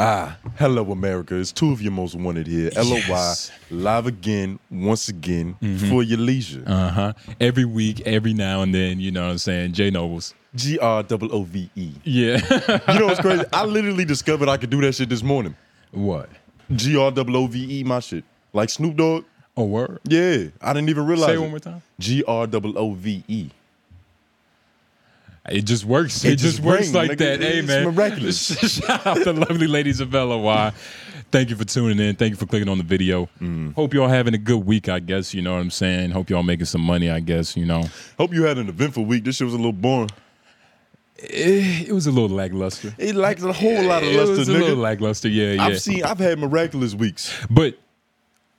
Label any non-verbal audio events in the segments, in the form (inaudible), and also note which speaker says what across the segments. Speaker 1: Ah, hello America. It's two of your most wanted here. LOY,
Speaker 2: Yes.
Speaker 1: live again, once again, for your leisure.
Speaker 2: Uh huh. Every week, every now and then, you know what I'm saying? J Nobles.
Speaker 1: G R O O V E.
Speaker 2: Yeah. (laughs)
Speaker 1: You know what's crazy? I literally discovered I could do that shit this morning.
Speaker 2: what?
Speaker 1: G R O O V E my shit. Like Snoop Dogg.
Speaker 2: A Oh, word?
Speaker 1: Yeah. I didn't even realize.
Speaker 2: Say
Speaker 1: it.
Speaker 2: it one more time.
Speaker 1: G R O O V E.
Speaker 2: It just works. It, just,
Speaker 1: just
Speaker 2: works
Speaker 1: ring,
Speaker 2: like
Speaker 1: nigga.
Speaker 2: that. Hey,
Speaker 1: It's
Speaker 2: man.
Speaker 1: miraculous.
Speaker 2: (laughs)
Speaker 1: (laughs)
Speaker 2: Shout out to lovely ladies of LOI. Thank you for tuning in. Thank you for clicking on the video.
Speaker 1: Mm.
Speaker 2: Hope y'all having a good week, I guess. You know what I'm saying? Hope y'all making some money, I guess. You know,
Speaker 1: Hope you had an eventful week. This shit was a little boring.
Speaker 2: Eh, it, it was a little lackluster.
Speaker 1: It lacked a whole lot of
Speaker 2: It
Speaker 1: luster,
Speaker 2: was a
Speaker 1: nigga.
Speaker 2: little lackluster. Yeah, yeah.
Speaker 1: I've seen, I've had miraculous weeks.
Speaker 2: But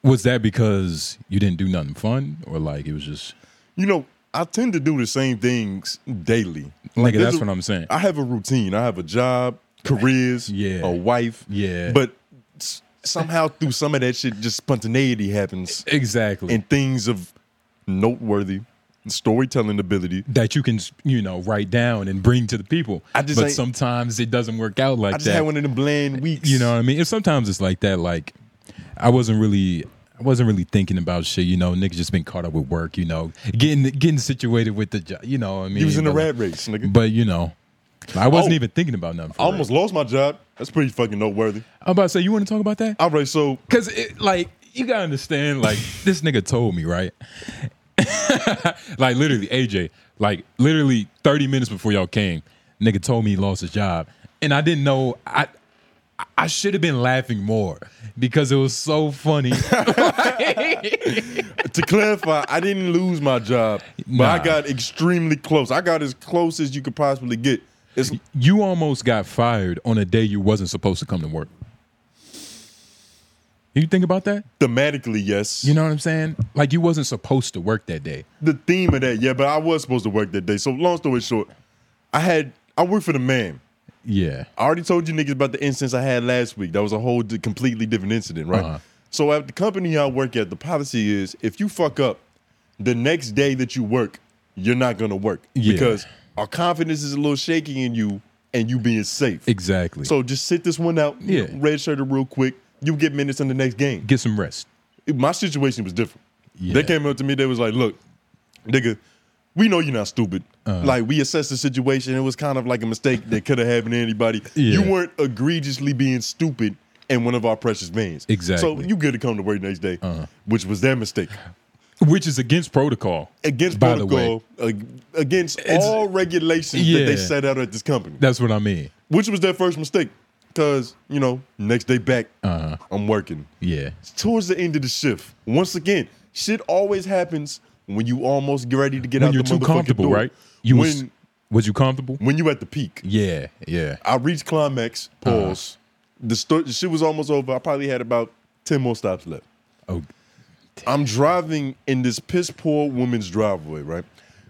Speaker 2: was that because you didn't do nothing fun or like it was just
Speaker 1: You know, I tend to do the same things daily.
Speaker 2: like that's
Speaker 1: a-
Speaker 2: what I'm saying.
Speaker 1: I have a routine. I have a job, careers,
Speaker 2: Yeah.
Speaker 1: a wife.
Speaker 2: Yeah.
Speaker 1: But s- somehow through some of that shit, just spontaneity happens
Speaker 2: exactly.
Speaker 1: and things of noteworthy storytelling ability.
Speaker 2: that you can, you know, write down and bring to the people.
Speaker 1: I just
Speaker 2: but
Speaker 1: ain't-
Speaker 2: sometimes it doesn't work out like
Speaker 1: I just
Speaker 2: that.
Speaker 1: had one of them bland weeks.
Speaker 2: You know what I mean? And sometimes it's like that. Like I wasn't really, I wasn't really thinking about shit. You know, niggas just been caught up with work. You know, getting getting situated with the job. You know, what I mean,
Speaker 1: He was in the
Speaker 2: but,
Speaker 1: rat race, nigga.
Speaker 2: But you know, I wasn't
Speaker 1: Oh.
Speaker 2: even thinking about nothing. For
Speaker 1: I almost lost my job. That's pretty fucking noteworthy.
Speaker 2: real. I'm about to say, you want to talk about that?
Speaker 1: All right, so
Speaker 2: Cause it, like you gotta understand, like this nigga told me right, (laughs) like literally AJ, like literally thirty minutes before y'all came, nigga told me he lost his job, and I didn't know I. I- I should have been laughing more because it was so (laughs) funny.
Speaker 1: to clarify, I didn't lose my job, but I
Speaker 2: Nah.
Speaker 1: got extremely close. I got as close as you could possibly get. It's
Speaker 2: you almost got fired on a day you wasn't supposed to come to work. You think about that?
Speaker 1: thematically, yes.
Speaker 2: You know what I'm saying? Like you wasn't supposed to work that day.
Speaker 1: the theme of that, yeah, but I was supposed to work that day. So long story short, I had I worked for the man.
Speaker 2: Yeah.
Speaker 1: I already told you niggas about the instance I had last week. That was a whole di- completely different incident, right?
Speaker 2: Uh-huh.
Speaker 1: So at the company I work at, the policy is if you fuck up, the next day that you work, you're not gonna work
Speaker 2: Yeah.
Speaker 1: because our confidence is a little shaky in you and you being safe.
Speaker 2: Exactly. So
Speaker 1: So just sit this one out,
Speaker 2: Yeah.
Speaker 1: red shirt it real quick. You get minutes in the next game
Speaker 2: get some rest.
Speaker 1: my situation was different.
Speaker 2: Yeah.
Speaker 1: They came up to me, they was like, look, nigga, we know you're not stupid.
Speaker 2: Uh-huh.
Speaker 1: like, we assessed the situation. It was kind of like a mistake that could have happened to anybody.
Speaker 2: Yeah.
Speaker 1: You weren't egregiously being stupid in one of our precious veins. So
Speaker 2: Exactly. Uh-huh.
Speaker 1: you could have come to work the next day, which was their mistake.
Speaker 2: Which is against protocol.
Speaker 1: Against
Speaker 2: By the
Speaker 1: protocol, ag- against all regulations that they
Speaker 2: Yeah.
Speaker 1: set out at this company,
Speaker 2: That's what I mean.
Speaker 1: which was their first mistake. Because, you know, next day back,
Speaker 2: Uh-huh.
Speaker 1: I'm working.
Speaker 2: Yeah.
Speaker 1: towards the end of the shift. Once again, shit always happens when you almost get ready to get
Speaker 2: When
Speaker 1: out
Speaker 2: you're
Speaker 1: the
Speaker 2: too
Speaker 1: motherfucking
Speaker 2: comfortable,
Speaker 1: door.
Speaker 2: right? You
Speaker 1: when
Speaker 2: was was you comfortable?
Speaker 1: when you at the peak.
Speaker 2: Yeah, yeah.
Speaker 1: I reached climax.
Speaker 2: Uh-huh.
Speaker 1: Pause. The, sto- the shit was almost over. I probably had about ten more stops left.
Speaker 2: Oh,
Speaker 1: I'm driving in this piss poor woman's driveway, right?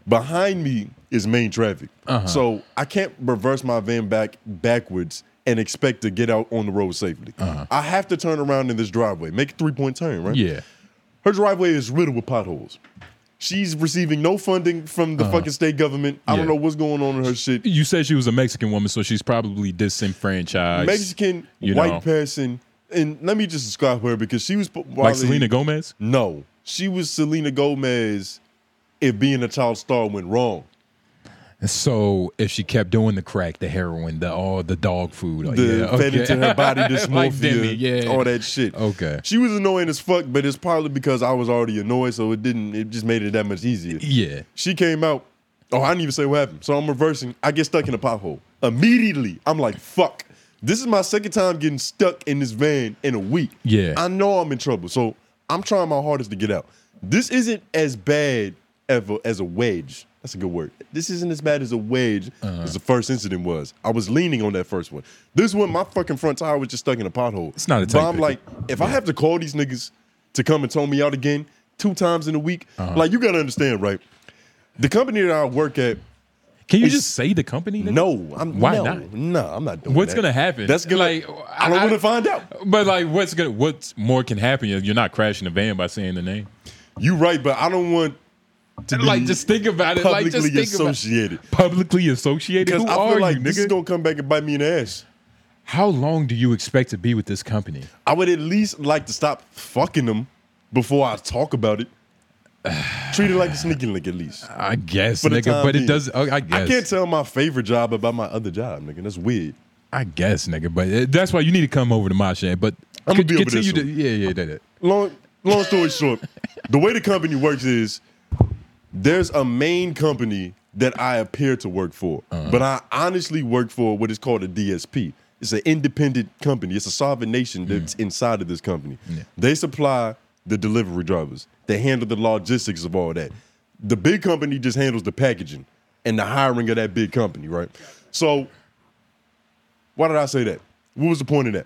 Speaker 1: Behind me is main traffic.
Speaker 2: Uh-huh.
Speaker 1: So I can't reverse my van back backwards and expect to get out on the road safely. I have to turn around in this driveway, make a three point turn, right?
Speaker 2: Uh-huh. yeah.
Speaker 1: Her driveway is riddled with potholes. She's receiving no funding from the fucking state government. I don't
Speaker 2: Uh-huh. Yeah.
Speaker 1: know what's going on in her shit.
Speaker 2: You said she was a Mexican woman, so she's probably disenfranchised.
Speaker 1: Mexican
Speaker 2: you
Speaker 1: white
Speaker 2: know.
Speaker 1: person, and let me just describe her because she was probably,
Speaker 2: like Selena Gomez.
Speaker 1: No, she was Selena Gomez. If being a child star went wrong,
Speaker 2: So if she kept doing the crack, the heroin, the all the dog food,
Speaker 1: the
Speaker 2: yeah,
Speaker 1: fed
Speaker 2: okay.
Speaker 1: into her body dysmorphia,
Speaker 2: (laughs) Like Demi, yeah.
Speaker 1: all that shit.
Speaker 2: Okay.
Speaker 1: she was annoying as fuck, but it's probably because I was already annoyed, so it didn't. It just made it that much easier.
Speaker 2: yeah,
Speaker 1: She came out. Oh, I didn't even say what happened. So I'm reversing. I get stuck in a pothole. Immediately, I'm like, fuck. This is my second time getting stuck in this van in a week.
Speaker 2: Yeah.
Speaker 1: I know I'm in trouble. So I'm trying my hardest to get out. This isn't as bad ever as a wedge. That's a good word. This isn't as bad as a wedge as the first incident was. I was leaning on that first one. This one, my fucking front tire was just stuck in a pothole.
Speaker 2: It's not a
Speaker 1: But
Speaker 2: tight
Speaker 1: I'm
Speaker 2: pickle.
Speaker 1: like, if I have to call these niggas to come and tow me out again two times in a week,
Speaker 2: Uh-huh.
Speaker 1: like you gotta understand, right? The company that I work at,
Speaker 2: can you
Speaker 1: It's-
Speaker 2: just say the company? name?
Speaker 1: no, I'm
Speaker 2: Why
Speaker 1: no,
Speaker 2: not?
Speaker 1: No, I'm not doing
Speaker 2: What's
Speaker 1: that.
Speaker 2: gonna happen?
Speaker 1: That's gonna
Speaker 2: Like,
Speaker 1: like I don't
Speaker 2: I-
Speaker 1: want to find out.
Speaker 2: But like, what's gonna what more can happen? You're not crashing the van by saying the name.
Speaker 1: You right, but I don't want to be
Speaker 2: Like, just think about it. Like,
Speaker 1: publicly
Speaker 2: just think about
Speaker 1: associated
Speaker 2: publicly associated.
Speaker 1: because
Speaker 2: Who
Speaker 1: I
Speaker 2: are
Speaker 1: feel like
Speaker 2: you,
Speaker 1: this
Speaker 2: nigga?
Speaker 1: is gonna come back and bite me in the ass.
Speaker 2: How long do you expect to be with this company?
Speaker 1: I would at least like to stop fucking them before I talk
Speaker 2: (sighs)
Speaker 1: about it. Treat it like a sneaky link at least.
Speaker 2: I guess,
Speaker 1: For the
Speaker 2: nigga.
Speaker 1: time
Speaker 2: But it
Speaker 1: being.
Speaker 2: does. oh, I
Speaker 1: I can't
Speaker 2: guess.
Speaker 1: tell my favorite job about my other job, nigga. That's weird.
Speaker 2: I, guess, nigga. But it- that's why you need to come over to my shit. But
Speaker 1: I'ma
Speaker 2: could-
Speaker 1: be over
Speaker 2: continue
Speaker 1: this
Speaker 2: to- Yeah, yeah, that, that.
Speaker 1: long long story short, the way the company works is there's a main company that I appear to work for, but I honestly work for what is called a DSP. It's an independent company. It's a sovereign nation that's inside of this company. They supply the delivery drivers. They handle the logistics of all that. The big company just handles the packaging and the hiring of that big company, right? So, why did I say that? What was the point of that?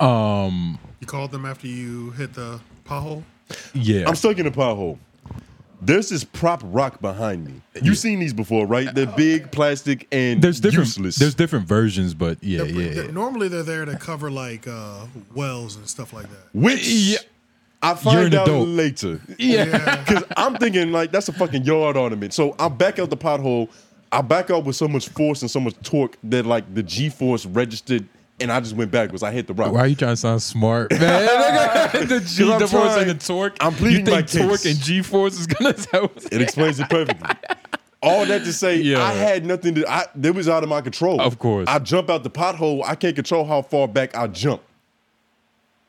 Speaker 3: You called them after you hit the pothole.
Speaker 2: Yeah.
Speaker 1: I'm stuck in a pothole. There's this prop rock behind me. You've seen these before, right? They're big, plastic, and
Speaker 2: there's different.
Speaker 1: useless.
Speaker 2: There's different versions, but yeah,
Speaker 3: They're-
Speaker 2: yeah.
Speaker 3: they're-
Speaker 2: yeah.
Speaker 3: normally they're there to cover like uh, wells and stuff like that.
Speaker 1: Which
Speaker 2: Yeah.
Speaker 1: I
Speaker 2: You're
Speaker 1: find
Speaker 2: an
Speaker 1: out
Speaker 2: adult.
Speaker 1: later. (laughs)
Speaker 3: Yeah.
Speaker 1: Because I'm thinking, like, that's a fucking yard ornament. So I back out the pothole. I back out with so much force and so much torque that, like, the G force registered, and I just went backwards. I hit the rock.
Speaker 2: Why are you trying to sound
Speaker 1: (laughs)
Speaker 2: smart, man? (laughs) the G
Speaker 1: I'm
Speaker 2: force
Speaker 1: trying-
Speaker 2: and the torque.
Speaker 1: I'm pleading
Speaker 2: you think
Speaker 1: my case.
Speaker 2: torque and G force is gonna (laughs) help?
Speaker 1: It explains it
Speaker 2: (laughs)
Speaker 1: perfectly. All that to say,
Speaker 2: Yeah.
Speaker 1: I had nothing to. I, that was out of my control.
Speaker 2: Of course.
Speaker 1: I jump out the pothole. I can't control how far back I jump.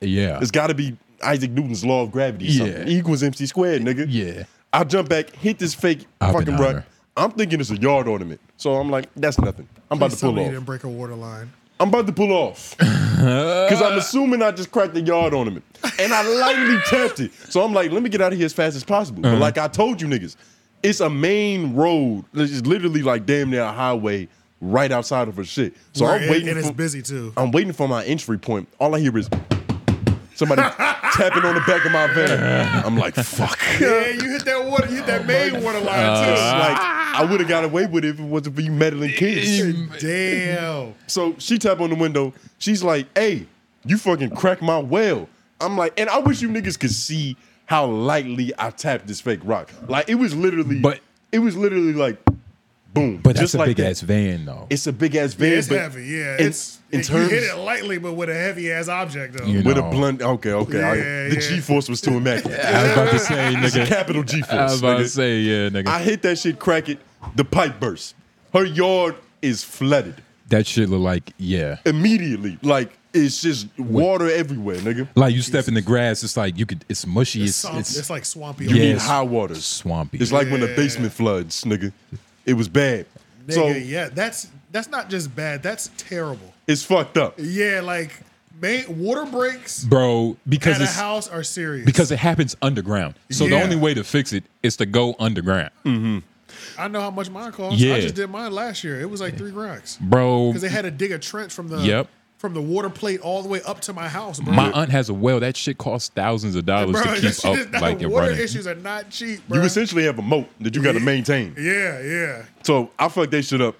Speaker 2: Yeah,
Speaker 1: It's got to be Isaac Newton's law of gravity. Yeah.
Speaker 2: Yeah.
Speaker 1: Something. E equals MC squared, nigga.
Speaker 2: yeah.
Speaker 1: I jump back, hit this fake fucking
Speaker 2: Oppenheimer.
Speaker 1: rock. I'm thinking it's a yard ornament. So I'm like, that's nothing. I'm about to
Speaker 3: Please tell
Speaker 1: pull
Speaker 3: me you didn't
Speaker 1: off.
Speaker 3: break a water line.
Speaker 1: I'm about to pull
Speaker 3: (laughs)
Speaker 1: off. Because I'm assuming I just cracked the yard ornament. And I lightly tapped it. So I'm like, let me get out of here as fast as possible.
Speaker 3: Uh-huh.
Speaker 1: But like I told you niggas, it's a main road. It's literally like damn near a highway right outside of her shit. So
Speaker 3: Right,
Speaker 1: I'm
Speaker 3: and-
Speaker 1: waiting
Speaker 3: and
Speaker 1: for,
Speaker 3: it's busy too.
Speaker 1: I'm waiting for my entry point. All I hear is
Speaker 3: (laughs)
Speaker 1: somebody tapping on the back of my van. I'm like, fuck.
Speaker 3: yeah, you hit that water. You hit that
Speaker 1: Oh
Speaker 3: main water line
Speaker 1: It's like I would have got away with it if it wasn't for you meddling kids.
Speaker 3: too. Damn.
Speaker 1: So she tap on the window. She's like, "Hey, you fucking crack my well." I'm like, and I wish you niggas could see how lightly I tapped this fake rock. Like it was literally,
Speaker 2: But-
Speaker 1: it was literally like, boom.
Speaker 2: But that's a
Speaker 1: like
Speaker 2: big
Speaker 1: that.
Speaker 2: ass van, though.
Speaker 1: It's a big ass van.
Speaker 3: It's
Speaker 1: but
Speaker 3: heavy. Yeah,
Speaker 1: in-
Speaker 3: it's
Speaker 1: in
Speaker 3: it-
Speaker 1: terms-
Speaker 3: you hit it lightly, but with a heavy ass object though.
Speaker 2: You know.
Speaker 1: With a blunt, okay, okay. I-
Speaker 3: Yeah,
Speaker 1: the
Speaker 3: yeah.
Speaker 1: G force was too immaculate.
Speaker 2: (laughs) I was about to say,
Speaker 1: It's a
Speaker 2: nigga.
Speaker 1: capital G force.
Speaker 2: I was about to
Speaker 1: nigga.
Speaker 2: say, yeah, nigga.
Speaker 1: I hit that shit, crack it. The pipe burst. Her yard is flooded
Speaker 2: that shit look like, yeah.
Speaker 1: immediately. Like it's just water everywhere, nigga.
Speaker 2: Like you step in the grass, it's like you could. It's mushy. It's,
Speaker 3: Swamp-
Speaker 2: it's,
Speaker 3: it's like swampy.
Speaker 2: Yeah.
Speaker 1: Need
Speaker 2: it's
Speaker 1: high waters.
Speaker 2: swampy.
Speaker 1: It's like when the
Speaker 3: Yeah.
Speaker 1: basement floods, nigga. It was bad.
Speaker 3: Nigga,
Speaker 1: so
Speaker 3: yeah, that's that's not just bad. That's terrible.
Speaker 1: it's fucked up.
Speaker 3: Yeah, like main, water breaks
Speaker 2: bro, because
Speaker 3: at a
Speaker 2: it's
Speaker 3: house are serious.
Speaker 2: because it happens underground. So the
Speaker 3: Yeah. Mm.
Speaker 2: only way to fix it is to go underground,
Speaker 3: I know how much mine costs.
Speaker 2: Yeah.
Speaker 3: I just did mine last year. It was like three racks
Speaker 2: bro.
Speaker 3: because they had to dig a trench from the
Speaker 2: Yep.
Speaker 3: from the water plate all the way up to my house, bro.
Speaker 2: My aunt has a well. That shit costs thousands of dollars
Speaker 3: bro, (laughs)
Speaker 2: to
Speaker 3: that
Speaker 2: keep
Speaker 3: shit is
Speaker 2: up,
Speaker 3: not-
Speaker 2: like it
Speaker 3: water
Speaker 2: running.
Speaker 3: issues are not cheap, bro.
Speaker 1: You essentially have a moat that you got to
Speaker 3: Yeah.
Speaker 1: maintain.
Speaker 3: yeah, yeah.
Speaker 1: So I fucked that shit up.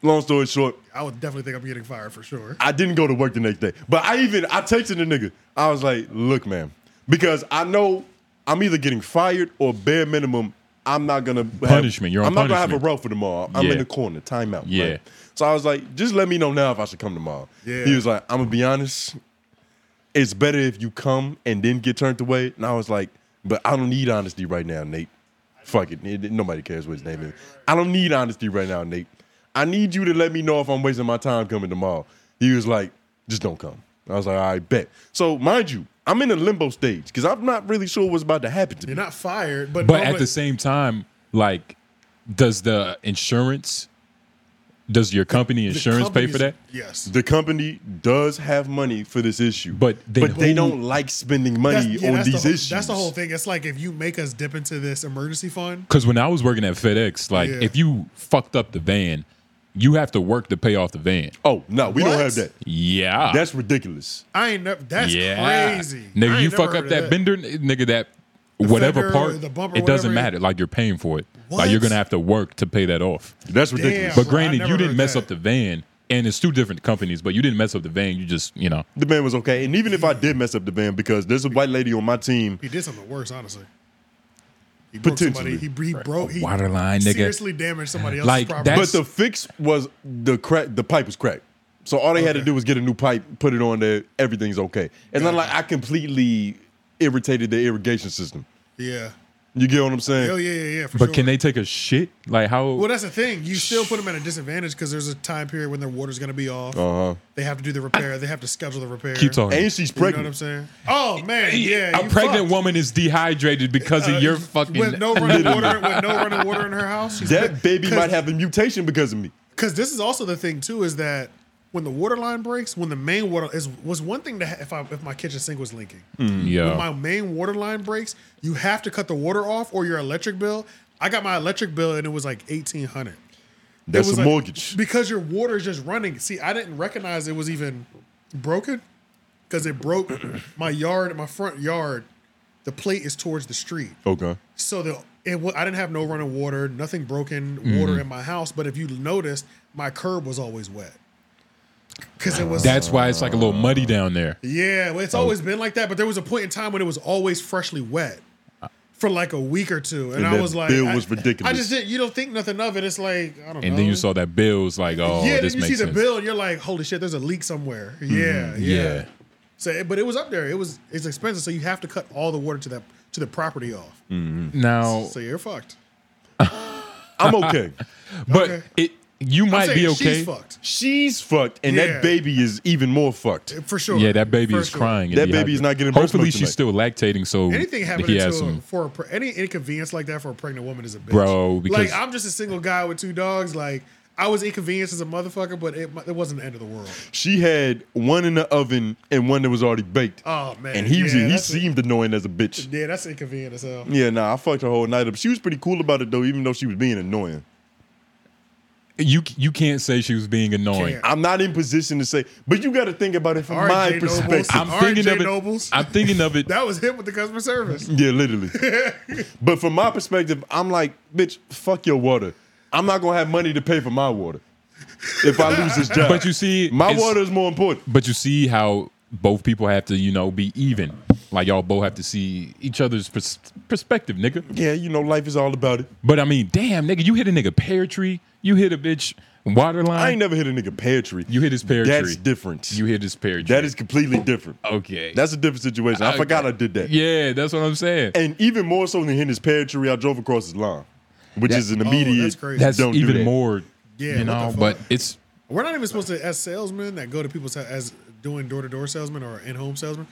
Speaker 1: Long story short,
Speaker 3: I would definitely think I'm getting fired for sure.
Speaker 1: I didn't go to work the next day. But I even I texted the nigga. I was like, look, man, because I know I'm either getting fired or bare minimum, I'm not gonna have-
Speaker 2: Punishment. You're on
Speaker 1: I'm not gonna have
Speaker 2: punishment.
Speaker 1: a row for tomorrow. I'm
Speaker 2: Yeah.
Speaker 1: in the corner, timeout.
Speaker 2: Yeah.
Speaker 1: right? So I was like, just let me know now if I should come tomorrow.
Speaker 3: Yeah.
Speaker 1: He was like, I'm gonna be honest. It's better if you come and then get turned away. And I was like, but I don't need honesty right now, Nate. Fuck it. It- Nobody cares what his name is. I don't need honesty right now, Nate. I need you to let me know if I'm wasting my time coming tomorrow. He was like, just don't come. I was like, all right, bet. So, mind you, I'm in a limbo stage because I'm not really sure what's about to happen to me.
Speaker 3: You're not fired, but
Speaker 2: But
Speaker 3: no,
Speaker 2: at the same time, like, does the insurance, does your company
Speaker 3: the
Speaker 2: insurance pay
Speaker 3: companies-
Speaker 2: for that?
Speaker 3: Yes,
Speaker 1: The company does have money for this issue,
Speaker 2: But they-
Speaker 1: but they
Speaker 2: Who-
Speaker 1: don't like spending money
Speaker 3: yeah,
Speaker 1: on
Speaker 3: that's
Speaker 1: these
Speaker 3: the, whole-
Speaker 1: issues.
Speaker 3: That's the whole thing. It's like if you make us dip into this emergency fund,
Speaker 2: Because when I was working at FedEx, like,
Speaker 3: Yeah.
Speaker 2: if you fucked up the van, you have to work to pay off the van.
Speaker 1: Oh no, we
Speaker 3: What?
Speaker 1: don't have that.
Speaker 2: Yeah.
Speaker 1: That's ridiculous.
Speaker 3: I ain't never. That's
Speaker 2: yeah.
Speaker 3: crazy, I
Speaker 2: Nigga,
Speaker 3: ain't
Speaker 2: you
Speaker 3: never
Speaker 2: fuck
Speaker 3: heard
Speaker 2: up
Speaker 3: of
Speaker 2: that, bender, nigga, that whatever
Speaker 3: fender or
Speaker 2: part,
Speaker 3: the bumper,
Speaker 2: it doesn't
Speaker 3: whatever.
Speaker 2: matter. Like, you're paying for it. Like,
Speaker 3: What?
Speaker 2: you're going to have to work to pay that off.
Speaker 1: That's ridiculous.
Speaker 3: Damn.
Speaker 2: But
Speaker 3: I
Speaker 2: granted,
Speaker 3: never
Speaker 2: you didn't
Speaker 3: heard
Speaker 2: mess
Speaker 3: that.
Speaker 2: up the van, and it's two different companies, but you didn't mess up the van. You just, you know.
Speaker 1: the band was okay. And even if I did mess up the band, because there's a white lady on my team,
Speaker 3: He did something worse, honestly. He broke somebody. He, he broke. He
Speaker 2: Water line, nigga.
Speaker 3: Seriously damaged somebody else's
Speaker 2: Like,
Speaker 3: property.
Speaker 1: but
Speaker 2: that's-
Speaker 1: the fix was the crack. The pipe was cracked, So all they had to do was get a new pipe, put it on there, everything's okay. It's not like I completely irritated the irrigation system.
Speaker 3: Yeah.
Speaker 1: You get what I'm saying?
Speaker 3: Hell yeah, yeah, yeah. For
Speaker 2: But
Speaker 3: sure.
Speaker 2: can they take a shit? Like how?
Speaker 3: Well, that's the thing. You still put them at a disadvantage because there's a time period when their water's going to be off.
Speaker 1: Uh huh.
Speaker 3: They have to do the repair. They have to schedule the repair.
Speaker 2: Uh-huh. Keep talking.
Speaker 1: And she's
Speaker 3: You know what I'm
Speaker 1: pregnant.
Speaker 3: saying? Oh man, yeah.
Speaker 2: a
Speaker 3: you
Speaker 2: pregnant
Speaker 3: fucked.
Speaker 2: woman is dehydrated because
Speaker 3: Uh,
Speaker 2: of your fucking.
Speaker 3: with no running water with no running water in her house. She's
Speaker 1: That baby might have a mutation because of me.
Speaker 3: because this is also the thing too is that when the water line breaks, when the main water is was one thing to ha- if I if my kitchen sink was leaking,
Speaker 2: yeah.
Speaker 1: Oh.
Speaker 3: when my main water line breaks, you have to cut the water off or your electric bill. I got my electric bill and it was like eighteen hundred.
Speaker 1: That's a
Speaker 3: was like-
Speaker 1: mortgage.
Speaker 3: because your water is just running. See, I didn't recognize it was even broken because
Speaker 1: (clears throat)
Speaker 3: it broke my yard, my front yard. The plate is towards the street,
Speaker 1: Okay.
Speaker 3: so the it wa- I didn't have no running water, nothing broken
Speaker 1: Mm.
Speaker 3: water in my house. But if you noticed, my curb was always wet because it was.
Speaker 2: That's why it's like a little muddy down there.
Speaker 3: yeah, well, it's always been like that. But there was a point in time when it was always freshly wet for like a week or two, and,
Speaker 1: And
Speaker 3: I
Speaker 1: that
Speaker 3: was like,
Speaker 1: bill
Speaker 3: I,
Speaker 1: was ridiculous.
Speaker 3: I just didn't. You don't think nothing of it. It's like I don't know.
Speaker 2: And then you saw that bill's like, oh,
Speaker 3: yeah,
Speaker 2: this
Speaker 3: then you
Speaker 2: makes
Speaker 3: see the
Speaker 2: sense. Mm-hmm.
Speaker 3: bill and you're like, holy shit, there's a leak somewhere. Yeah, yeah.
Speaker 2: Yeah.
Speaker 3: So, but it was up there. It was it's expensive, so you have to cut all the water to that to the property off.
Speaker 2: Mm. Now,
Speaker 3: So you're fucked.
Speaker 1: I'm
Speaker 3: (laughs)
Speaker 1: okay.
Speaker 2: but
Speaker 3: okay.
Speaker 2: it you might be
Speaker 3: saying
Speaker 2: okay.
Speaker 3: She's fucked
Speaker 1: she's fucked, and
Speaker 3: Yeah.
Speaker 1: that baby is even more fucked.
Speaker 3: for sure.
Speaker 2: Yeah, that baby
Speaker 3: For
Speaker 2: is
Speaker 3: sure.
Speaker 2: crying. and
Speaker 1: That baby is
Speaker 2: dehydrated.
Speaker 1: not getting breast
Speaker 2: Hopefully,
Speaker 1: milk
Speaker 2: she's still lactating. So
Speaker 3: Anything
Speaker 2: he
Speaker 3: happening to
Speaker 2: has
Speaker 3: a,
Speaker 2: some-
Speaker 3: for a, pre- any inconvenience like that for a pregnant woman is a bitch,
Speaker 2: Bro, because-
Speaker 3: like I'm just a single guy with two dogs. Like I was inconvenienced as a motherfucker, but it, it wasn't the end of the world.
Speaker 1: She had one in the oven and one that was already baked.
Speaker 3: Oh man,
Speaker 1: and he was
Speaker 3: yeah,
Speaker 1: he
Speaker 3: that's a-
Speaker 1: seemed annoying as a bitch.
Speaker 3: yeah, that's inconvenient as hell.
Speaker 1: Yeah, nah, I fucked her whole night up. She was pretty cool about it though, even though she was being annoying.
Speaker 2: you you can't say she was being annoying.
Speaker 3: Can't.
Speaker 1: I'm not in position to say, but you got to think about it from
Speaker 3: All right,
Speaker 1: my
Speaker 3: Jay Nobles.
Speaker 1: perspective.
Speaker 2: I'm
Speaker 3: RJ
Speaker 2: thinking of it.
Speaker 3: Nobles.
Speaker 2: I'm thinking of it.
Speaker 3: (laughs) That was him with the customer service.
Speaker 1: (laughs) Yeah, literally. (laughs) but from my perspective, I'm like, bitch, fuck your water. I'm not gonna have money to pay for my water if I lose (laughs) this job.
Speaker 2: But you see,
Speaker 1: my
Speaker 2: it's-
Speaker 1: water is more important.
Speaker 2: But you see how both people have to, you know, be even. Like y'all both have to see each other's pers- perspective, nigga.
Speaker 1: Yeah, you know, life is all about it.
Speaker 2: But I mean, damn, nigga, you hit a nigga pear tree, you hit a bitch water line,
Speaker 1: I ain't never hit a nigga pear tree.
Speaker 2: you hit his pear
Speaker 1: That's
Speaker 2: tree,
Speaker 1: different.
Speaker 2: you hit his pear tree.
Speaker 1: that is completely different.
Speaker 2: okay.
Speaker 1: That's a different situation. I, forgot I did that.
Speaker 2: yeah, that's what I'm saying.
Speaker 1: And even more so than hitting his pear tree, I drove across his lawn, which is an
Speaker 3: oh,
Speaker 1: immediate.
Speaker 3: that's crazy.
Speaker 2: That's
Speaker 1: don't do
Speaker 2: even
Speaker 1: that.
Speaker 2: more,
Speaker 3: Yeah,
Speaker 2: you
Speaker 3: what the
Speaker 2: know.
Speaker 3: fuck?
Speaker 2: But it's
Speaker 3: We're not even supposed to, as salesmen that go to people's hou- as doing door to door salesmen or in home salesmen.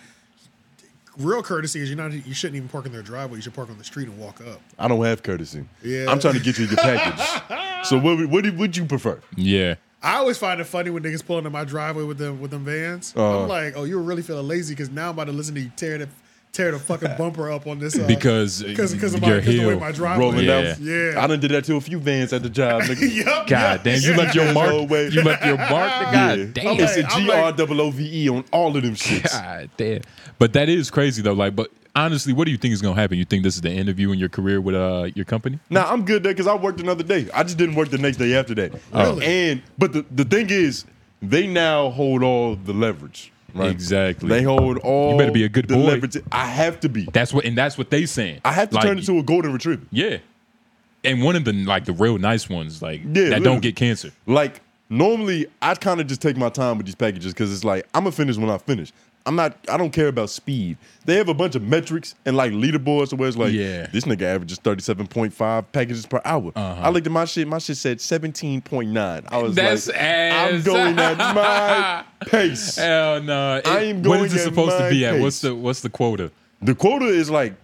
Speaker 3: Real courtesy is you're not you shouldn't even park in their driveway. You should park on the street and walk up.
Speaker 1: I don't have courtesy.
Speaker 3: Yeah.
Speaker 1: I'm trying to get you your
Speaker 3: (laughs)
Speaker 1: package. so what? What would you prefer?
Speaker 2: yeah,
Speaker 3: I always find it funny when niggas pull into my driveway with them with them vans. I'm like, oh, you were really feeling lazy because now I'm about to listen to you tear the tear the fucking bumper up on this uh,
Speaker 2: because
Speaker 3: because because of, my-
Speaker 2: your
Speaker 3: 'cause the way
Speaker 2: heel.
Speaker 3: my driveway.
Speaker 1: Rolling
Speaker 2: Yeah.
Speaker 1: down.
Speaker 3: Yeah.
Speaker 1: I done did that to a few vans at the job. Nigga.
Speaker 3: (laughs)
Speaker 1: (laughs)
Speaker 3: Yup,
Speaker 2: God damn, you left your mark.
Speaker 1: No way.
Speaker 2: You left
Speaker 1: (laughs)
Speaker 2: your mark. God damn.
Speaker 1: It's a
Speaker 3: I'm
Speaker 1: G R
Speaker 3: like-
Speaker 1: O O V E on all of
Speaker 2: (laughs)
Speaker 1: them shits.
Speaker 2: God damn. But that is crazy though. Like, but honestly, what do you think is gonna happen? You think this is the end of you in your career with uh your company?
Speaker 1: Nah, I'm good there because I worked another day. I just didn't work the next day after that.
Speaker 3: Oh. Really?
Speaker 1: And but the, the thing is, they now hold all the leverage. Right?
Speaker 2: Exactly.
Speaker 1: They hold all.
Speaker 2: You better be a good
Speaker 1: the
Speaker 2: boy.
Speaker 1: Leverage. I have to be.
Speaker 2: That's what and that's what they saying.
Speaker 1: I have to
Speaker 2: Like,
Speaker 1: turn into a golden retriever.
Speaker 2: Yeah. And one of the like the real nice ones, like that
Speaker 1: literally.
Speaker 2: don't get cancer.
Speaker 1: Like normally, I kind of just take my time with these packages because it's like I'm gonna finish when I finish. I'm not. I don't care about speed. They have a bunch of metrics and like leaderboards where it's like,
Speaker 2: Yeah. Uh-huh.
Speaker 1: this nigga averages 37.5 packages per hour. I looked at my shit. My shit said 17.9. I was
Speaker 2: That's
Speaker 1: like, I'm
Speaker 2: ass.
Speaker 1: going
Speaker 2: (laughs)
Speaker 1: at my pace.
Speaker 2: Hell no. It-
Speaker 1: I am
Speaker 2: what
Speaker 1: going
Speaker 2: is it
Speaker 1: at
Speaker 2: supposed
Speaker 1: my
Speaker 2: to be at?
Speaker 1: pace.
Speaker 2: What's the what's the quota?
Speaker 1: The quota is like,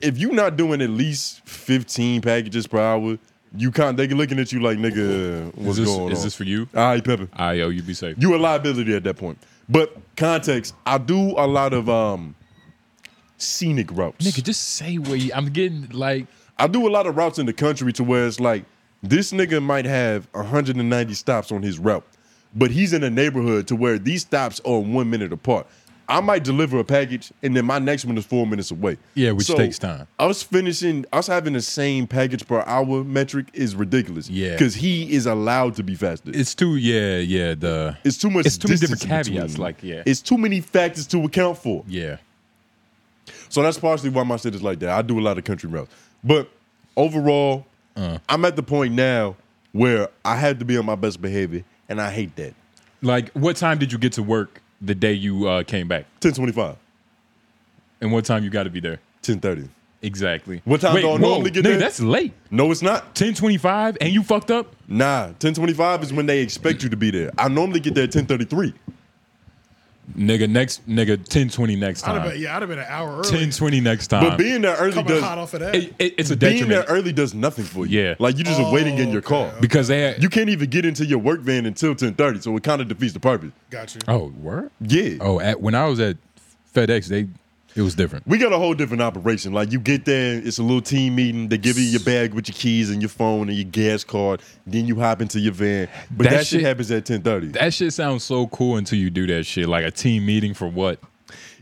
Speaker 1: if you're not doing at least 15 packages per hour, you can't. They looking at you like, nigga, what's
Speaker 2: Is this,
Speaker 1: going
Speaker 2: is
Speaker 1: on?
Speaker 2: this for you?
Speaker 1: All right, Pepper.
Speaker 2: I yo, you be safe.
Speaker 1: you a liability at that point. But context, I do a lot of um scenic routes.
Speaker 2: Nigga, just say where you I'm getting like
Speaker 1: I do a lot of routes in the country to where it's like this nigga might have 190 stops on his route, but he's in a neighborhood to where these stops are one minute apart. I might deliver a package and then my next one is four minutes away.
Speaker 2: Yeah, which takes time.
Speaker 1: Us finishing, us having the same package per hour metric is ridiculous.
Speaker 2: Yeah.
Speaker 1: because he is allowed to be faster.
Speaker 2: it's too yeah, yeah, the
Speaker 1: It's too much.
Speaker 2: It's too many
Speaker 1: distance
Speaker 2: different
Speaker 1: in between.
Speaker 2: caveats, like, yeah.
Speaker 1: It's too many factors to account for.
Speaker 2: yeah.
Speaker 1: So that's partially why my shit is like that. I do a lot of country routes, but overall,
Speaker 2: Uh.
Speaker 1: I'm at the point now where I have to be on my best behavior, and I hate that.
Speaker 2: Like, what time did you get to work the day you uh, came back,
Speaker 1: 1025,
Speaker 2: and what time you got to be there
Speaker 1: 1030.
Speaker 2: exactly?
Speaker 1: What time do I normally get
Speaker 2: nigga,
Speaker 1: there?
Speaker 2: That's late.
Speaker 1: No, it's not.
Speaker 2: Ten twenty-five, and you fucked up.
Speaker 1: Nah, 1025 is when they expect you to be there. I normally get there at 1033.
Speaker 2: Nigga, next nigga, ten twenty next
Speaker 3: I'd have been,
Speaker 2: time.
Speaker 3: yeah, I'd have been an hour early.
Speaker 2: Ten twenty next
Speaker 1: But
Speaker 2: time.
Speaker 1: being there early
Speaker 3: coming hot
Speaker 1: does
Speaker 3: off of that.
Speaker 2: It- it- Uh. it's a
Speaker 1: being there
Speaker 2: detriment
Speaker 1: early does nothing for you.
Speaker 2: Yeah.
Speaker 1: Like you
Speaker 3: Oh,
Speaker 1: just waiting in your car.
Speaker 2: because they had.
Speaker 1: You can't even get into your work van until 1030, so it kind of defeats the purpose.
Speaker 3: Got you.
Speaker 2: oh, word.
Speaker 1: Yeah.
Speaker 2: Oh, at, when I was at FedEx, they it was different.
Speaker 1: We got a whole different operation. Like you get there, it's a little team meeting. They give you your bag with your keys and your phone and your gas card. Then you hop into your van. But that,
Speaker 2: That
Speaker 1: shit,
Speaker 2: shit-
Speaker 1: happens at ten thirty.
Speaker 2: That shit sounds so cool until you do that shit, like a team meeting for what?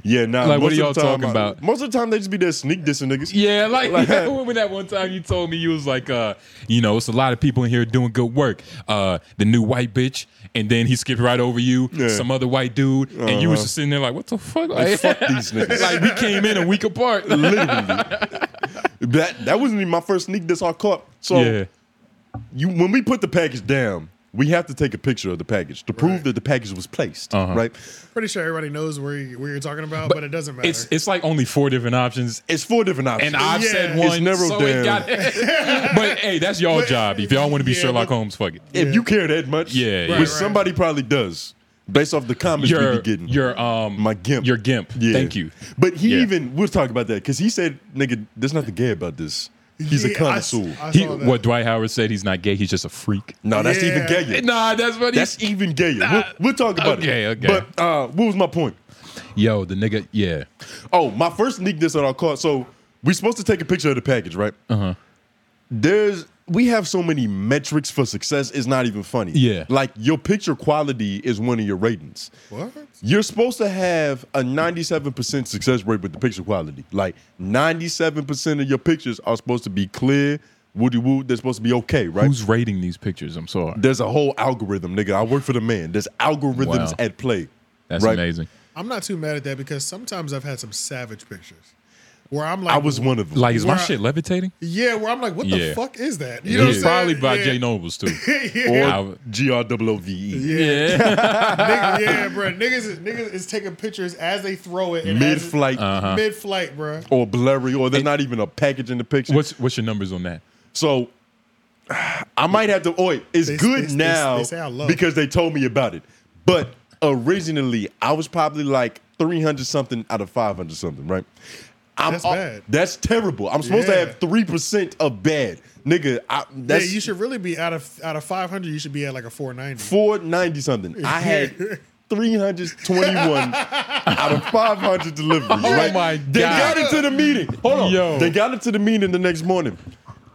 Speaker 1: Yeah, nah.
Speaker 2: Like,
Speaker 1: most
Speaker 2: what are
Speaker 1: of the
Speaker 2: y'all
Speaker 1: time,
Speaker 2: talking about?
Speaker 1: Most of the time, they just be there sneak dissing niggas.
Speaker 2: Yeah, (laughs) like,
Speaker 1: Like-
Speaker 2: yeah, when that one time you told me you was like, uh, you know, it's a lot of people in here doing good work. Uh, the new white bitch, and then he skipped right over you,
Speaker 1: Yeah. Uh-huh.
Speaker 2: some other white dude, and you was just sitting there like, what the fuck? Like,
Speaker 1: fuck these niggas.
Speaker 2: (laughs) like we came in a
Speaker 1: (laughs)
Speaker 2: week apart.
Speaker 1: Literally. that that wasn't even my first sneak diss I caught. So
Speaker 2: yeah,
Speaker 1: you when we put the package down, we have to take a picture of the package to prove that the package was placed.
Speaker 2: Uh-huh.
Speaker 1: Right?
Speaker 3: Pretty sure everybody knows where, you, where you're talking about, but, it doesn't matter.
Speaker 2: it's it's like only four different options.
Speaker 1: It's four different options.
Speaker 2: And I've
Speaker 3: Yeah.
Speaker 2: said
Speaker 1: It's
Speaker 2: one,
Speaker 1: narrowed
Speaker 2: so it
Speaker 1: down.
Speaker 2: got- (laughs) but hey, that's y'all
Speaker 3: But-
Speaker 2: job. If y'all want to be
Speaker 3: yeah,
Speaker 2: Sherlock
Speaker 3: but-
Speaker 2: Holmes, fuck it.
Speaker 1: if you care that much,
Speaker 2: Yeah,
Speaker 1: which
Speaker 2: yeah. Right, right.
Speaker 1: somebody probably does, based off the comments we
Speaker 2: Your
Speaker 1: be getting.
Speaker 2: your um
Speaker 1: my gimp,
Speaker 2: your gimp.
Speaker 1: Yeah.
Speaker 2: Thank you.
Speaker 1: But he
Speaker 2: Yeah.
Speaker 1: even we'll talk about that because he said, "Nigga, there's nothing gay about this. He's a
Speaker 3: Yeah, I s-
Speaker 1: connoisseur."
Speaker 3: I
Speaker 2: He,
Speaker 3: saw that.
Speaker 2: what Dwight Howard said, he's not gay. He's just a freak.
Speaker 1: no, that's
Speaker 3: Yeah.
Speaker 1: even gayer.
Speaker 2: Nah, that's what he's.
Speaker 1: That's even gayer. we'll, we'll talk about
Speaker 2: okay,
Speaker 1: it.
Speaker 2: okay.
Speaker 1: But uh, what was my point?
Speaker 2: Yo, the nigga, yeah.
Speaker 1: Oh, my first sneak this that I caught. So we supposed to take a picture of the package, right? Uh
Speaker 2: Uh-huh.
Speaker 1: huh. There's we have so many metrics for success. It's not even funny.
Speaker 2: Yeah.
Speaker 1: like your picture quality is one of your ratings.
Speaker 3: what?
Speaker 1: You're supposed to have a 97% success rate with the picture quality. Like 97% of your pictures are supposed to be clear, woody woo, they're supposed to be okay, right?
Speaker 2: Who's rating these pictures? I'm sorry.
Speaker 1: There's a whole algorithm, nigga. I work for the man. There's algorithms
Speaker 2: Wow.
Speaker 1: at play.
Speaker 2: That's
Speaker 1: right?
Speaker 2: amazing.
Speaker 3: I'm not too mad at that because sometimes I've had some savage pictures where I'm like,
Speaker 1: I was one of them.
Speaker 2: Like, is my
Speaker 3: Where I-
Speaker 2: shit levitating?
Speaker 3: yeah, where I'm like, what the
Speaker 2: Yeah.
Speaker 3: fuck is that? You
Speaker 2: It
Speaker 3: know,
Speaker 2: was
Speaker 3: what I'm
Speaker 2: probably
Speaker 3: saying?
Speaker 2: by
Speaker 3: yeah.
Speaker 2: Jay Nobles too.
Speaker 1: (laughs) or
Speaker 2: I-
Speaker 1: G-R-O-O-V-E.
Speaker 2: yeah.
Speaker 3: (laughs) Nigga, yeah, bro. Niggas, is- niggas is taking pictures as they throw it. and as it-
Speaker 1: Mid-flight
Speaker 2: Uh-huh.
Speaker 3: Mid-flight, bro.
Speaker 1: or blurry, or there's not even a package in the picture.
Speaker 2: what's what's your numbers on that?
Speaker 1: So I might have to. Oh, wait, it's
Speaker 3: They-
Speaker 1: good
Speaker 3: they- they-
Speaker 1: now
Speaker 3: they say I love
Speaker 1: because they told me about it. But originally, I was probably like three hundred something out of five hundred something, right? I'm,
Speaker 3: That's
Speaker 1: uh,
Speaker 3: bad.
Speaker 1: That's terrible. I'm supposed
Speaker 3: Yeah.
Speaker 1: to have three percent of bad, nigga. I, that's
Speaker 3: yeah, you should really be out of out of 500. You should be at like a 490.
Speaker 1: four ninety something. I had. 321 out of 500 deliveries.
Speaker 2: Oh
Speaker 1: right?
Speaker 2: my
Speaker 1: They
Speaker 2: God.
Speaker 1: got it to the meeting. Hold on.
Speaker 2: Yo.
Speaker 1: They got it to the meeting the next morning.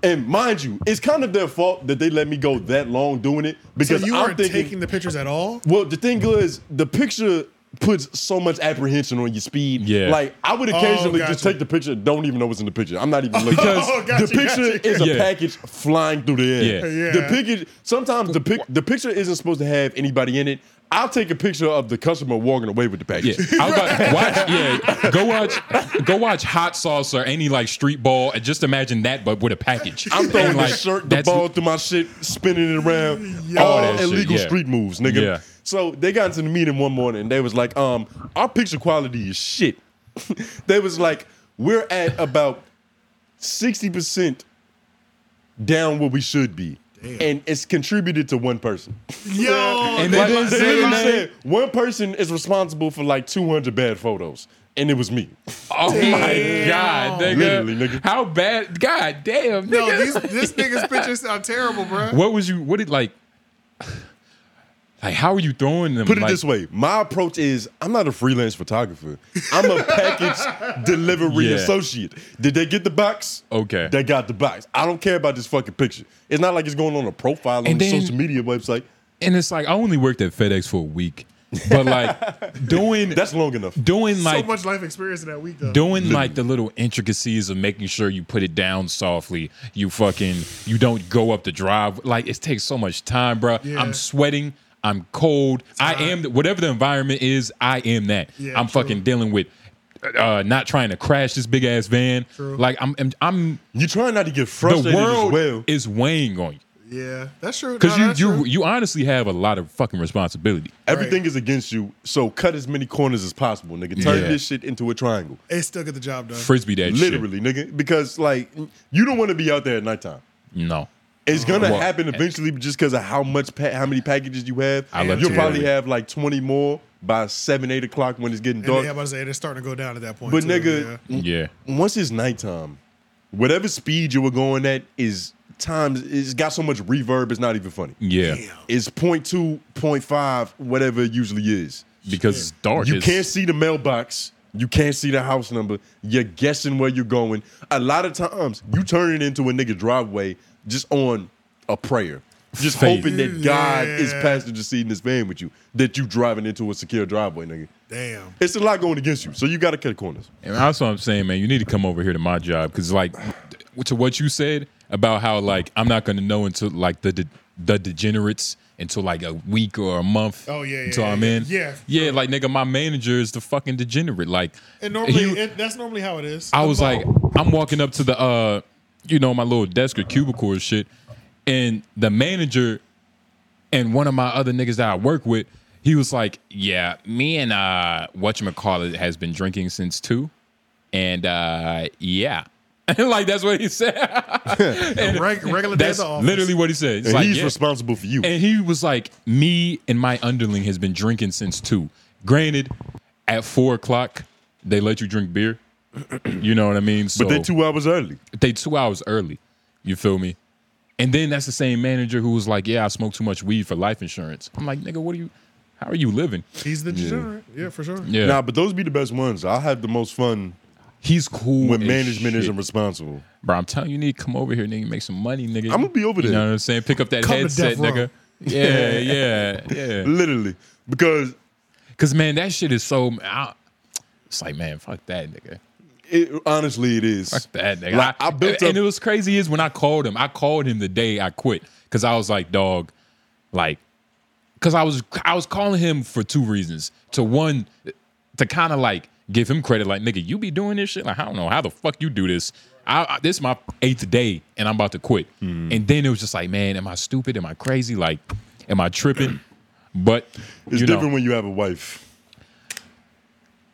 Speaker 1: And mind you, it's kind of their fault that they let me go that long doing it
Speaker 3: So
Speaker 1: because
Speaker 3: you
Speaker 1: I'm
Speaker 3: aren't
Speaker 1: thinking.
Speaker 3: taking the pictures at all.
Speaker 1: well, the thing is, the picture puts so much apprehension on your speed.
Speaker 2: Yeah.
Speaker 1: Like I would occasionally just
Speaker 3: Oh, gotcha.
Speaker 1: take the picture, don't even know what's in the picture. I'm not
Speaker 3: (laughs)
Speaker 1: even looking
Speaker 2: Because-
Speaker 3: Oh, gotcha,
Speaker 1: the picture
Speaker 3: gotcha.
Speaker 1: is a
Speaker 2: Yeah.
Speaker 1: package flying through the air.
Speaker 3: Yeah. Yeah.
Speaker 1: The package sometimes the pic, the picture isn't supposed to have anybody in it. I'll take a picture of the customer walking away with the
Speaker 2: Yeah,
Speaker 1: package.
Speaker 2: I was about watch. Yeah, go watch, go watch Hot Sauce or any like street ball, and just imagine that, but with a package.
Speaker 1: I'm throwing
Speaker 2: And,
Speaker 1: the shirt, the
Speaker 2: that's-
Speaker 1: ball through my shit, spinning it around.
Speaker 3: Yo.
Speaker 1: All
Speaker 2: All that shit,
Speaker 1: illegal
Speaker 2: yeah.
Speaker 1: street moves, nigga.
Speaker 2: Yeah.
Speaker 1: So they got into the meeting one morning and they was like, um, our picture quality is shit. (laughs) they was like, we're at about 60% down where we should be. And it's contributed to one person.
Speaker 3: Yo,
Speaker 2: And
Speaker 1: Like,
Speaker 2: (laughs) they
Speaker 1: they
Speaker 2: didn't say
Speaker 1: literally
Speaker 2: your name?
Speaker 1: said, one person is responsible for like 200 bad photos. And it was me.
Speaker 2: (laughs) Oh my god, nigga.
Speaker 1: Literally, nigga.
Speaker 2: How bad? God damn, nigga.
Speaker 3: no, (laughs) these, this nigga's pictures sound terrible, bro.
Speaker 2: what was you? What did like? (sighs) Like, how are you throwing them?
Speaker 1: Put it
Speaker 2: Like,
Speaker 1: this way, my approach is I'm not a freelance photographer. I'm
Speaker 2: (laughs)
Speaker 1: a package delivery
Speaker 2: Yeah.
Speaker 1: associate. Did they get the box?
Speaker 2: Okay.
Speaker 1: They got the box. I don't care about this fucking picture. It's not like it's going on a profile on
Speaker 2: And
Speaker 1: the
Speaker 2: then-
Speaker 1: social media website.
Speaker 2: and it's like I only worked at FedEx for a week, but like
Speaker 3: (laughs)
Speaker 2: doing
Speaker 1: That's long enough.
Speaker 2: doing like
Speaker 3: so much life experience in that week, though.
Speaker 2: doing like the little intricacies of making sure you put it down softly. You fucking you don't go up the drive. Like it takes so much time, bruh.
Speaker 3: Yeah.
Speaker 2: I'm sweating. I'm cold. I am whatever the environment is. I am that.
Speaker 3: Yeah,
Speaker 2: I'm
Speaker 3: true.
Speaker 2: fucking dealing with. Uh, not trying to crash this big ass van.
Speaker 3: True.
Speaker 2: Like I'm, I'm, I'm
Speaker 1: You're trying not to get
Speaker 2: the
Speaker 1: frustrated as
Speaker 2: world
Speaker 1: well.
Speaker 2: is weighing on you.
Speaker 3: Yeah, that's true.
Speaker 2: Because
Speaker 3: No,
Speaker 2: you
Speaker 3: that's
Speaker 2: you
Speaker 3: true.
Speaker 2: you honestly have a lot of fucking responsibility.
Speaker 1: Everything is against you, so cut as many corners as possible, nigga. Turn
Speaker 2: Yeah.
Speaker 1: this shit into a triangle.
Speaker 3: it still get the job done.
Speaker 2: Frisbee that shit.
Speaker 1: Literally, nigga. Because like you don't want to be out there at nighttime.
Speaker 2: No.
Speaker 1: It's gonna
Speaker 2: Mm-hmm. Well, eh,
Speaker 1: happen eventually, just because of how much, pa- how many packages you have.
Speaker 2: I love
Speaker 1: You'll
Speaker 2: to
Speaker 1: probably
Speaker 2: hear it.
Speaker 1: have like twenty more by seven, eight o'clock when it's getting
Speaker 3: And
Speaker 1: dark.
Speaker 3: yeah, I was about to say it's starting to go down at that point.
Speaker 1: but
Speaker 3: too,
Speaker 1: nigga,
Speaker 3: yeah.
Speaker 2: Yeah.
Speaker 1: once it's nighttime, whatever speed you were going at is times. It's got so much reverb. It's not even funny.
Speaker 2: Yeah.
Speaker 3: Damn.
Speaker 1: It's 0.2, 0.5, whatever it usually is.
Speaker 2: Because it's dark.
Speaker 1: You
Speaker 2: it's-
Speaker 1: can't see the mailbox. You can't see the house number. You're guessing where you're going. A lot of times, you turn it into a nigga driveway just on a prayer, just
Speaker 2: Faith.
Speaker 1: hoping that God
Speaker 3: Yeah.
Speaker 1: is passenger seat in this van with you. That you driving into a secure driveway, nigga.
Speaker 3: damn.
Speaker 1: It's a lot going against you, so you got to cut corners.
Speaker 2: And that's what I'm saying, man. You need to come over here to my job because, like, to what you said about how, like, I'm not going to know until like the de- the degenerates until like a week or a month.
Speaker 3: Oh, yeah, yeah,
Speaker 2: until
Speaker 3: yeah,
Speaker 2: I'm
Speaker 3: yeah.
Speaker 2: in.
Speaker 3: Yeah.
Speaker 2: yeah. Like, nigga, my manager is the fucking degenerate. Like,
Speaker 3: And normally,
Speaker 2: he-
Speaker 3: it, that's normally how it is.
Speaker 2: I was like, I'm walking up to the, uh, you know, my little desk or cubicle or shit, and the manager and one of my other niggas that I work with, he was like, "Yeah, me and uh, whatchamacallit has been drinking since two, and uh, yeah." (laughs) like that's what he said. (laughs) And
Speaker 3: Reg- regular day at
Speaker 2: that's
Speaker 3: the office.
Speaker 2: literally what he said. It's
Speaker 1: And
Speaker 2: like,
Speaker 1: he's
Speaker 2: yeah.
Speaker 1: responsible for you.
Speaker 2: And he was like, "Me and my underling has been drinking since two. Granted, at four o'clock they let you drink beer. (clears throat) You know what I mean? So
Speaker 1: but they two hours early.
Speaker 2: they two hours early. You feel me? And then that's the same manager who was like, "Yeah, I smoke too much weed for life insurance." I'm like, "Nigga, what are you? How are you living?"
Speaker 3: he's the degenerate. Yeah, for sure.
Speaker 2: Yeah,
Speaker 1: Nah, but those be the best ones. I have the most fun
Speaker 2: he's cool
Speaker 1: when
Speaker 2: as
Speaker 1: management
Speaker 2: shit.
Speaker 1: isn't responsible.
Speaker 2: Bro, I'm telling you, you need to come over here, nigga, make some money, nigga.
Speaker 1: I'ma be over
Speaker 2: You know
Speaker 1: there.
Speaker 2: what I'm saying? Pick up that
Speaker 3: Come to
Speaker 2: headset,
Speaker 3: Death Row. (laughs)
Speaker 2: nigga. Yeah, yeah, yeah.
Speaker 1: Literally, because
Speaker 2: Because man, that shit is so. I, it's like, man, fuck that, nigga.
Speaker 1: it, honestly, it is.
Speaker 2: Fuck that nigga.
Speaker 1: Like, I built
Speaker 2: and
Speaker 1: up-
Speaker 2: it was crazy is when I called him. I called him the day I quit because I was like, dog, like, because I was I was calling him for two reasons. To one, to kind of like give him credit, like nigga, you be doing this shit. Like I don't know how the fuck you do this. I, I- this is my eighth day and I'm about to quit.
Speaker 1: Hmm.
Speaker 2: And then it was just like, man, am I stupid? Am I crazy? Like, am I tripping? (clears throat) But
Speaker 1: It's
Speaker 2: you know,
Speaker 1: different when you have a wife.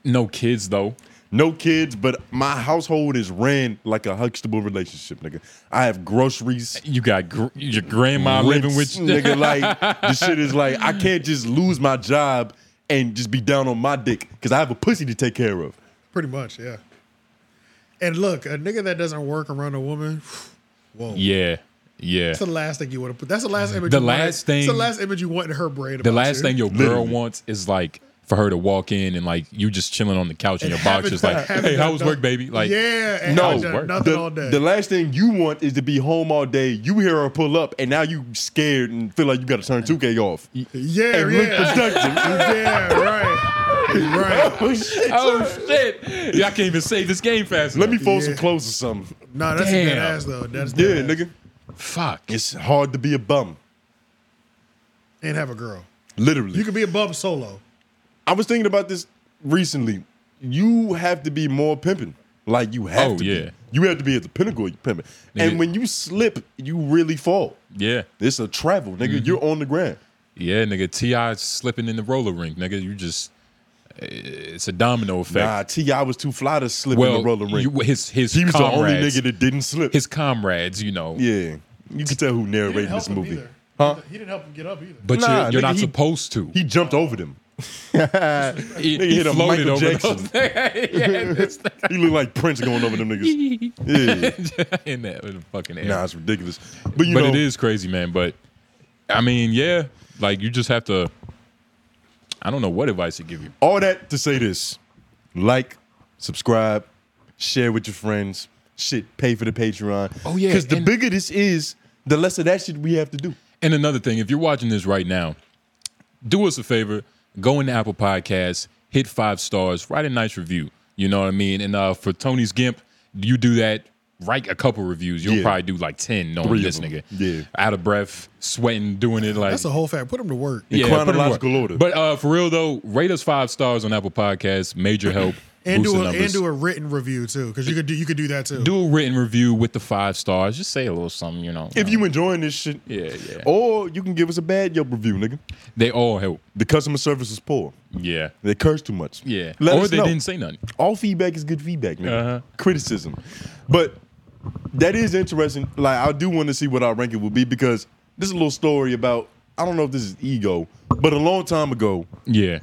Speaker 2: no kids though.
Speaker 1: No kids, but my household is ran like a Huxtable relationship, nigga. I have groceries.
Speaker 2: You got gr- your grandma living with
Speaker 1: rents, nigga,
Speaker 2: (laughs)
Speaker 1: like the shit is like I can't just lose my job and just be down on my dick because I have a pussy to take care of.
Speaker 3: Pretty much, yeah. And look, a nigga that doesn't work around a woman, (sighs) whoa.
Speaker 2: Yeah, yeah.
Speaker 3: That's the last thing you want to put. That's the last image.
Speaker 2: The
Speaker 3: you wanted-
Speaker 2: last thing-
Speaker 3: It's the last image you want in her brain.
Speaker 2: The
Speaker 3: about
Speaker 2: last
Speaker 3: you.
Speaker 2: thing your girl
Speaker 1: Literally.
Speaker 2: wants is like for her to walk in and like you just chilling on the couch in
Speaker 3: And
Speaker 2: your boxers,
Speaker 3: haven't- (laughs)
Speaker 2: like,
Speaker 3: haven't
Speaker 2: hey,
Speaker 3: done
Speaker 2: how was
Speaker 3: nothing.
Speaker 2: work, baby? Like,
Speaker 3: yeah, and
Speaker 1: No,
Speaker 3: haven't done
Speaker 2: work.
Speaker 3: nothing all
Speaker 1: The,
Speaker 3: day.
Speaker 1: the last thing you want is to be home all day. You hear her pull up, and now you scared and feel like you got to turn 2K off.
Speaker 3: yeah,
Speaker 1: And look
Speaker 2: (laughs)
Speaker 3: yeah,
Speaker 1: productive.
Speaker 3: yeah, right, right.
Speaker 1: Oh, shit.
Speaker 2: oh shit, yeah, I can't even save this game fast.
Speaker 1: Let me fold some
Speaker 3: Yeah.
Speaker 1: clothes or something.
Speaker 3: No, that's a
Speaker 2: Damn.
Speaker 3: dead ass though. That's
Speaker 1: Yeah,
Speaker 3: dead ass.
Speaker 1: nigga.
Speaker 2: fuck.
Speaker 1: It's hard to be a bum.
Speaker 3: And have a girl.
Speaker 1: Literally.
Speaker 3: You could be a bum solo.
Speaker 1: I was thinking about this recently. You have to be more pimping. Like you have
Speaker 2: Oh,
Speaker 1: to.
Speaker 2: yeah.
Speaker 1: Be. You have to be at the pinnacle of pimping.
Speaker 2: Nigga.
Speaker 1: And when you slip, you really fall.
Speaker 2: Yeah,
Speaker 1: It's a travel, nigga.
Speaker 2: Mm-hmm.
Speaker 1: You're on the ground.
Speaker 2: yeah, nigga. Ti slipping in the roller rink, nigga. You just eh, it's a domino effect.
Speaker 1: Nah, Ti was too fly to slip
Speaker 2: well,
Speaker 1: in the roller rink.
Speaker 2: you- his his
Speaker 1: he was the only
Speaker 2: comrades,
Speaker 1: nigga that didn't slip.
Speaker 2: his comrades, you know.
Speaker 1: yeah, you can tell who narrated this movie.
Speaker 3: Huh? He didn't help him get up either.
Speaker 2: But
Speaker 1: Nah,
Speaker 2: you're, you're
Speaker 1: nigga,
Speaker 2: not
Speaker 1: he-
Speaker 2: supposed to.
Speaker 1: He jumped over
Speaker 2: (laughs)
Speaker 1: them.
Speaker 2: He,
Speaker 1: nigga hit a Michael Jackson.
Speaker 2: those- (laughs) yeah, it's like-
Speaker 1: He looked like Prince going over them
Speaker 2: (laughs)
Speaker 1: niggas. Yeah,
Speaker 2: in that in the fucking air.
Speaker 1: nah, it's ridiculous. But you
Speaker 2: but
Speaker 1: know,
Speaker 2: it is crazy, man. But I mean, yeah, like you just have to. I don't know what advice to give you.
Speaker 1: All that to say this like, subscribe, share with your friends, shit, pay for the Patreon.
Speaker 2: Oh, yeah,
Speaker 1: Because the
Speaker 2: and-
Speaker 1: bigger this is, the less of that shit we have to do.
Speaker 2: And another thing, if you're watching this right now, do us a favor, go into Apple Podcasts, hit five stars, write a nice review. You know what I mean? And uh, for Tony's Gimp, you do that, write a couple reviews. You'll
Speaker 1: Yeah.
Speaker 2: probably do like 10 knowing
Speaker 1: Three of
Speaker 2: this
Speaker 1: them.
Speaker 2: nigga.
Speaker 1: Yeah.
Speaker 2: Out of breath, sweating, doing it like.
Speaker 3: That's a whole fact. Put him to work.
Speaker 1: In
Speaker 2: put it in
Speaker 1: chronological
Speaker 2: work.
Speaker 1: order.
Speaker 2: But uh, for real though, rate us five stars on Apple Podcasts. Major help.
Speaker 3: and
Speaker 2: boost
Speaker 3: do
Speaker 2: the
Speaker 3: a, and
Speaker 2: numbers.
Speaker 3: do a written review too, because you could do you could do that too.
Speaker 2: do a written review with the five stars. Just say a little something, you know.
Speaker 1: If you enjoying this shit,
Speaker 2: yeah, yeah,
Speaker 1: or you can give us a bad Yelp review, nigga.
Speaker 2: they all help.
Speaker 1: The customer service is poor.
Speaker 2: Yeah,
Speaker 1: They curse too much.
Speaker 2: yeah.
Speaker 1: Let
Speaker 2: or
Speaker 1: us
Speaker 2: they
Speaker 1: know.
Speaker 2: didn't say nothing.
Speaker 1: all feedback is good feedback, nigga.
Speaker 2: Uh-huh.
Speaker 1: Criticism. But that is interesting. Like, I do want to see what our ranking will be because this is a little story about, I don't know if this is ego, but a long time ago,
Speaker 2: Yeah,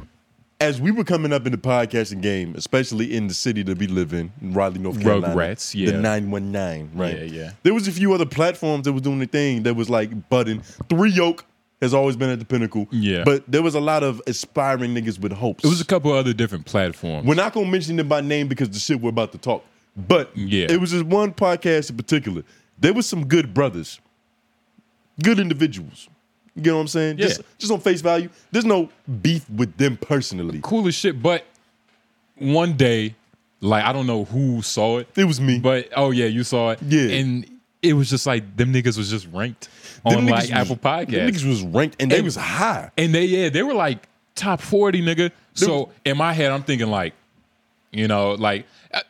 Speaker 1: as we were coming up in the podcasting game, especially in the city that we live in, in Raleigh, North Carolina.
Speaker 2: Rugrats,
Speaker 1: The
Speaker 2: yeah.
Speaker 1: 919, right?
Speaker 2: Yeah, yeah.
Speaker 1: There was a few other platforms that was doing the thing that was like button. Three Yoke has always been at the pinnacle.
Speaker 2: Yeah.
Speaker 1: But there was a lot of aspiring niggas with hopes.
Speaker 2: it was a couple other different platforms.
Speaker 1: We're not gonna mention them by name because the shit we're about to talk. But
Speaker 2: Yeah.
Speaker 1: it was this one podcast in particular. There was some good brothers, good individuals. You know what I'm saying?
Speaker 2: Yeah.
Speaker 1: Just, just on face value. There's no beef with them personally.
Speaker 2: cool as shit. But one day, like I don't know who saw it,
Speaker 1: It was me.
Speaker 2: but oh yeah, you saw it.
Speaker 1: Yeah.
Speaker 2: and it was just like them niggas was just ranked
Speaker 1: Them
Speaker 2: on
Speaker 1: niggas
Speaker 2: like
Speaker 1: was-
Speaker 2: Apple
Speaker 1: Them
Speaker 2: Podcasts,
Speaker 1: niggas was ranked and they
Speaker 2: And-
Speaker 1: was high.
Speaker 2: and they yeah they were like top forty nigga. So in my head, I'm thinking like, you know, like. uh,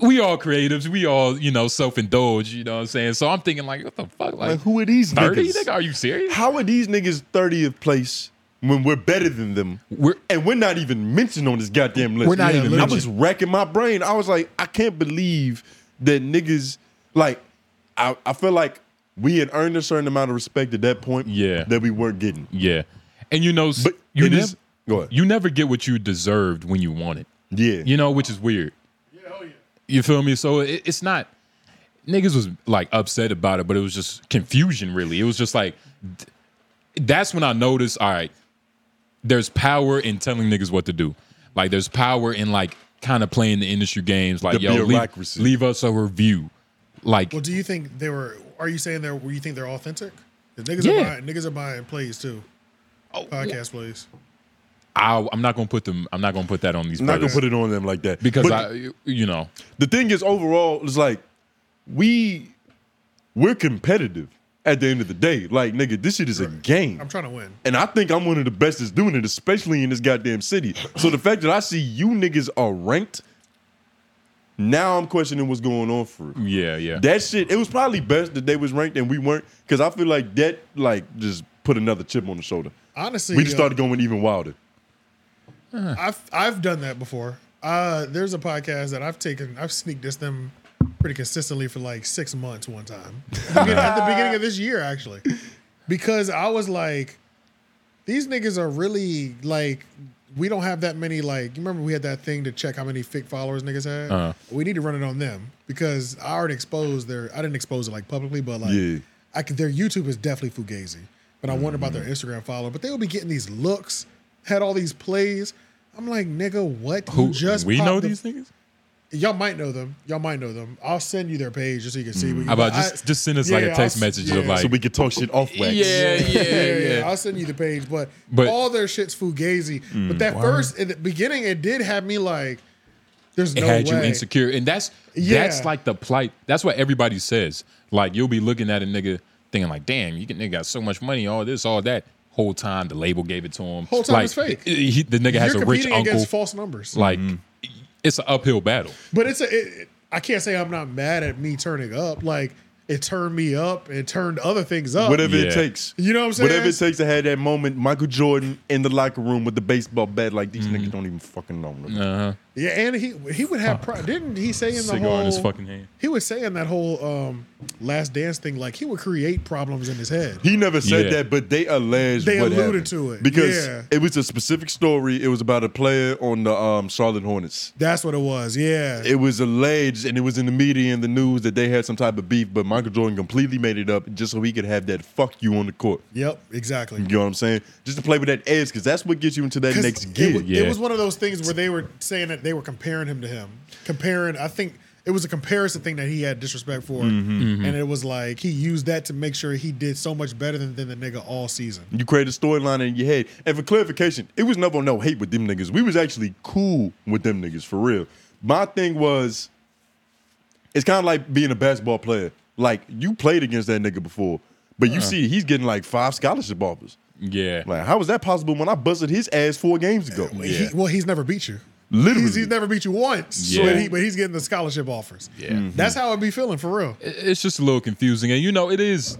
Speaker 2: We all creatives. We all, you know, self indulge. You know what I'm saying. So I'm thinking, like, what the fuck? Like,
Speaker 1: Like, who are these
Speaker 2: thirty?
Speaker 1: niggas?
Speaker 2: Nigga, are you serious?
Speaker 1: How are these niggas 30th place when we're better than them?
Speaker 2: We're-
Speaker 1: and we're not even mentioned on this goddamn list.
Speaker 2: We're not Yeah, even
Speaker 1: I
Speaker 2: mentioned.
Speaker 1: was racking my brain. I was like, I can't believe that niggas like I, I feel like we had earned a certain amount of respect at that point
Speaker 2: Yeah.
Speaker 1: that we weren't getting.
Speaker 2: Yeah, and you know, s-
Speaker 1: But
Speaker 2: you
Speaker 1: it
Speaker 2: never,
Speaker 1: is- go ahead.
Speaker 2: you never get what you deserved when you want it.
Speaker 1: Yeah.
Speaker 2: You know, which is weird. You feel me? So it, it's not niggas was like upset about it, but it was just confusion. Really, it was just like th- that's when I noticed. All right, there's power in telling niggas what to do. Like there's power in like kind of playing the industry games. Like
Speaker 1: The
Speaker 2: yo, leave,
Speaker 1: bureaucracy.
Speaker 2: leave us a review. Like
Speaker 3: Well, do you think they were? Are you saying they're? You think they're authentic? 'Cause Niggas
Speaker 2: Yeah.
Speaker 3: are buying. Niggas are buying plays too. Podcast plays.
Speaker 2: I, I'm not gonna put them. I'm not gonna put that on these.
Speaker 1: I'm not gonna
Speaker 2: brothers.
Speaker 1: put it on them like that.
Speaker 2: because
Speaker 1: But
Speaker 2: I, you know,
Speaker 1: the thing is overall, it's like we we're competitive at the end of the day. Like, nigga, this shit is a game.
Speaker 3: I'm trying to win.
Speaker 1: And I think I'm one of the best that's doing it, especially in this goddamn city. So the fact that I see you niggas are ranked, now I'm questioning what's going on for it.
Speaker 2: yeah, yeah.
Speaker 1: That shit, it was probably best that they was ranked and we weren't, because I feel like that like just put another chip on the shoulder.
Speaker 3: Honestly,
Speaker 1: We just
Speaker 3: uh,
Speaker 1: started going even wilder.
Speaker 3: I've I've done that before. Uh, there's a podcast that I've taken. I've sneak dissed them pretty consistently for like six months. One time Beginning- at the beginning of this year, actually, because I was like, these niggas are really like. We don't have that many like. You remember we had that thing to check how many fake followers niggas had.
Speaker 2: Uh-huh.
Speaker 3: We need to run it on them because I already exposed their. I didn't expose it like publicly, but like,
Speaker 1: Yeah.
Speaker 3: I could, their YouTube is definitely fugazi, but I wonder about their Instagram follower. But they will be getting these looks, had all these plays. I'm like, nigga, what? You
Speaker 2: Who we
Speaker 3: popped
Speaker 2: know
Speaker 3: the-
Speaker 2: these niggas?
Speaker 3: Y'all might know them. Y'all might know them. I'll send you their page just so you can see. what you
Speaker 2: Mm. How about
Speaker 3: I-
Speaker 2: just just send us like
Speaker 3: yeah,
Speaker 2: a text
Speaker 3: I'll-
Speaker 2: message
Speaker 3: yeah.
Speaker 2: of like,
Speaker 1: So we could talk shit off wax.
Speaker 2: yeah,
Speaker 3: (laughs)
Speaker 2: yeah, yeah,
Speaker 3: I'll send you the page, but,
Speaker 2: But- Mm,
Speaker 3: all their shit's fugazi. but that first, in the beginning, it did have me like, there's
Speaker 2: It
Speaker 3: no
Speaker 2: had
Speaker 3: way.
Speaker 2: you insecure, and that's
Speaker 3: Yeah.
Speaker 2: that's like the plight. That's what everybody says. Like you'll be looking at a nigga thinking like, damn, you can, nigga got so much money, all this, all that. Whole time the label gave it to him.
Speaker 3: Whole time
Speaker 2: like,
Speaker 3: it's fake.
Speaker 2: he- he- the nigga
Speaker 3: You're
Speaker 2: has a rich
Speaker 3: competing
Speaker 2: uncle.
Speaker 3: against false numbers.
Speaker 2: like it's an uphill battle.
Speaker 3: But it's a. It, it- I can't say I'm not mad at me turning up. Like it turned me up. It turned other things up.
Speaker 1: Whatever
Speaker 2: Yeah.
Speaker 1: it takes.
Speaker 3: You know what I'm saying?
Speaker 1: Whatever it takes to have that moment, Michael Jordan in the locker room with the baseball bat, like these
Speaker 2: Mm-hmm.
Speaker 1: niggas don't even fucking know. nigga.
Speaker 3: Yeah, and he he would have. Pro- didn't he say in the
Speaker 2: Cigar
Speaker 3: whole?
Speaker 2: in his fucking hand.
Speaker 3: He was saying that whole um, last dance thing. Like he would create problems in his head.
Speaker 1: He never said
Speaker 2: Yeah.
Speaker 1: that, but they alleged
Speaker 3: They
Speaker 1: what
Speaker 3: alluded
Speaker 1: happened.
Speaker 3: to it,
Speaker 1: because
Speaker 3: yeah.
Speaker 1: it was a specific story. It was about a player on the um, Charlotte Hornets.
Speaker 3: That's what it was. Yeah.
Speaker 1: It was alleged, and it was in the media and the news that they had some type of beef. But Michael Jordan completely made it up just so he could have that "fuck you" on the court.
Speaker 3: yep. Exactly.
Speaker 1: You know what I'm saying? Just to play with that edge, because that's what gets you into that
Speaker 3: 'Cause
Speaker 1: next
Speaker 3: it
Speaker 1: gig.
Speaker 3: wa- It,
Speaker 2: yeah.
Speaker 3: was one of those things where they were saying that they were comparing him to him. Comparing, I think it was a comparison thing that he had disrespect for,
Speaker 2: Mm-hmm,
Speaker 3: and it was like he used that to make sure he did so much better than, than the nigga all season.
Speaker 1: You create a storyline in your head. And for clarification, it was never no hate with them niggas. We was actually cool with them niggas for real. My thing was, it's kind of like being a basketball player. Like you played against that nigga before, but you see he's getting like five scholarship offers.
Speaker 2: Uh-huh. Yeah,
Speaker 1: Like how was that possible when I busted his ass four games ago?
Speaker 3: He- well, he's never beat you.
Speaker 1: Literally.
Speaker 3: He's, he's never beat you once,
Speaker 2: Yeah.
Speaker 3: but, he, but he's getting the scholarship offers.
Speaker 2: Yeah. Mm-hmm.
Speaker 3: That's how I'd be feeling for real.
Speaker 2: It- It's just a little confusing, and you know it is.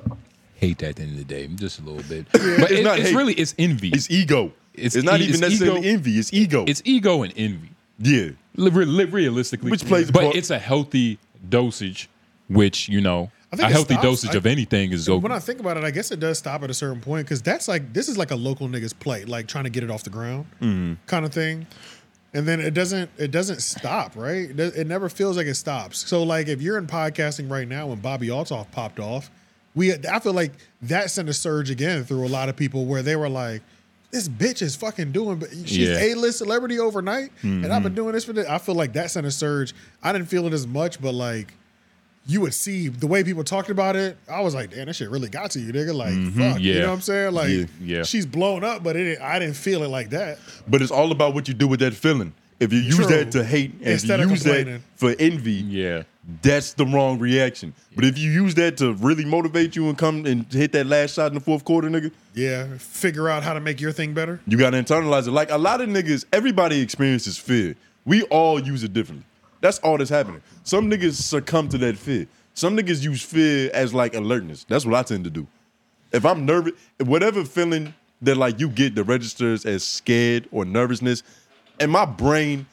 Speaker 2: Hate that at the end of the day, just a little bit. But it-
Speaker 1: not
Speaker 2: it's
Speaker 1: hate.
Speaker 2: really it's envy.
Speaker 1: It's ego.
Speaker 2: It's
Speaker 1: It's,
Speaker 2: e-
Speaker 1: not
Speaker 2: it's
Speaker 1: even necessarily
Speaker 2: ego.
Speaker 1: envy. It's ego.
Speaker 2: it's ego and envy.
Speaker 1: yeah.
Speaker 2: Li- re- li- realistically,
Speaker 1: Which plays a
Speaker 2: but
Speaker 1: part-
Speaker 2: it's a healthy dosage, which you know, a
Speaker 3: I think it
Speaker 2: healthy
Speaker 3: stops-
Speaker 2: dosage
Speaker 3: I-
Speaker 2: of anything is
Speaker 3: When I
Speaker 2: okay.
Speaker 3: think about it, I guess it does stop at a certain point because that's like this is like a local nigga's play, like trying to get it off the ground kind of thing. And then it doesn't it doesn't stop, right? It, does- it never feels like it stops. So like if you're in podcasting right now and Bobby Altoff popped off, we I feel like that sent a surge again through a lot of people where they were like. This bitch is fucking doing, but she's
Speaker 2: Yeah.
Speaker 3: a list celebrity overnight, and I've been doing this for this. I feel like that sent a surge. I didn't feel it as much, but like you would see the way people talked about it. I was like, damn, that shit really got to you, nigga. Like, fuck,
Speaker 2: yeah.
Speaker 3: you know what I'm saying? Like,
Speaker 1: Mm-hmm. Yeah,
Speaker 2: yeah.
Speaker 3: she's blown up, but it didn't, I didn't feel it like that.
Speaker 1: But it's all about what you do with that feeling. If you use
Speaker 3: True.
Speaker 1: that to hate and if you
Speaker 3: Instead of
Speaker 1: use that
Speaker 3: complaining.
Speaker 1: for envy,
Speaker 2: Yeah,
Speaker 1: that's the wrong reaction. But if you use that to really motivate you and come and hit that last shot in the fourth quarter, nigga,
Speaker 3: Yeah, figure out how to make your thing better.
Speaker 1: you gotta internalize it. Like a lot of niggas, everybody experiences fear. We all use it differently. That's all that's happening. Some niggas succumb to that fear. Some niggas use fear as like alertness. That's what I tend to do. If I'm nervous, whatever feeling that like you get that registers as scared or nervousness, and my brain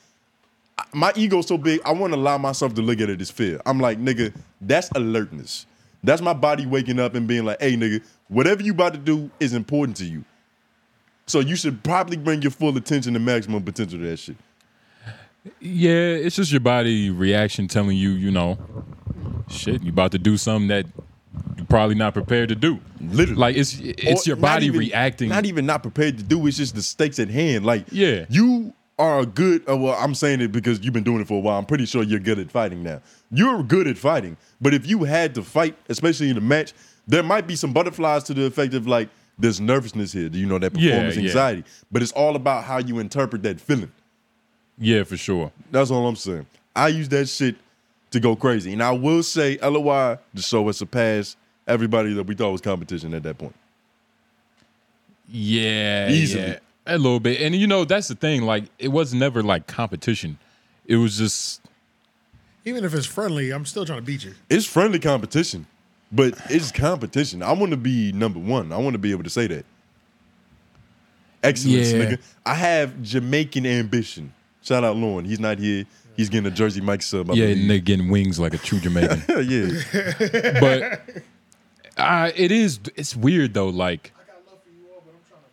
Speaker 1: my ego's so big, I won't allow myself to look at it as fear. I'm like, nigga, that's alertness. That's my body waking up and being like, hey, nigga, whatever you about to do is important to you. So you should probably bring your full attention to maximum potential to that shit.
Speaker 2: yeah. It's just your body reaction telling you, you know, shit, you about to do something that you're probably not prepared to do.
Speaker 1: Literally.
Speaker 2: like it's it's
Speaker 1: Or
Speaker 2: your
Speaker 1: not
Speaker 2: body
Speaker 1: even-
Speaker 2: reacting.
Speaker 1: Not e-, even not prepared to do. It's just the stakes at hand. Like,
Speaker 2: Yeah.
Speaker 1: you are a good. Uh, well, I'm saying it because you've been doing it for a while. I'm pretty sure you're good at fighting now. You're good at fighting, but if you had to fight, especially in a match, there might be some butterflies to the effect of like there's nervousness here. Do you know that
Speaker 2: Yeah,
Speaker 1: performance
Speaker 2: yeah.
Speaker 1: anxiety? But it's all about how you interpret that feeling.
Speaker 2: yeah, for sure.
Speaker 1: That's all I'm saying. I use that shit to go crazy, and I will say, LOI, the show has surpassed everybody that we thought was competition at that point.
Speaker 2: Yeah,
Speaker 1: Easily.
Speaker 2: yeah. a little bit. And you know, that's the thing. Like, it was never like competition. It was just
Speaker 3: Even if it's friendly, I'm still trying to beat you.
Speaker 1: it's friendly competition, but it's competition. I want to be number one. I want to be able to say that. Excellence,
Speaker 2: Yeah.
Speaker 1: nigga. I have Jamaican ambition. Shout out Lauren. He's not here. He's getting a Jersey Mike sub. I
Speaker 2: yeah,
Speaker 1: believe.
Speaker 2: and they're getting wings like a true Jamaican.
Speaker 1: yeah.
Speaker 2: but
Speaker 3: (laughs)
Speaker 2: uh, it is. It's weird though. Like,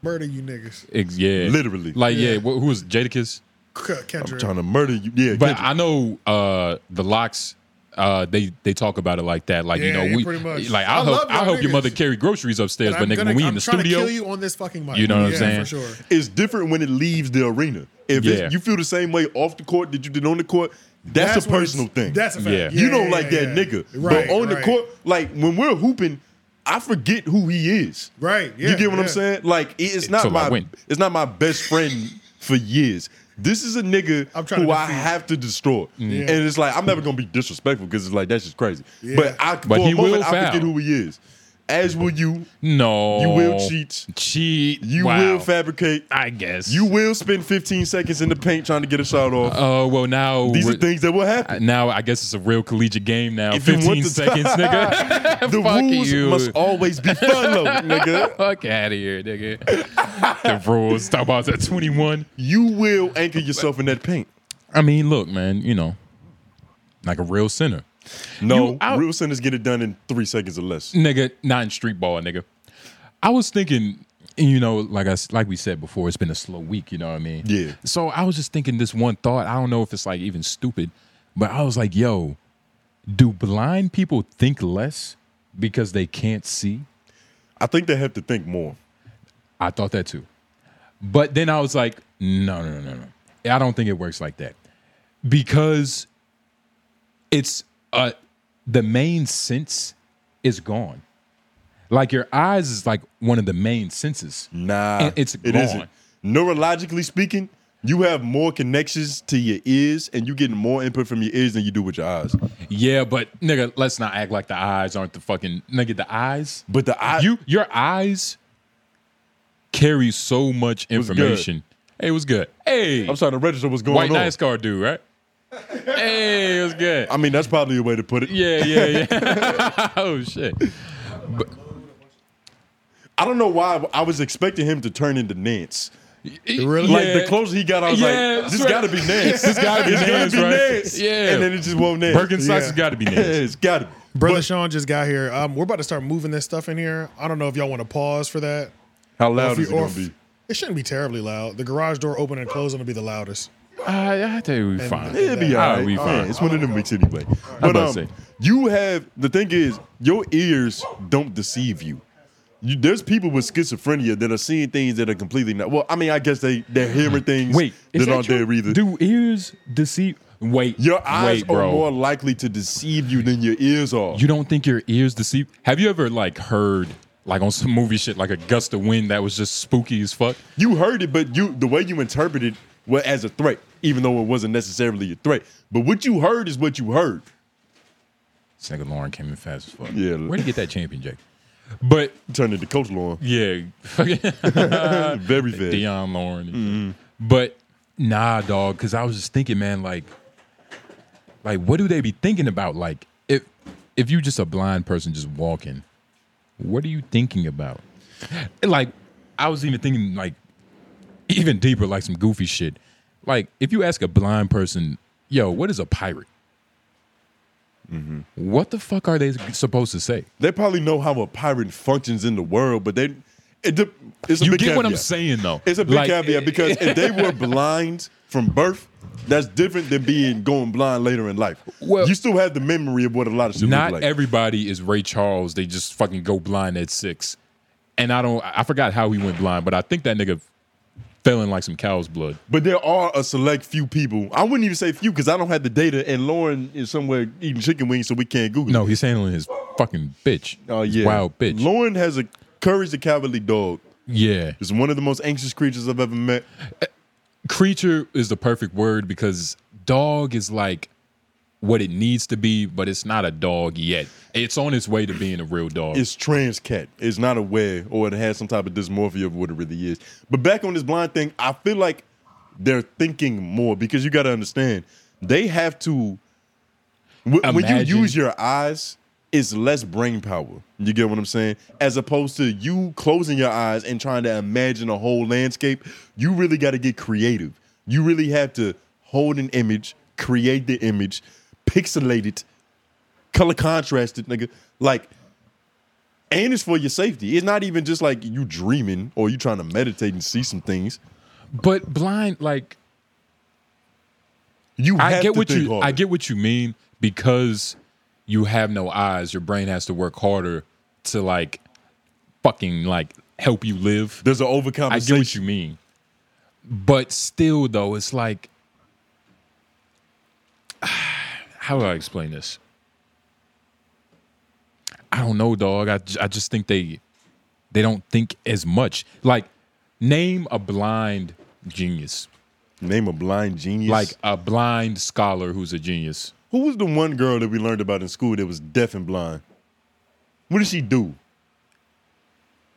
Speaker 3: Murder you niggas.
Speaker 2: ex- yeah,
Speaker 1: Literally.
Speaker 2: Like, yeah,
Speaker 3: Yeah.
Speaker 2: wh- who was Jadakiss?
Speaker 3: K- Kendrick.
Speaker 1: Trying to murder you. Yeah,
Speaker 2: But
Speaker 1: Kendrick.
Speaker 2: I know uh the locks. Uh, they they talk about it like that, like you
Speaker 3: Yeah,
Speaker 2: know, we
Speaker 3: pretty much.
Speaker 2: like I'll
Speaker 3: I
Speaker 2: help
Speaker 3: love
Speaker 2: I'll
Speaker 3: y'all
Speaker 2: help your
Speaker 3: niggas.
Speaker 2: mother carry groceries upstairs,
Speaker 3: And
Speaker 2: but
Speaker 3: I'm
Speaker 2: nigga,
Speaker 3: gonna-
Speaker 2: when we in
Speaker 3: I'm
Speaker 2: the
Speaker 3: trying to
Speaker 2: studio,
Speaker 3: kill you on this fucking mic.
Speaker 2: You know what I'm
Speaker 3: Yeah,
Speaker 2: saying?
Speaker 3: For sure.
Speaker 1: it's different when it leaves the arena. If
Speaker 2: Yeah.
Speaker 1: it's, you feel the same way off the court that you did on the court, that's, a
Speaker 3: what it's-
Speaker 1: personal thing.
Speaker 3: That's a fact.
Speaker 2: Yeah.
Speaker 1: you don't like
Speaker 3: yeah,
Speaker 1: that
Speaker 3: yeah.
Speaker 1: nigga.
Speaker 3: Right,
Speaker 1: but on the
Speaker 3: right.
Speaker 1: court, like when we're hooping, I forget who he is.
Speaker 3: Right,
Speaker 1: you
Speaker 3: yeah,
Speaker 1: get what I'm
Speaker 3: yeah.
Speaker 1: saying? Like it- it's not
Speaker 2: Till I
Speaker 1: my
Speaker 2: win.
Speaker 1: it's not my best friend for years. This is a nigga
Speaker 3: I'm trying to
Speaker 1: who I
Speaker 3: defeat.
Speaker 1: have to destroy,
Speaker 2: Mm.
Speaker 3: Yeah.
Speaker 1: and it's like I'm never gonna be disrespectful because it's like that's just crazy.
Speaker 3: Yeah.
Speaker 1: But I
Speaker 2: But
Speaker 1: for
Speaker 2: he
Speaker 1: a moment
Speaker 2: will
Speaker 1: I forget
Speaker 2: foul.
Speaker 1: who he is. As will you.
Speaker 2: no,
Speaker 1: You will cheat.
Speaker 2: cheat,
Speaker 1: You
Speaker 2: Oh. Wow.
Speaker 1: will fabricate.
Speaker 2: I guess
Speaker 1: You will spend 15 seconds in the paint trying to get a shot off.
Speaker 2: Oh well, now
Speaker 1: These are
Speaker 2: we're-
Speaker 1: things that will happen.
Speaker 2: now I guess it's a real collegiate game now.
Speaker 1: If you want
Speaker 2: 15
Speaker 1: to-
Speaker 3: (laughs)
Speaker 2: seconds, nigga.
Speaker 1: the
Speaker 2: Fuck
Speaker 1: rules
Speaker 2: you.
Speaker 1: must always be
Speaker 2: (laughs)
Speaker 1: follow, nigga.
Speaker 2: Fuck out of here, nigga. the rules. Talk about that 21.
Speaker 1: You will anchor yourself in that paint.
Speaker 2: I mean, look, man, you know, like a real center.
Speaker 1: No,
Speaker 2: You out-
Speaker 1: real centers get it done in three seconds or less.
Speaker 2: Nigga, not in street ball, nigga. I was thinking, you know, like I s- like we said before, it's been a slow week, you know what I mean?
Speaker 1: Yeah.
Speaker 2: So I was just thinking this one thought. I don't know if it's like even stupid, but I was like, yo, do blind people think less because they can't see?
Speaker 1: I think they have to think more.
Speaker 2: I thought that too. But then I was like, no, no, no, no, no. I don't think it works like that. Because it's uh the main sense is gone. Like your eyes is like one of the main senses.
Speaker 1: Mm-hmm. Nah,
Speaker 2: It- it's
Speaker 1: it
Speaker 2: gone.
Speaker 1: isn't. Neurologically speaking, you have more connections to your ears, and you getting more input from your ears than you do with your eyes.
Speaker 2: Yeah, but nigga, let's not act like the eyes aren't the fucking nigga, the eyes.
Speaker 1: But the eye,
Speaker 2: you your eyes carry so much
Speaker 1: good.
Speaker 2: information. Hey, what's good? Hey,
Speaker 1: I'm trying to register what's going
Speaker 2: white
Speaker 1: on.
Speaker 2: NASCAR
Speaker 1: (laughs)
Speaker 2: dude, right? hey, what's good?
Speaker 1: I mean, that's probably a way to put it.
Speaker 2: Yeah, yeah,
Speaker 1: (laughs)
Speaker 2: yeah. oh shit.
Speaker 1: I don't know why I was expecting him to turn into Nance.
Speaker 2: Really?
Speaker 1: Like the closer he got, I was
Speaker 2: Yeah,
Speaker 1: like,
Speaker 2: that's
Speaker 1: "This
Speaker 2: right.
Speaker 1: got to
Speaker 2: (laughs)
Speaker 1: be Nance.
Speaker 2: This gotta be
Speaker 1: It's gotta
Speaker 2: Nance,
Speaker 1: be
Speaker 2: right?
Speaker 1: Nance."
Speaker 2: Yeah.
Speaker 1: and then it just won't Nance.
Speaker 2: Birkenstocks
Speaker 3: Yeah.
Speaker 2: has got to be
Speaker 1: Yeah,
Speaker 2: next.
Speaker 1: it's got to.
Speaker 3: Brother Sean just got here. Um, we're about to start moving this stuff in here. I don't know if y'all want to pause for that.
Speaker 1: How
Speaker 3: Or
Speaker 1: loud
Speaker 3: if
Speaker 1: is
Speaker 3: you-
Speaker 1: it
Speaker 3: or
Speaker 1: gonna
Speaker 3: if-
Speaker 1: be?
Speaker 3: It shouldn't be terribly loud. The garage door open and closing will be the loudest.
Speaker 2: I, I tell you, we fine.
Speaker 1: It'll be
Speaker 2: Ah,
Speaker 1: all right.
Speaker 2: we
Speaker 1: Yeah,
Speaker 2: fine.
Speaker 1: it's one of them weeks anyway. But
Speaker 2: about
Speaker 1: um,
Speaker 2: to say.
Speaker 1: you have the thing is your ears don't deceive you. You, there's people with schizophrenia that are seeing things that are completely not. Well, I mean, I guess they they're hearing things
Speaker 2: Wait, is
Speaker 1: that,
Speaker 2: that
Speaker 1: aren't
Speaker 2: true?
Speaker 1: there either.
Speaker 2: Do ears deceive? Wait,
Speaker 1: your eyes
Speaker 2: wait,
Speaker 1: are
Speaker 2: bro.
Speaker 1: more likely to deceive you than your ears are.
Speaker 2: You don't think your ears deceive? Have you ever like heard like on some movie shit like a gust of wind that was just spooky as fuck?
Speaker 1: You heard it, but you the way you interpreted was as a threat, even though it wasn't necessarily a threat. But what you heard is what you heard.
Speaker 2: This nigga Lauren came in fast as fuck.
Speaker 1: Yeah.
Speaker 2: where'd he get that champion, Jake? But
Speaker 1: Turned into Coach Lauren (laughs)
Speaker 2: yeah, (laughs) fucking
Speaker 1: very fast.
Speaker 2: Dion Lauren. and shit.
Speaker 1: Mm-hmm.
Speaker 2: But nah, dog. Because I was just thinking, man, like, like what do they be thinking about? Like, if if you just a blind person just walking, what are you thinking about? Like, I was even thinking like even deeper, like some goofy shit. Like, if you ask a blind person, yo, what is a pirate?
Speaker 1: Mm-hmm.
Speaker 2: What the fuck are they supposed to say?
Speaker 1: They probably know how a pirate functions in the world, but they it, de- it's a
Speaker 2: You
Speaker 1: big
Speaker 2: get what I'm
Speaker 1: caveat.
Speaker 2: saying, though.
Speaker 1: It's a big
Speaker 2: Like, eh,
Speaker 1: caveat because if they were blind from birth, that's different than being going blind later in life.
Speaker 2: Well-
Speaker 1: you still have the memory of what a lot of shit
Speaker 2: Not
Speaker 1: look like.
Speaker 2: everybody is Ray Charles. They just fucking go blind at six. And I don't, I forgot how he went blind, but I think that nigga fell in like some cow's blood.
Speaker 1: but there are a select few people. I wouldn't even say few because I don't have the data, and Lauren is somewhere eating chicken wings, so we can't Google.
Speaker 2: No,
Speaker 1: it.
Speaker 2: he's handling his fucking bitch.
Speaker 1: Oh
Speaker 2: His
Speaker 1: yeah,
Speaker 2: wild bitch.
Speaker 1: Lauren has a courage the cowardly dog.
Speaker 2: yeah,
Speaker 1: It's one of the most anxious creatures I've ever met.
Speaker 2: creature is the perfect word because dog is like what it needs to be, but it's not a dog yet. It's on its way to being a real dog.
Speaker 1: It's trans cat. It's not aware, or it has some type of dysmorphia of what it really is. But back on this blind thing, I feel like they're thinking more because you got to understand they have to. wh- when you
Speaker 2: Imagine.
Speaker 1: use your eyes, it's less brain power. You get what I'm saying? As opposed to you closing your eyes and trying to imagine a whole landscape, you really got to get creative. You really have to hold an image, create the image, pixelate it, color contrasted, nigga. Like, and it's for your safety. It's not even just like you dreaming or you trying to meditate and see some things.
Speaker 2: but blind, like,
Speaker 1: You have
Speaker 2: I get
Speaker 1: to
Speaker 2: what
Speaker 1: think
Speaker 2: you
Speaker 1: hard.
Speaker 2: I get what you mean because you have no eyes, your brain has to work harder to like fucking like help you live.
Speaker 1: There's an
Speaker 2: I
Speaker 1: overcompensation.
Speaker 2: get what you mean. But still though, it's like (sighs) how do I explain this? I don't know, dog. I, j- I just think they they don't think as much. Like name a blind genius.
Speaker 1: Name a blind genius.
Speaker 2: Like a blind scholar who's a genius.
Speaker 1: who was the one girl that we learned about in school that was deaf and blind? What did she do?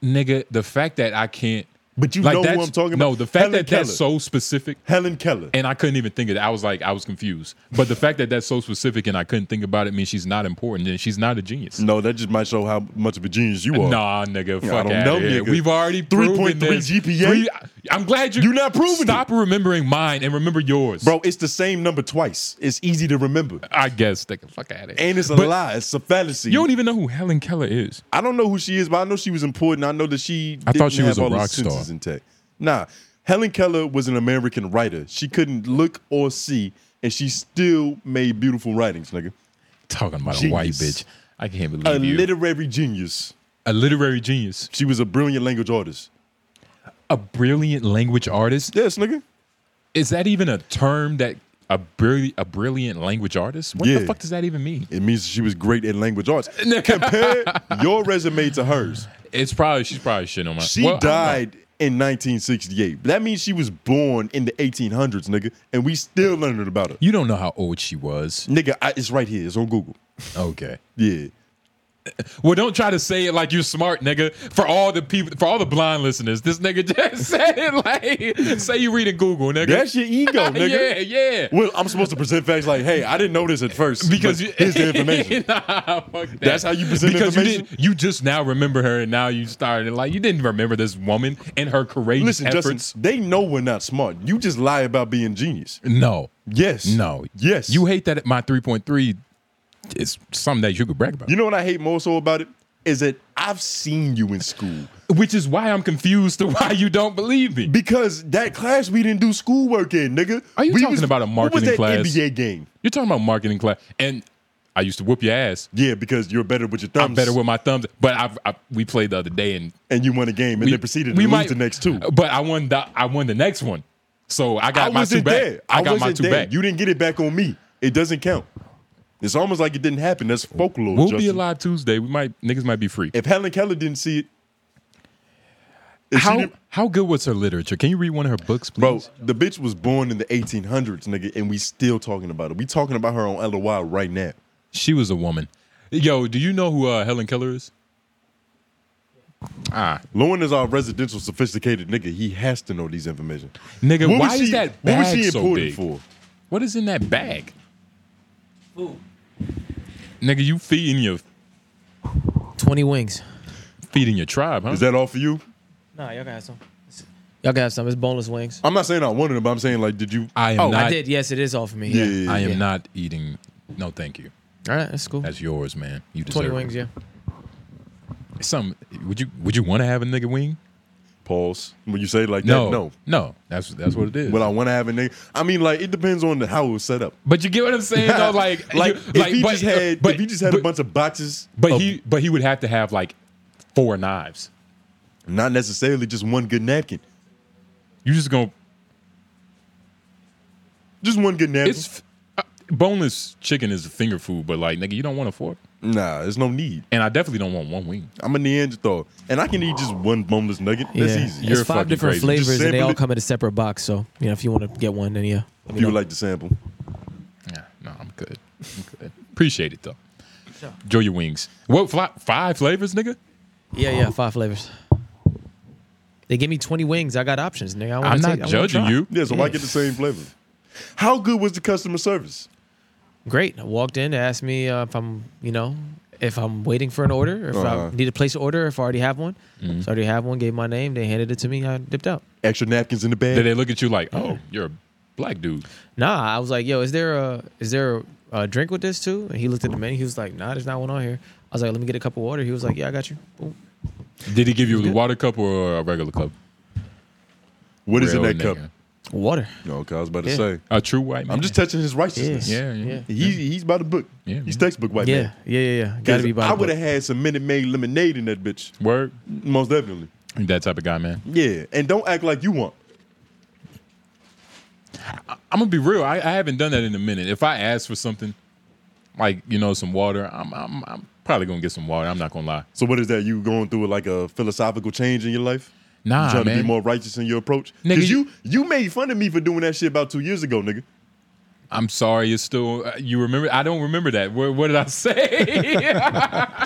Speaker 2: nigga, the fact that I can't.
Speaker 1: But you know who
Speaker 2: that's-
Speaker 1: I'm talking
Speaker 2: No,
Speaker 1: about.
Speaker 2: the fact
Speaker 1: Helen
Speaker 2: that that's
Speaker 1: Keller.
Speaker 2: so specific,
Speaker 1: Helen Keller.
Speaker 2: and I couldn't even think of it. I was like, I was confused. But the fact that that's so specific, and I couldn't think about it, means she's not important, and she's not a genius.
Speaker 1: no, that just might show how much of a genius you are.
Speaker 2: Nah, nigga, fuck
Speaker 1: don't
Speaker 2: outta
Speaker 1: know,
Speaker 2: here.
Speaker 1: nigga.
Speaker 2: We've already
Speaker 1: 3.3
Speaker 2: proven this.
Speaker 1: GPA?
Speaker 2: I'm glad you
Speaker 1: You're not proving it.
Speaker 2: Stop remembering mine and remember yours,
Speaker 1: Bro, it's the same number twice. It's easy to remember.
Speaker 2: I guess they can fuck at it.
Speaker 1: And it's a
Speaker 2: But
Speaker 1: lie. It's a fallacy.
Speaker 2: You don't even know who Helen Keller is.
Speaker 1: I don't know who she is, but I know she was important. I know that she.
Speaker 2: I thought
Speaker 1: didn't
Speaker 2: she
Speaker 1: have
Speaker 2: was a
Speaker 1: all her
Speaker 2: rock star.
Speaker 1: senses Intact. Nah, Helen Keller was an American writer. She couldn't look or see, and she still made beautiful writings, nigga.
Speaker 2: Talking about a white
Speaker 1: Genius.
Speaker 2: bitch. I can't believe
Speaker 1: A
Speaker 2: you.
Speaker 1: literary genius.
Speaker 2: a literary genius,
Speaker 1: She was a brilliant language artist.
Speaker 2: a brilliant language artist.
Speaker 1: Yes, nigga.
Speaker 2: is that even a term that a brilliant a brilliant language artist? What
Speaker 1: Yeah.
Speaker 2: the fuck does that even mean?
Speaker 1: It means she was great at language
Speaker 2: (laughs)
Speaker 1: arts. Compare your resume to hers.
Speaker 2: It's probably she's probably shitting on my.
Speaker 1: She
Speaker 2: well, I don't know.
Speaker 1: died in 1968. That means she was born in the 1800s, nigga, and we still learning about her.
Speaker 2: You don't know how old she was.
Speaker 1: Nigga, I, it's right here. It's on Google.
Speaker 2: Okay.
Speaker 1: Yeah.
Speaker 2: Well, don't try to say it like you're smart, nigga. For all the people, for all the blind listeners, this nigga (laughs) just said it like, say you reading Google, nigga.
Speaker 1: That's your
Speaker 2: (laughs)
Speaker 1: ego, nigga.
Speaker 2: Yeah, yeah.
Speaker 1: Well, I'm supposed to present facts like, hey, I didn't know this at first.
Speaker 2: Because
Speaker 1: but
Speaker 2: you,
Speaker 1: here's
Speaker 2: (laughs)
Speaker 1: the information.
Speaker 2: Nah, fuck that.
Speaker 1: That's how you present
Speaker 2: because
Speaker 1: information?
Speaker 2: You, didn't, you just now remember her, and now you started like you didn't remember this woman and her courageous
Speaker 1: Listen,
Speaker 2: efforts.
Speaker 1: Justin, they know we're not smart. You just lie about being genius.
Speaker 2: no,
Speaker 1: Yes.
Speaker 2: no,
Speaker 1: Yes.
Speaker 2: You hate that my three point three is something that you could brag about.
Speaker 1: You know what I hate more so about it? Is that I've seen you in school.
Speaker 2: Which is why I'm confused to why you don't believe me.
Speaker 1: Because that class we didn't do schoolwork in, nigga.
Speaker 2: Are you
Speaker 1: we
Speaker 2: talking about a
Speaker 1: what was
Speaker 2: marketing
Speaker 1: that
Speaker 2: class?
Speaker 1: NBA game.
Speaker 2: You're talking about marketing class, and I used to whoop your ass.
Speaker 1: Yeah, because you're better with your thumbs.
Speaker 2: I'm better with my thumbs, but I've, I we played the other day and
Speaker 1: and you won a game, and
Speaker 2: we
Speaker 1: they proceeded to lose the next two.
Speaker 2: But I won the I won the next one, so I
Speaker 1: I
Speaker 2: got my two
Speaker 1: wasn't
Speaker 2: back.
Speaker 1: there.
Speaker 2: I, got my
Speaker 1: wasn't
Speaker 2: two
Speaker 1: there.
Speaker 2: back.
Speaker 1: You didn't get it back on me. It doesn't count. It's almost like it didn't happen. That's folklore.
Speaker 2: we'll be
Speaker 1: Justin.
Speaker 2: alive Tuesday. We might niggas might be free.
Speaker 1: If Helen Keller didn't see it, if she
Speaker 2: How
Speaker 1: didn't-
Speaker 2: how good was her literature? Can you read one of her books,
Speaker 1: bro,
Speaker 2: please?
Speaker 1: the bitch was born in the 1800s, nigga, and we still talking about it. We talking about her on LOI right now.
Speaker 2: She was a woman. Yo, do you know who uh, Helen Keller is? Ah,
Speaker 1: Lauren is our residential sophisticated nigga. He has to know these information.
Speaker 2: nigga,
Speaker 1: What was
Speaker 2: why is
Speaker 1: she-
Speaker 2: that
Speaker 1: What was
Speaker 2: bag
Speaker 1: she
Speaker 2: so
Speaker 1: important
Speaker 2: big?
Speaker 1: for?
Speaker 2: What is in that bag,
Speaker 4: Ooh,
Speaker 2: nigga? You feeding your
Speaker 4: 20 wings.
Speaker 2: feeding your tribe, huh?
Speaker 1: Is that all for you?
Speaker 4: Nah, y'all got some. It's- Y'all got some. It's boneless wings.
Speaker 1: I'm not saying I wanted it, but I'm saying like, did you?
Speaker 2: I am
Speaker 4: Oh,
Speaker 2: not.
Speaker 4: I did. Yes, it is all for me.
Speaker 1: Yeah,
Speaker 4: Yeah.
Speaker 1: yeah,
Speaker 2: I am
Speaker 4: Yeah.
Speaker 2: not eating. No, thank you.
Speaker 4: All right, that's cool.
Speaker 2: That's yours, man. You deserve
Speaker 4: 20
Speaker 2: it.
Speaker 4: wings, yeah.
Speaker 2: Some would you would you want to have a nigga wing?
Speaker 1: Pause. When you say it like
Speaker 2: No,
Speaker 1: that, no.
Speaker 2: no. That's that's what it is.
Speaker 1: Well, I want to have a nigga. I mean, like it depends on the, how it was set up.
Speaker 2: but you get what I'm saying,
Speaker 1: (laughs)
Speaker 2: though. Like,
Speaker 1: Like,
Speaker 2: you-
Speaker 1: if he
Speaker 2: but- uh,
Speaker 1: just had,
Speaker 2: but-
Speaker 1: if he just had
Speaker 2: but,
Speaker 1: a bunch of boxes,
Speaker 2: But
Speaker 1: of-
Speaker 2: he but he would have to have like four knives.
Speaker 1: not necessarily just one good napkin,
Speaker 2: You just gonna
Speaker 1: just one good napkin.
Speaker 2: it's uh, boneless chicken is finger food, but like nigga, you don't want a fork,
Speaker 1: nah, there's no need.
Speaker 2: and I definitely don't want one wing.
Speaker 1: I'm a Neanderthal, and I can eat just one boneless nugget. That's
Speaker 4: yeah.
Speaker 1: easy.
Speaker 4: It's
Speaker 2: You're
Speaker 4: five
Speaker 2: fucking
Speaker 4: different
Speaker 2: crazy.
Speaker 1: Just
Speaker 4: flavors, and they
Speaker 1: sample
Speaker 4: all
Speaker 1: it.
Speaker 4: come in a separate box. So, you know, if you want to get one, then yeah.
Speaker 1: if you would like to sample,
Speaker 2: Yeah, no, I'm good. I'm good. Appreciate it though. Enjoy your wings. What fly, five flavors, nigga?
Speaker 4: Yeah, yeah, five flavors. They give me 20 wings. I got options, nigga. I wanna
Speaker 2: I'm not
Speaker 4: take- I wanna
Speaker 2: judging
Speaker 4: try.
Speaker 2: you.
Speaker 1: yeah. So I get the same flavor. How good was the customer service?
Speaker 4: Great. I walked in, they asked me uh, if I'm, you know, if I'm waiting for an order, or if
Speaker 1: Uh-huh.
Speaker 4: I need to place an order, if I already have one. So I already have one, gave my name, they handed it to me, I dipped out.
Speaker 1: Extra napkins in the bag.
Speaker 2: Did they look at you like, oh, you're a black dude?
Speaker 4: Nah, I was like, yo, is there a is there a, a drink with this too? And he looked at the menu, he was like, nah, there's not one on here. I was like, let me get a cup of water. He was like, yeah, I got you. Boom.
Speaker 2: Did he give you a water cup or a regular cup?
Speaker 1: what is in
Speaker 2: Real
Speaker 1: that cup?
Speaker 2: nigga.
Speaker 4: Water.
Speaker 1: No, cause I was about to
Speaker 4: Yeah.
Speaker 1: say.
Speaker 2: A true white man.
Speaker 1: I'm just touching his righteousness.
Speaker 4: Yeah.
Speaker 2: yeah, yeah.
Speaker 1: He's he's by the book.
Speaker 2: Yeah,
Speaker 1: he's
Speaker 2: yeah.
Speaker 1: textbook white
Speaker 4: Yeah,
Speaker 1: man.
Speaker 4: yeah, yeah, yeah. Gotta be by
Speaker 1: I
Speaker 4: the
Speaker 1: would have
Speaker 4: book.
Speaker 1: had some Minute Maid lemonade in that bitch.
Speaker 2: Word.
Speaker 1: Most definitely.
Speaker 2: You That type of guy, man.
Speaker 1: Yeah, and don't act like you want.
Speaker 2: I'm gonna be real. I, I haven't done that in a minute. If I ask for something, like you know, some water, I'm I'm, I'm probably gonna get some water. I'm not gonna lie.
Speaker 1: So what is that? You going through like a philosophical change in your life?
Speaker 2: Nah,
Speaker 1: you trying to
Speaker 2: man.
Speaker 1: be more righteous in your approach?
Speaker 2: Nigga,
Speaker 1: Because you
Speaker 2: you-
Speaker 1: you made fun of me for doing that shit about two years ago, nigga.
Speaker 2: I'm sorry. It's still uh, you remember. I don't remember that. What, what did I (laughs) say?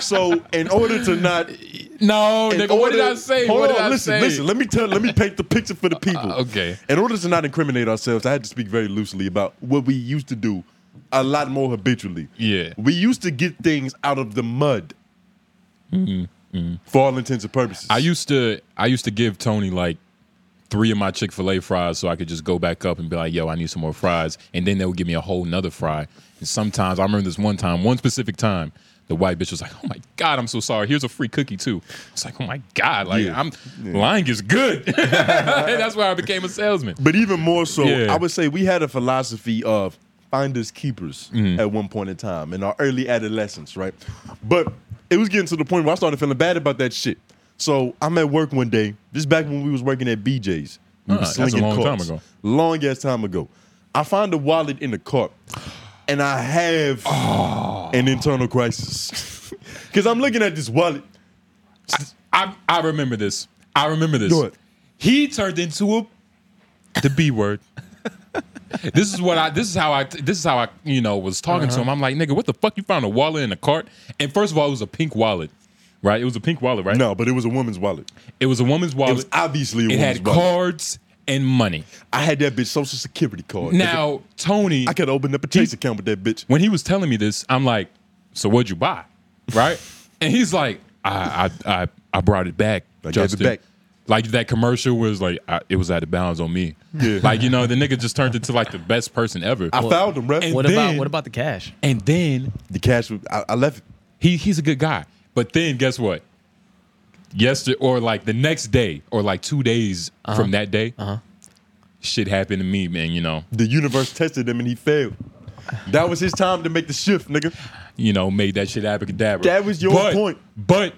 Speaker 2: (laughs)
Speaker 1: So in order to not, in
Speaker 2: no, nigga. what did
Speaker 1: order-
Speaker 2: I say?
Speaker 1: Hold
Speaker 2: what
Speaker 1: on,
Speaker 2: did I
Speaker 1: listen,
Speaker 2: say? Uh,
Speaker 1: listen. Let me tell. Let me paint the picture for the people.
Speaker 2: okay.
Speaker 1: In order to not incriminate ourselves, I had to speak very loosely about what we used to do, a lot more habitually.
Speaker 2: Yeah.
Speaker 1: We used to get things out of the mud. For all intents and purposes.
Speaker 2: Mm-hmm, I used to I used to give Tony like three of my Chick Fil A fries, so I could just go back up and be like, "Yo, I need some more fries," and then they would give me a whole nother fry. And sometimes I remember this one time, one specific time, the white bitch was like, "Oh my god, I'm so sorry. Here's a free cookie too." It's like, "Oh my god, like
Speaker 1: Yeah.
Speaker 2: I'm lying
Speaker 1: (laughs)
Speaker 2: is good." (laughs) That's why I became a salesman.
Speaker 1: But even more so,
Speaker 2: Yeah.
Speaker 1: I would say we had a philosophy of finders keepers
Speaker 2: Mm-hmm.
Speaker 1: at one point in time in our early adolescence, right? But it was getting to the point where I started feeling bad about that shit. So I'm at work one day. This is back when we was working at BJ's. We
Speaker 2: Ah,
Speaker 1: was
Speaker 2: that's a
Speaker 1: slinging
Speaker 2: long time
Speaker 1: carts.
Speaker 2: ago.
Speaker 1: Long ass time ago. I find a wallet in the cart, and I have
Speaker 2: Ah.
Speaker 1: an internal crisis (laughs) because I'm looking at this wallet.
Speaker 2: I I remember this. I remember this.
Speaker 1: Do it. (laughs)
Speaker 2: He turned into a the B word. This is what I. This is how I. This is how I. You know, was talking
Speaker 1: Uh-huh.
Speaker 2: to him. I'm like, nigga, what the fuck? You found a wallet in a cart? And first of all, it was a pink wallet, right? It was a pink wallet, right?
Speaker 1: No, but it was a woman's wallet.
Speaker 2: it was a woman's
Speaker 1: It
Speaker 2: wallet.
Speaker 1: was obviously a
Speaker 2: It
Speaker 1: woman's
Speaker 2: had
Speaker 1: wallet.
Speaker 2: cards and money.
Speaker 1: I had that bitch social security card.
Speaker 2: Now, Tony,
Speaker 1: I could open up a Chase account with that bitch.
Speaker 2: when he was telling me this, I'm like, "So what'd you buy?"
Speaker 1: (laughs)
Speaker 2: Right? and he's like, "I I I, I brought it back.
Speaker 1: I gave it
Speaker 2: Justin."
Speaker 1: back.
Speaker 2: Like that commercial was like I, it was out of bounds on me.
Speaker 1: Yeah.
Speaker 2: Like you know, the nigga just turned into like the best person ever.
Speaker 1: I found him, ref.
Speaker 2: and
Speaker 4: What
Speaker 2: then-
Speaker 4: about what about the cash?
Speaker 2: and then
Speaker 1: the cash? was- I, I left it.
Speaker 2: he he's a good guy. But then guess what? Yesterday or like the next day or like two days
Speaker 1: Uh-huh.
Speaker 2: from that day, shit happened to me, man. You know,
Speaker 1: The universe tested him and he failed. That was his time to make the shift, nigga.
Speaker 2: you know, made that shit abracadabra.
Speaker 1: That was your
Speaker 2: But-
Speaker 1: point.
Speaker 2: But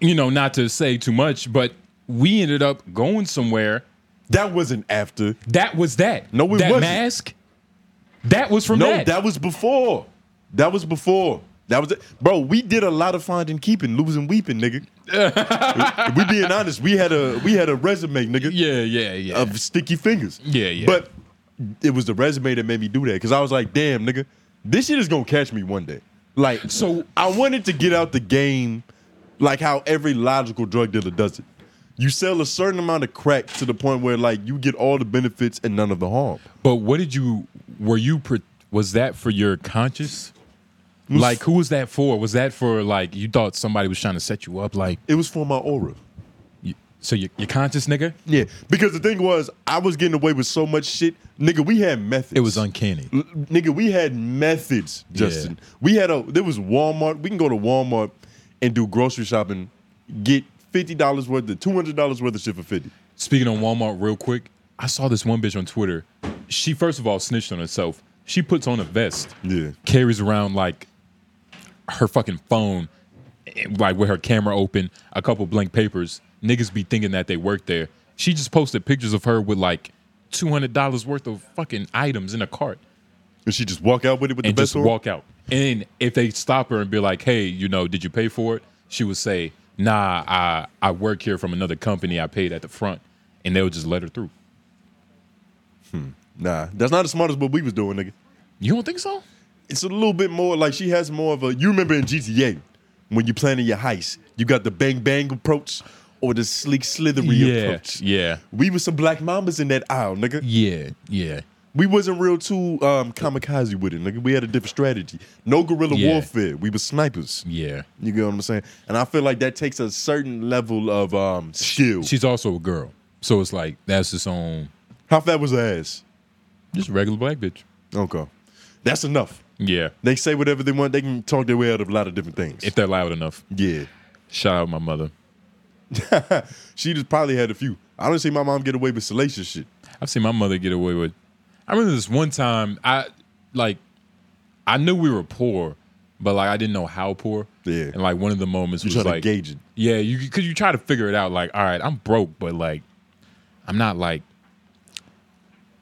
Speaker 2: you know, not to say too much, but we ended up going somewhere.
Speaker 1: That wasn't after.
Speaker 2: That was that.
Speaker 1: No, it
Speaker 2: that
Speaker 1: wasn't.
Speaker 2: mask. That was from
Speaker 1: No,
Speaker 2: that.
Speaker 1: that was before. That was before. That was it. Bro, we did a lot of finding keeping, losing weeping,
Speaker 2: (laughs)
Speaker 1: nigga. If we being honest, we had a we had a resume, nigga,
Speaker 2: yeah, yeah, yeah.
Speaker 1: of sticky fingers.
Speaker 2: Yeah, yeah.
Speaker 1: But it was the resume that made me do that. Cause I was like, damn, nigga, this shit is gonna catch me one day. Like,
Speaker 2: So-
Speaker 1: I wanted to get out the game like how every logical drug dealer does it. You sell a certain amount of crack to the point where like you get all the benefits and none of the harm.
Speaker 2: but what did you? Were you? pre- Was that for your conscious? Like, who was that for? Was that for like you thought somebody was trying to set you up? Like,
Speaker 1: It was for my aura.
Speaker 2: you, so you your conscious nigga?
Speaker 1: Yeah, because the thing was, I was getting away with so much shit, nigga. We had methods.
Speaker 2: It was uncanny.
Speaker 1: L- nigga. We had methods, Justin. We had a. There was Walmart. We can go to Walmart and do grocery shopping, get fifty dollars worth of two hundred dollars worth of shit for fifty.
Speaker 2: Speaking on Walmart, real quick, I saw this one bitch on Twitter. She first of all snitched on herself. She puts on a vest,
Speaker 1: Yeah.
Speaker 2: carries around like her fucking phone, eh, like with her camera open, a couple blank papers. Niggas be thinking that they work there. She just posted pictures of her with like two hundred dollars worth of fucking items in a cart
Speaker 1: And she just walk out with it with
Speaker 2: and
Speaker 1: the
Speaker 2: just
Speaker 1: best aura?
Speaker 2: walk out. And if they stop her and be like, "Hey, you know, did you pay for it?" She would say, "Nah, I I work here from another company. I paid at the front," and they would just let her through.
Speaker 1: Nah, that's not as smart as what we was doing, nigga.
Speaker 2: You don't think so?
Speaker 1: It's a little bit more like she has more of a. You remember in GTA when you planning your heist, you got the bang bang approach or the sleek slithery approach.
Speaker 2: yeah,
Speaker 1: We was some black mamas in that aisle, nigga.
Speaker 2: yeah, yeah.
Speaker 1: We wasn't real too um, kamikaze with it. Nigga. We had a different strategy. No guerrilla
Speaker 2: Yeah.
Speaker 1: warfare. We was snipers.
Speaker 2: Yeah.
Speaker 1: You get what I'm saying? And I feel like that takes a certain level of um, skill.
Speaker 2: She's also a girl, so it's like that's its own,
Speaker 1: How fat was her ass?
Speaker 2: just regular black bitch.
Speaker 1: Okay. That's enough.
Speaker 2: Yeah,
Speaker 1: They say whatever they want. They can talk their way out of a lot of different things.
Speaker 2: if they're loud enough.
Speaker 1: yeah.
Speaker 2: Shout out my mother.
Speaker 1: She just probably had a few. I don't see my mom get away with salacious shit.
Speaker 2: I've seen my mother get away with. I remember this one time. I like, I knew we were poor, but like I didn't know how poor.
Speaker 1: Yeah.
Speaker 2: And like one of the moments
Speaker 1: You
Speaker 2: was
Speaker 1: trying
Speaker 2: like,
Speaker 1: to gauge it.
Speaker 2: yeah, you because you try to figure it out. Like, all right, I'm broke, but like, I'm not like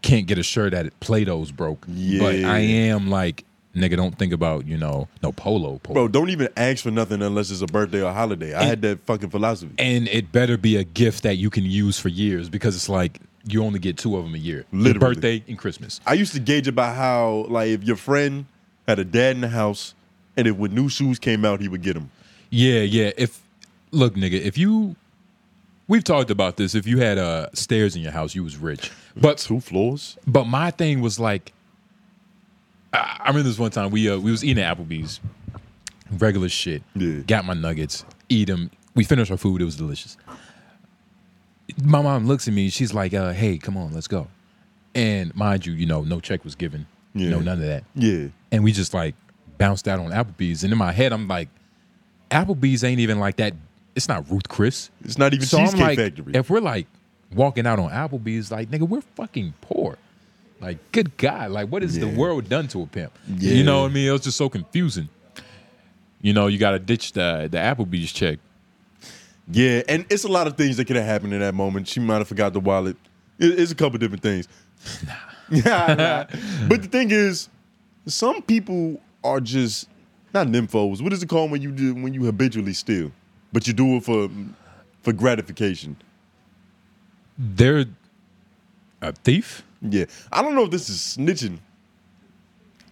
Speaker 2: can't get a shirt at Play-Doh's broke. But
Speaker 1: Yeah.
Speaker 2: I am like, nigga, don't think about you know no polo, polo.
Speaker 1: Bro, don't even ask for nothing unless it's a birthday or holiday. I had that fucking philosophy.
Speaker 2: and it better be a gift that you can use for years because it's like you only get two of them a year Your
Speaker 1: Literally.
Speaker 2: birthday and christmas
Speaker 1: I used to gauge it by how, like, if your friend had a dad in the house, and if when new shoes came out, he would get them.
Speaker 2: yeah yeah if look nigga if you we've talked about this if you had uh stairs in your house you was rich but
Speaker 1: Two floors?
Speaker 2: but my thing was like i, I remember this one time we uh we was eating at applebee's regular shit
Speaker 1: Yeah.
Speaker 2: got my nuggets eat them we finished our food it was delicious my mom looks at me she's like uh hey come on let's go and mind you you know no check was given
Speaker 1: Yeah.
Speaker 2: no none of that
Speaker 1: Yeah.
Speaker 2: and we just like bounced out on Applebee's. And in my head, I'm like, Applebee's ain't even like that. It's not Ruth Chris.
Speaker 1: It's not even
Speaker 2: So I'm
Speaker 1: Cheesecake
Speaker 2: like,
Speaker 1: Factory.
Speaker 2: if we're like walking out on Applebee's, like nigga, we're fucking poor. Like, good God, like what has the
Speaker 1: Yeah.
Speaker 2: world done to a pimp?
Speaker 1: Yeah.
Speaker 2: You know what I mean? It was just so confusing. You know, you gotta ditch the the Applebee's check.
Speaker 1: yeah, and it's a lot of things that could have happened in that moment. She might have forgot the wallet. It- it's a couple different things. (laughs) Nah. nah. But the thing is, some people are just not nymphos. What is it called when you do when you habitually steal, but you do it for for gratification?
Speaker 2: They're a thief?
Speaker 1: Yeah. I don't know if this is snitching,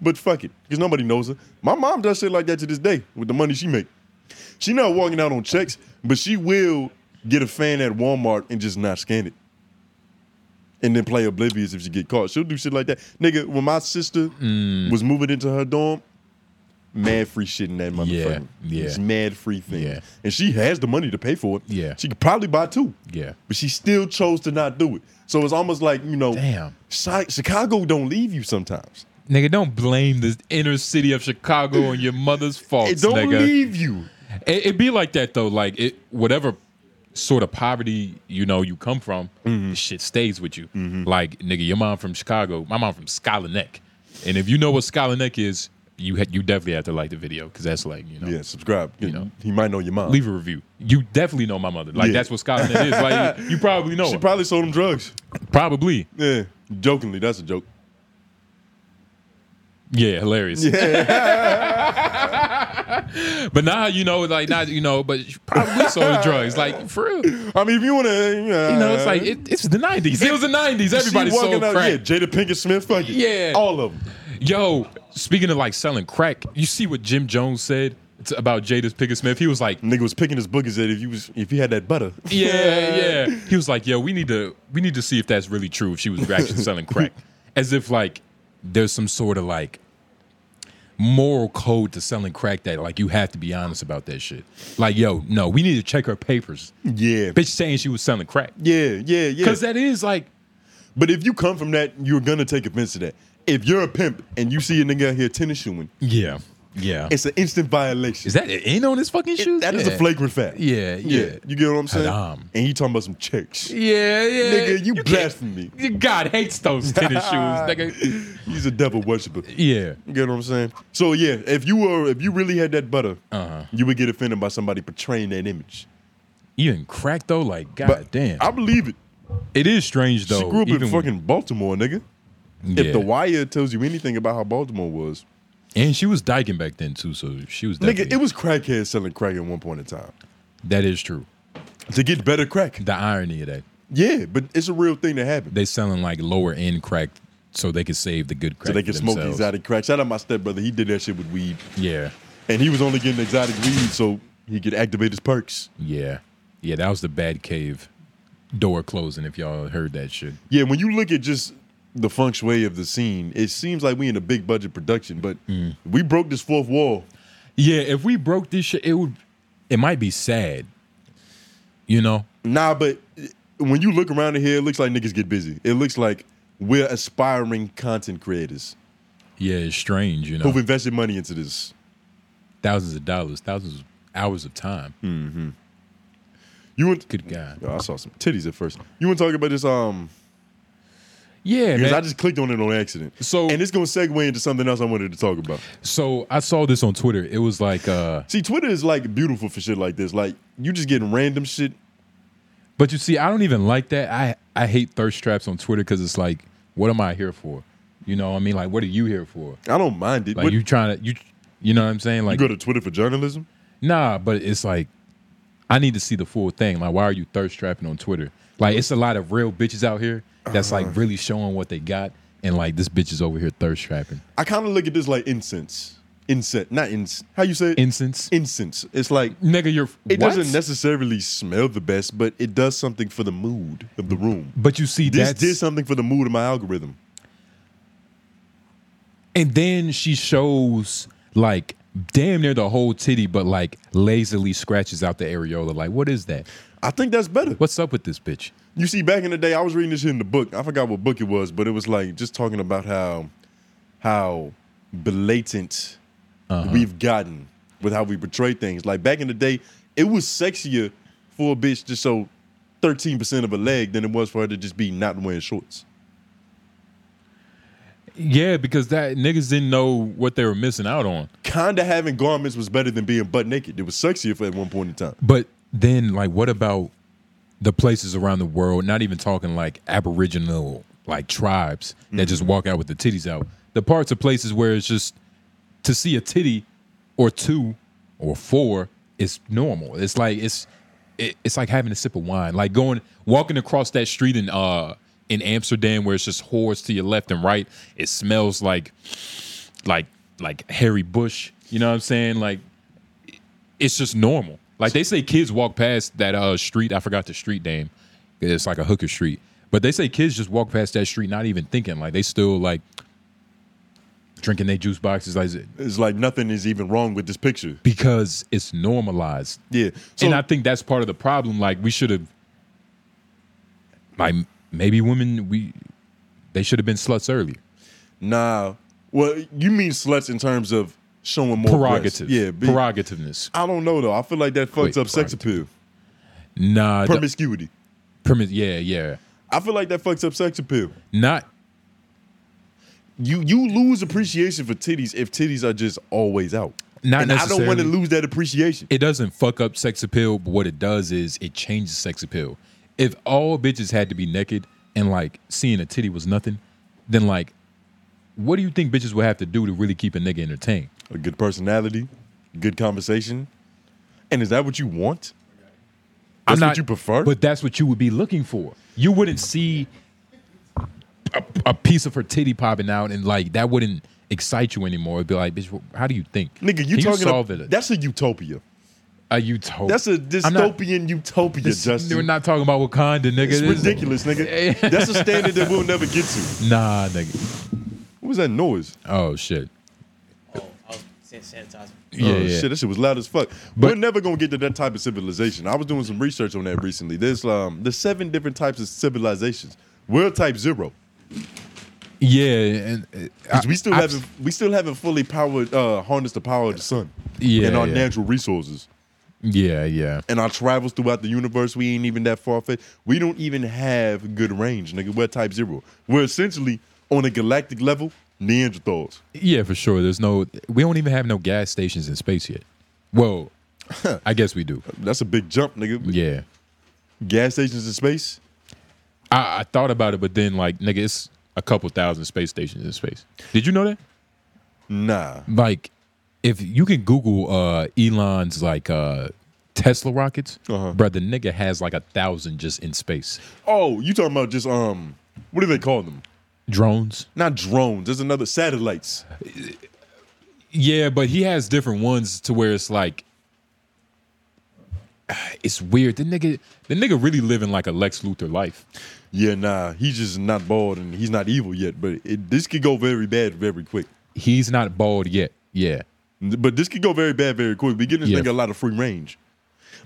Speaker 1: but fuck it. Because nobody knows her. My mom does shit like that to this day with the money she make. She not walking out on checks, but she will get a fan at Walmart and just not scan it. And then play oblivious if she get caught. She'll do shit like that. Nigga, when my sister
Speaker 2: Mm.
Speaker 1: was moving into her dorm, mad free shit in that motherfucker.
Speaker 2: yeah.
Speaker 1: It's mad free thing.
Speaker 2: Yeah.
Speaker 1: And she has the money to pay for it.
Speaker 2: Yeah.
Speaker 1: She could probably buy two
Speaker 2: Yeah.
Speaker 1: but she still chose to not do it. So it's almost like you know,
Speaker 2: Damn.
Speaker 1: Chi- Chicago don't leave you sometimes.
Speaker 2: Nigga, don't blame the inner city of Chicago on your mother's faults,
Speaker 1: It don't
Speaker 2: Oh, nigga.
Speaker 1: leave you.
Speaker 2: It, it'd be like that though. Like it, whatever sort of poverty you know you come from,
Speaker 1: Mm-hmm.
Speaker 2: shit stays with you. Like nigga, your mom from Chicago, my mom from Schuyler Neck, and if you know what Schuyler Neck is, you ha- you definitely have to like the video because that's like you know.
Speaker 1: Yeah, subscribe. You
Speaker 2: know.
Speaker 1: know, he might know your mom.
Speaker 2: Leave a review. You definitely know my mother. Like
Speaker 1: Yeah.
Speaker 2: that's what Schuyler Neck is.
Speaker 1: (laughs)
Speaker 2: Like you, you probably know.
Speaker 1: she
Speaker 2: her.
Speaker 1: probably sold him drugs.
Speaker 2: probably.
Speaker 1: Yeah, jokingly, that's a joke.
Speaker 2: Yeah, hilarious. (laughs) but now you know, like not you know, but she probably sold drugs. Like for real.
Speaker 1: I mean, if you want to, you know,
Speaker 2: You know, it's like it, it's the '90s. Uh-huh. It was the '90s.
Speaker 1: she
Speaker 2: Everybody
Speaker 1: walking
Speaker 2: sold
Speaker 1: out-
Speaker 2: crack.
Speaker 1: Yeah, Jada Pinkett Smith, fuck it.
Speaker 2: Yeah.
Speaker 1: all of them.
Speaker 2: Yo, speaking of like selling crack, you see what Jim Jones said t- about Jada Pinkett Smith? He was like,
Speaker 1: Nigga was picking his boogers at if you was if he had that butter.
Speaker 2: yeah, yeah. He was like, yo, we need to we need to see if that's really true. If she was actually selling crack, as if like there's some sort of like moral code to selling crack that like you have to be honest about that shit. Like, yo, no, we need to check her papers.
Speaker 1: yeah,
Speaker 2: Bitch saying she was selling crack
Speaker 1: yeah, yeah, yeah.
Speaker 2: because that is like
Speaker 1: But if you come from that, you're gonna take offense to that. If you're a pimp and you see a nigga out here tennis shoeing,
Speaker 2: yeah, yeah.
Speaker 1: it's an instant violation.
Speaker 2: is that an in on his fucking shoes?
Speaker 1: That is a
Speaker 2: Yeah.
Speaker 1: flagrant fact.
Speaker 2: Yeah, yeah.
Speaker 1: You get what I'm saying?
Speaker 2: Haram.
Speaker 1: And he talking about some chicks.
Speaker 2: Yeah, yeah.
Speaker 1: Nigga, you,
Speaker 2: can't-
Speaker 1: blasphemy.
Speaker 2: God hates those tennis shoes, nigga.
Speaker 1: (laughs) He's a devil worshiper.
Speaker 2: Yeah.
Speaker 1: You get what I'm saying? So yeah, if you were, if you really had that butter,
Speaker 2: Uh-huh.
Speaker 1: you would get offended by somebody portraying that image.
Speaker 2: Even crack though, like god damn.
Speaker 1: I believe it.
Speaker 2: it is strange though.
Speaker 1: she grew up
Speaker 2: even
Speaker 1: in fucking Baltimore, nigga.
Speaker 2: when-
Speaker 1: If
Speaker 2: yeah.
Speaker 1: the wire tells you anything about how Baltimore was,
Speaker 2: and she was dyking back then too, so she was
Speaker 1: nigga, it was crackheads selling crack at one point in time
Speaker 2: that is true.
Speaker 1: to get better crack.
Speaker 2: The irony of that,
Speaker 1: Yeah, but it's a real thing that happened.
Speaker 2: they selling like lower end crack so they could save the good crack.
Speaker 1: so they can
Speaker 2: for
Speaker 1: smoke
Speaker 2: themselves.
Speaker 1: exotic crack. Shout out my stepbrother. He did that shit with weed.
Speaker 2: Yeah,
Speaker 1: And he was only getting exotic weed so he could activate his perks.
Speaker 2: yeah, yeah. That was the bad cave door closing. If y'all heard that shit,
Speaker 1: Yeah, when you look at just the feng shui of the scene, it seems like we in a big budget production, but
Speaker 2: Mm.
Speaker 1: we broke this fourth wall.
Speaker 2: yeah. If we broke this shit, it would. It might be sad, you know.
Speaker 1: Nah, but when you look around here, it looks like niggas get busy. It looks like we're aspiring content creators
Speaker 2: Yeah, it's strange, you know.
Speaker 1: who've invested money into this.
Speaker 2: thousands of dollars, thousands of hours of time.
Speaker 1: Hmm. You want?
Speaker 2: Good God.
Speaker 1: Yo, I saw some titties at first. You want to talk about this? Um,
Speaker 2: Yeah,
Speaker 1: because
Speaker 2: man.
Speaker 1: I just clicked on it on accident.
Speaker 2: So-
Speaker 1: and it's gonna segue into something else I wanted to talk about.
Speaker 2: so I saw this on Twitter. It was like, uh
Speaker 1: See, Twitter is like beautiful for shit like this. Like you just getting random shit.
Speaker 2: but you see, I don't even like that. I I hate thirst traps on Twitter because it's like, what am I here for? You know, what I mean, like, what are you here for?
Speaker 1: I don't mind it.
Speaker 2: Like,
Speaker 1: What-
Speaker 2: you trying to you, you know what I'm saying?
Speaker 1: you
Speaker 2: Like,
Speaker 1: go to Twitter for journalism.
Speaker 2: nah, but it's like, I need to see the full thing. Like, why are you thirst trapping on Twitter? Like, it's a lot of real bitches out here that's like
Speaker 1: Uh-huh.
Speaker 2: really showing what they got, and like this bitch is over here thirst trapping.
Speaker 1: I kind of look at this like incense. Incense, not incense. How you say it?
Speaker 2: Incense,
Speaker 1: incense. It's like
Speaker 2: nigga, you're
Speaker 1: it
Speaker 2: what?
Speaker 1: doesn't necessarily smell the best, but it does something for the mood of the room.
Speaker 2: But you see,
Speaker 1: This
Speaker 2: that's
Speaker 1: did something for the mood of my algorithm.
Speaker 2: and then she shows like damn near the whole titty, but like lazily scratches out the areola. Like, what is that?
Speaker 1: I think that's better.
Speaker 2: What's up with this bitch?
Speaker 1: You see, back in the day, I was reading this shit in the book. I forgot what book it was, but it was like just talking about how how blatant
Speaker 2: Uh-huh.
Speaker 1: we've gotten with how we portray things. Like back in the day, it was sexier for a bitch to show 13% of a leg than it was for her to just be not wearing shorts.
Speaker 2: Yeah, because that niggas didn't know what they were missing out on.
Speaker 1: Kinda having garments was better than being butt naked. It was sexier for at one point in time.
Speaker 2: But then, like, what about the places around the world? Not even talking like Aboriginal like tribes that just walk out with the titties out. The parts of places where it's just to see a titty or two or four is normal. It's like it's it, it's like having a sip of wine, like going walking across that street in uh in Amsterdam where it's just hordes to your left and right. It smells like like like Harry Bush. You know what I'm saying? Like it's just normal. Like they say kids walk past that uh street, I forgot the street name. It's like a hooker street. But they say kids just walk past that street not even thinking. Like they still like drinking their juice boxes like
Speaker 1: It's like nothing is even wrong with this picture.
Speaker 2: because it's normalized.
Speaker 1: Yeah. So
Speaker 2: and I think that's part of the problem. Like we should have, like maybe women we, they should have been sluts earlier.
Speaker 1: nah. Well, you mean sluts in terms of showing more breasts.
Speaker 2: Prerogative,
Speaker 1: Yeah. be-
Speaker 2: prerogativeness.
Speaker 1: I don't know though. I feel like that fucks
Speaker 2: Wait,
Speaker 1: up sex appeal.
Speaker 2: Nah, the-
Speaker 1: Promiscuity.
Speaker 2: permis- Yeah, yeah.
Speaker 1: I feel like that fucks up sex appeal.
Speaker 2: Not
Speaker 1: You you lose appreciation for titties if titties are just always out.
Speaker 2: Not
Speaker 1: and I don't want
Speaker 2: necessarily.
Speaker 1: to lose that appreciation.
Speaker 2: it doesn't fuck up sex appeal, but what it does is it changes sex appeal. If all bitches had to be naked and like seeing a titty was nothing, then like, what do you think bitches would have to do to really keep a nigga entertained?
Speaker 1: A good personality, good conversation. And is that what you want? That's what you prefer?
Speaker 2: But that's what you would be looking for. You wouldn't see a, a piece of her titty popping out, and like that wouldn't excite you anymore. It'd be like, bitch, wh- how do you think?
Speaker 1: Nigga, you
Speaker 2: Can
Speaker 1: talking
Speaker 2: solve
Speaker 1: about
Speaker 2: it?
Speaker 1: that's a utopia.
Speaker 2: a utopia.
Speaker 1: That's a
Speaker 2: I'm not-
Speaker 1: dystopian utopia,
Speaker 2: this-
Speaker 1: Justin.
Speaker 2: We're not talking about Wakanda, nigga.
Speaker 1: it's
Speaker 2: This-
Speaker 1: ridiculous,
Speaker 2: (laughs)
Speaker 1: nigga. That's a standard that we'll never get to.
Speaker 2: Nah, nigga.
Speaker 1: What was that noise?
Speaker 2: Oh shit.
Speaker 4: sanitizer.
Speaker 2: Yeah,
Speaker 1: oh,
Speaker 2: yeah.
Speaker 1: shit, that shit was loud as fuck.
Speaker 2: But-
Speaker 1: We're never gonna get to that type of civilization. I was doing some research on that recently. There's um there's seven different types of civilizations. We're type zero.
Speaker 2: Yeah, and uh, I-
Speaker 1: 'Cause we still
Speaker 2: I've-
Speaker 1: haven't we still haven't fully powered uh harnessed the power of the sun.
Speaker 2: Yeah,
Speaker 1: And our
Speaker 2: yeah.
Speaker 1: natural resources.
Speaker 2: Yeah, yeah.
Speaker 1: And our travels throughout the universe, we ain't even that far fetched. We don't even have good range, nigga. We're type zero. We're essentially on a galactic level, Neanderthals.
Speaker 2: Yeah, for sure. There's no. We don't even have no gas stations in space yet. Well, I guess we do.
Speaker 1: That's a big jump, nigga.
Speaker 2: Yeah.
Speaker 1: Gas stations in space.
Speaker 2: I, I thought about it, but then like nigga, it's a couple thousand space stations in space. Did you know that?
Speaker 1: Nah.
Speaker 2: Like, if you can Google uh, Elon's like uh, Tesla rockets,
Speaker 1: Uh-huh.
Speaker 2: bro, the nigga has like a thousand just in space
Speaker 1: Oh, you talking about just um, what do they call them?
Speaker 2: drones.
Speaker 1: Not drones. There's another satellites.
Speaker 2: Yeah, but he has different ones to where it's like. It's weird. The nigga, the nigga really living like a Lex Luthor life.
Speaker 1: Yeah, nah. He's just not bald and he's not evil yet. But it, this could go very bad very quick.
Speaker 2: He's not bald yet. Yeah,
Speaker 1: But this could go very bad very quick. We give this
Speaker 2: Yeah.
Speaker 1: nigga a lot of free range.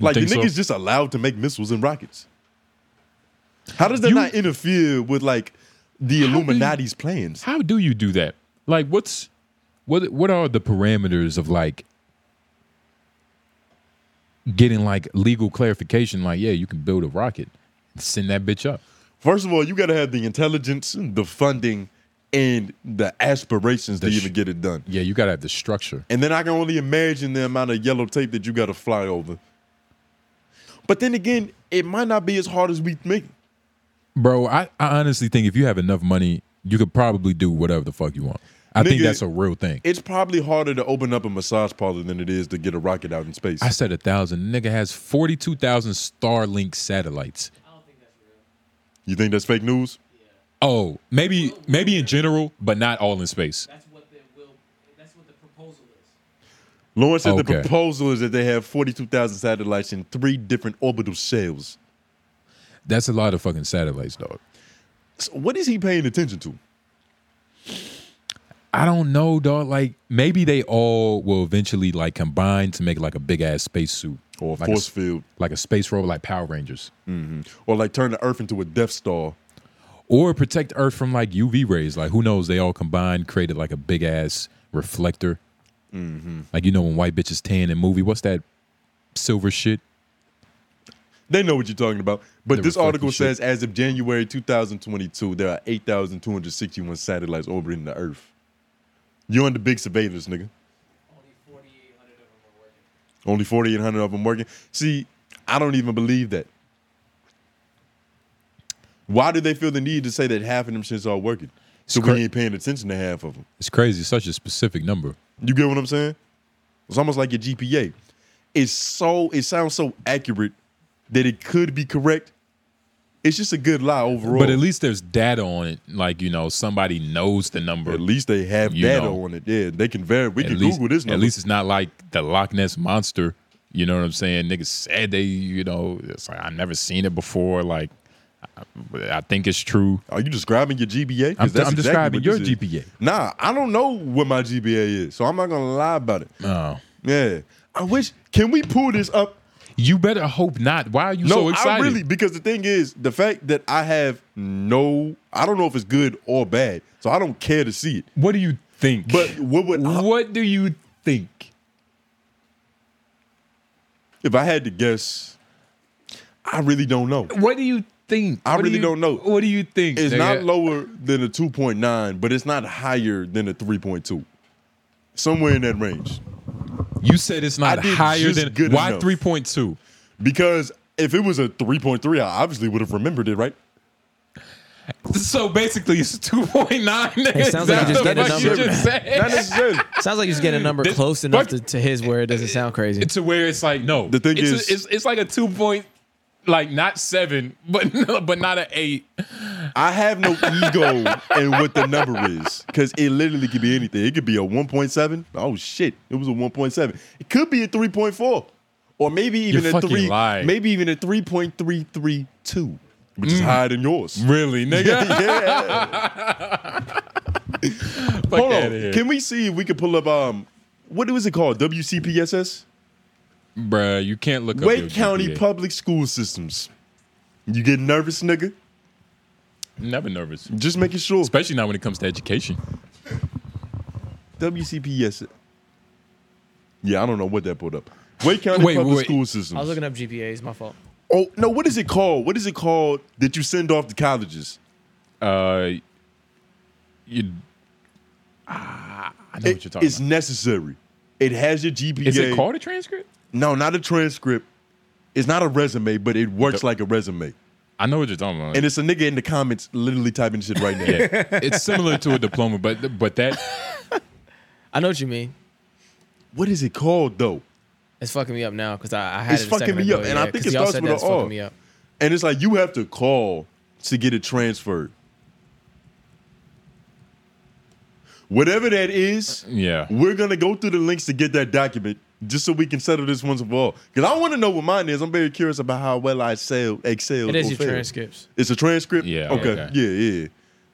Speaker 1: Like the
Speaker 2: think so?
Speaker 1: nigga's just allowed to make missiles and rockets. How does that
Speaker 2: You-
Speaker 1: not interfere with like the Illuminati's plans?
Speaker 2: how do you do that? Like, what's what? What are the parameters of like getting like legal clarification? Like, yeah, you can build a rocket, send that bitch up.
Speaker 1: First of all, you gotta have the intelligence, the funding, and the aspirations to
Speaker 2: The sh-
Speaker 1: even get it done.
Speaker 2: Yeah, you gotta have the structure.
Speaker 1: And then I can only imagine the amount of yellow tape that you got to fly over. But then again, it might not be as hard as we think.
Speaker 2: Bro, I, I honestly think if you have enough money, you could probably do whatever the fuck you want. I think
Speaker 1: Nigga-
Speaker 2: that's a real thing.
Speaker 1: It's probably harder to open up a massage parlor than it is to get a rocket out in space.
Speaker 2: I said a thousand. Nigga has forty two thousand Starlink satellites.
Speaker 1: you think that's fake news?
Speaker 2: Oh, maybe maybe in general, but not all in space.
Speaker 4: That's what the will. That's what the proposal is.
Speaker 1: Lawrence said the
Speaker 2: Okay.
Speaker 1: proposal is that they have 42,000 satellites in three different orbital shells.
Speaker 2: That's a lot of fucking satellites, dog.
Speaker 1: So what is he paying attention to?
Speaker 2: I don't know, dog. Like maybe they all will eventually like combine to make like a big ass space suit
Speaker 1: Or a
Speaker 2: like
Speaker 1: force
Speaker 2: a,
Speaker 1: field?
Speaker 2: like a space robot, like Power Rangers,
Speaker 1: Or like turn the Earth into a Death Star?
Speaker 2: or protect Earth from like UV rays. Like who knows? They all combined created like a big ass reflector.
Speaker 1: Mm-hmm.
Speaker 2: Like you know when white bitches tan in movie, what's that silver shit?
Speaker 1: They know what you're talking about. But
Speaker 2: The
Speaker 1: this article
Speaker 2: reflective shit.
Speaker 1: says as of January 2022, there are 8,261 satellites orbiting the Earth. You're under big surveillance, nigga.
Speaker 4: Only 4,800 of them are working.
Speaker 1: Only 4,800 of them working. See, I don't even believe that. Why do they feel the need to say that half of them shits are working? So
Speaker 2: cra-
Speaker 1: we ain't paying attention to half of them.
Speaker 2: It's crazy. It's such a specific number.
Speaker 1: You get what I'm saying? It's almost like your GPA. It's so it sounds so accurate that it could be correct, It's just a good lie overall.
Speaker 2: But at least there's data on it. Like, you know, somebody knows the number.
Speaker 1: At least they have
Speaker 2: You
Speaker 1: data
Speaker 2: know.
Speaker 1: on it. Yeah, they can verify. We
Speaker 2: At
Speaker 1: can
Speaker 2: least-
Speaker 1: Google this. Number.
Speaker 2: At least it's not like the Loch Ness monster. You know what I'm saying? Niggas said they, you know, it's like I've never seen it before. Like, I, I think it's true.
Speaker 1: Are you describing your GBA? 'Cause
Speaker 2: I'm- I'm describing
Speaker 1: what
Speaker 2: your
Speaker 1: this is.
Speaker 2: GPA.
Speaker 1: Nah, I don't know what my GBA is, so I'm not gonna lie about it.
Speaker 2: Oh.
Speaker 1: Yeah, I wish. Can we pull this up?
Speaker 2: You better hope not. Why are you
Speaker 1: No,
Speaker 2: so excited?
Speaker 1: I really because the thing is the fact that I have no. I don't know if it's good or bad, so I don't care to see it.
Speaker 2: what do you think?
Speaker 1: But what would I,
Speaker 2: what do you think?
Speaker 1: if I had to guess? I really don't know.
Speaker 2: What do you think?
Speaker 1: I
Speaker 2: What do
Speaker 1: really
Speaker 2: you-
Speaker 1: don't know.
Speaker 2: What do you think?
Speaker 1: It's
Speaker 2: nigga?
Speaker 1: not lower than a 2.9, but it's not higher than a 3.2. Somewhere in that range.
Speaker 2: You said it's not
Speaker 1: I did
Speaker 2: higher
Speaker 1: just
Speaker 2: than
Speaker 1: good
Speaker 2: why
Speaker 1: enough.
Speaker 2: three point two.
Speaker 1: Because if it was a 3.3, I obviously would have remembered it, right?
Speaker 2: So basically, it's two point nine.
Speaker 4: It sounds like you just
Speaker 1: Not
Speaker 4: get a
Speaker 1: necessarily.
Speaker 4: number.
Speaker 1: Not necessarily.
Speaker 4: Sounds like you just get a number
Speaker 2: This-
Speaker 4: close enough
Speaker 2: fuck-
Speaker 4: to, to his where it doesn't sound crazy.
Speaker 2: to where it's like no.
Speaker 1: The thing
Speaker 2: it's a-
Speaker 1: is-
Speaker 2: it's, it's like a two point, like not seven, but (laughs) but not an eight.
Speaker 1: I have no ego in what the number is. Because it literally could be anything. It could be a 1.7. Oh, shit. It was a 1.7. It could be a 3.4. Or maybe even
Speaker 2: You're
Speaker 1: a
Speaker 2: fucking
Speaker 1: three,
Speaker 2: lying. Mm.
Speaker 1: maybe even a three point three three two, which is higher than
Speaker 2: (laughs)
Speaker 1: yours.
Speaker 2: Really, nigga.
Speaker 1: (laughs) yeah,
Speaker 2: Fuck
Speaker 1: Hold
Speaker 2: outta
Speaker 1: on.
Speaker 2: here.
Speaker 1: Can we see if we can pull up um what was it called? WCPSS?
Speaker 2: Bruh, you can't look up your
Speaker 1: Wake County
Speaker 2: GPA.
Speaker 1: Public School Systems. You getting nervous, nigga?
Speaker 2: Never nervous,
Speaker 1: Just making sure.
Speaker 2: especially not when it comes to education.
Speaker 1: WCPS. Yeah, I don't know what that pulled up. Wake County
Speaker 2: Wait,
Speaker 1: Public
Speaker 2: wait.
Speaker 1: School
Speaker 4: I was
Speaker 1: Systems.
Speaker 4: looking up GPAs. My fault.
Speaker 1: oh no, what is it called? What is it called that you send off to colleges?
Speaker 2: Uh, you. Ah, I know
Speaker 1: It-
Speaker 2: what you're talking
Speaker 1: it's
Speaker 2: about.
Speaker 1: necessary. It has your GPA.
Speaker 2: Is it called a transcript?
Speaker 1: No, not a transcript. It's not a resume, but it works
Speaker 2: The-
Speaker 1: like a resume.
Speaker 2: I know what you're talking about.
Speaker 1: And it's a nigga in the comments literally typing shit right now.
Speaker 2: yeah, it's similar to a diploma, but but that
Speaker 4: I know what you mean.
Speaker 1: What is it called though?
Speaker 4: It's fucking me up now because I, I had
Speaker 1: It's
Speaker 4: it a
Speaker 1: fucking
Speaker 4: second
Speaker 1: me
Speaker 4: ago,
Speaker 1: up, and I
Speaker 4: yeah,
Speaker 1: think
Speaker 4: 'cause
Speaker 1: it
Speaker 4: y'all
Speaker 1: starts
Speaker 4: said
Speaker 1: with
Speaker 4: that
Speaker 1: an
Speaker 4: was
Speaker 1: R.
Speaker 4: fucking me up.
Speaker 1: And it's like you have to call to get it transferred. Whatever that is,
Speaker 2: yeah.
Speaker 1: we're gonna go through the links to get that document just so we can settle this once and for all. Because I want to know what mine is. I'm very curious about how well I excel. excel
Speaker 4: It is your
Speaker 1: failed.
Speaker 4: transcripts.
Speaker 1: It's a transcript.
Speaker 2: Yeah,
Speaker 1: Okay.
Speaker 2: okay.
Speaker 1: Yeah. Yeah.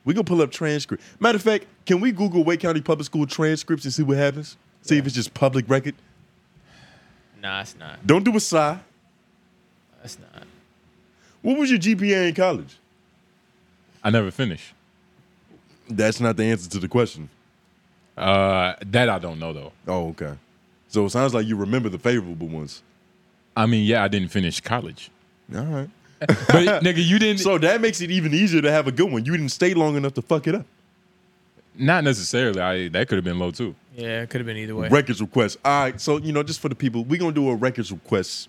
Speaker 1: We gonna pull up transcript. Matter of fact, can we Google Wake County Public School transcripts and see what happens? See if it's just public record.
Speaker 4: Nah, it's not.
Speaker 1: Don't do a sigh.
Speaker 4: It's not.
Speaker 1: What was your GPA in college?
Speaker 2: I never finished.
Speaker 1: That's not the answer to the question.
Speaker 2: Uh, that I don't know though.
Speaker 1: Oh, okay. So it sounds like you remember the favorable ones.
Speaker 2: I mean, yeah, I didn't finish college.
Speaker 1: All right. (laughs)
Speaker 2: But nigga, you didn't.
Speaker 1: So that makes it even easier to have a good one. You didn't stay long enough to fuck it up.
Speaker 2: not necessarily. I that could have been low too.
Speaker 4: Yeah, it could have been either way.
Speaker 1: Records request. All right. So, you know, just for the people, we're going to do a records request.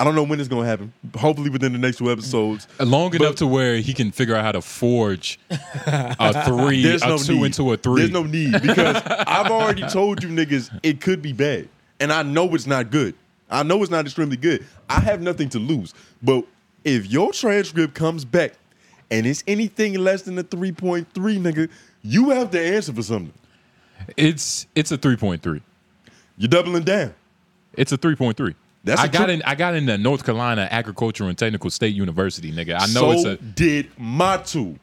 Speaker 1: I don't know when it's going to happen. Hopefully within the next two episodes.
Speaker 2: Long enough to where he can figure out how to forge
Speaker 1: (laughs)
Speaker 2: a three,
Speaker 1: There's
Speaker 2: a
Speaker 1: no
Speaker 2: two
Speaker 1: need.
Speaker 2: into a three.
Speaker 1: There's no need
Speaker 2: (laughs)
Speaker 1: because I've already told you niggas it could be bad. And I know it's not good. I know it's not extremely good. I have nothing to lose. But if your transcript comes back and it's anything less than a 3.3, nigga, you have to answer for something.
Speaker 2: It's it's a three point three.
Speaker 1: You're doubling down.
Speaker 2: It's a three point three.
Speaker 1: That's
Speaker 2: I
Speaker 1: a
Speaker 2: got
Speaker 1: tri-
Speaker 2: in. I got into North Carolina Agricultural and Technical State University, nigga. I
Speaker 1: so
Speaker 2: know it's a.
Speaker 1: did Matu.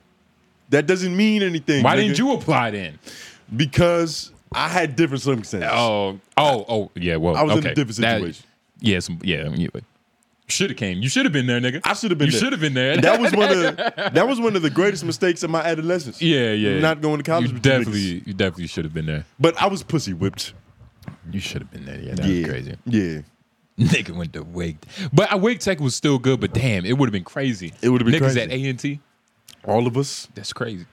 Speaker 1: That doesn't mean anything.
Speaker 2: Why
Speaker 1: nigga,
Speaker 2: didn't you apply then?
Speaker 1: Because I had different circumstances.
Speaker 2: Oh, oh, oh, yeah. Well,
Speaker 1: I was in
Speaker 2: okay.
Speaker 1: a different
Speaker 2: That-
Speaker 1: situation.
Speaker 2: Yes, yeah. Should have came. You should have been there, nigga.
Speaker 1: I should have been
Speaker 2: You
Speaker 1: there.
Speaker 2: should have been (laughs) there.
Speaker 1: that was one of that was one of the greatest mistakes of my adolescence.
Speaker 2: yeah, yeah.
Speaker 1: Not going to college.
Speaker 2: You
Speaker 1: with you niggas.
Speaker 2: definitely, you definitely should have been there.
Speaker 1: But I was pussy whipped.
Speaker 2: You should have been there. Yeah, that was crazy. (laughs)
Speaker 1: Yeah.
Speaker 2: Nigga went to Wake, but uh, Wake Tech was still good. But damn, it would have been crazy.
Speaker 1: It would've been
Speaker 2: niggas
Speaker 1: crazy.
Speaker 2: at A and T.
Speaker 1: All of us.
Speaker 2: That's crazy.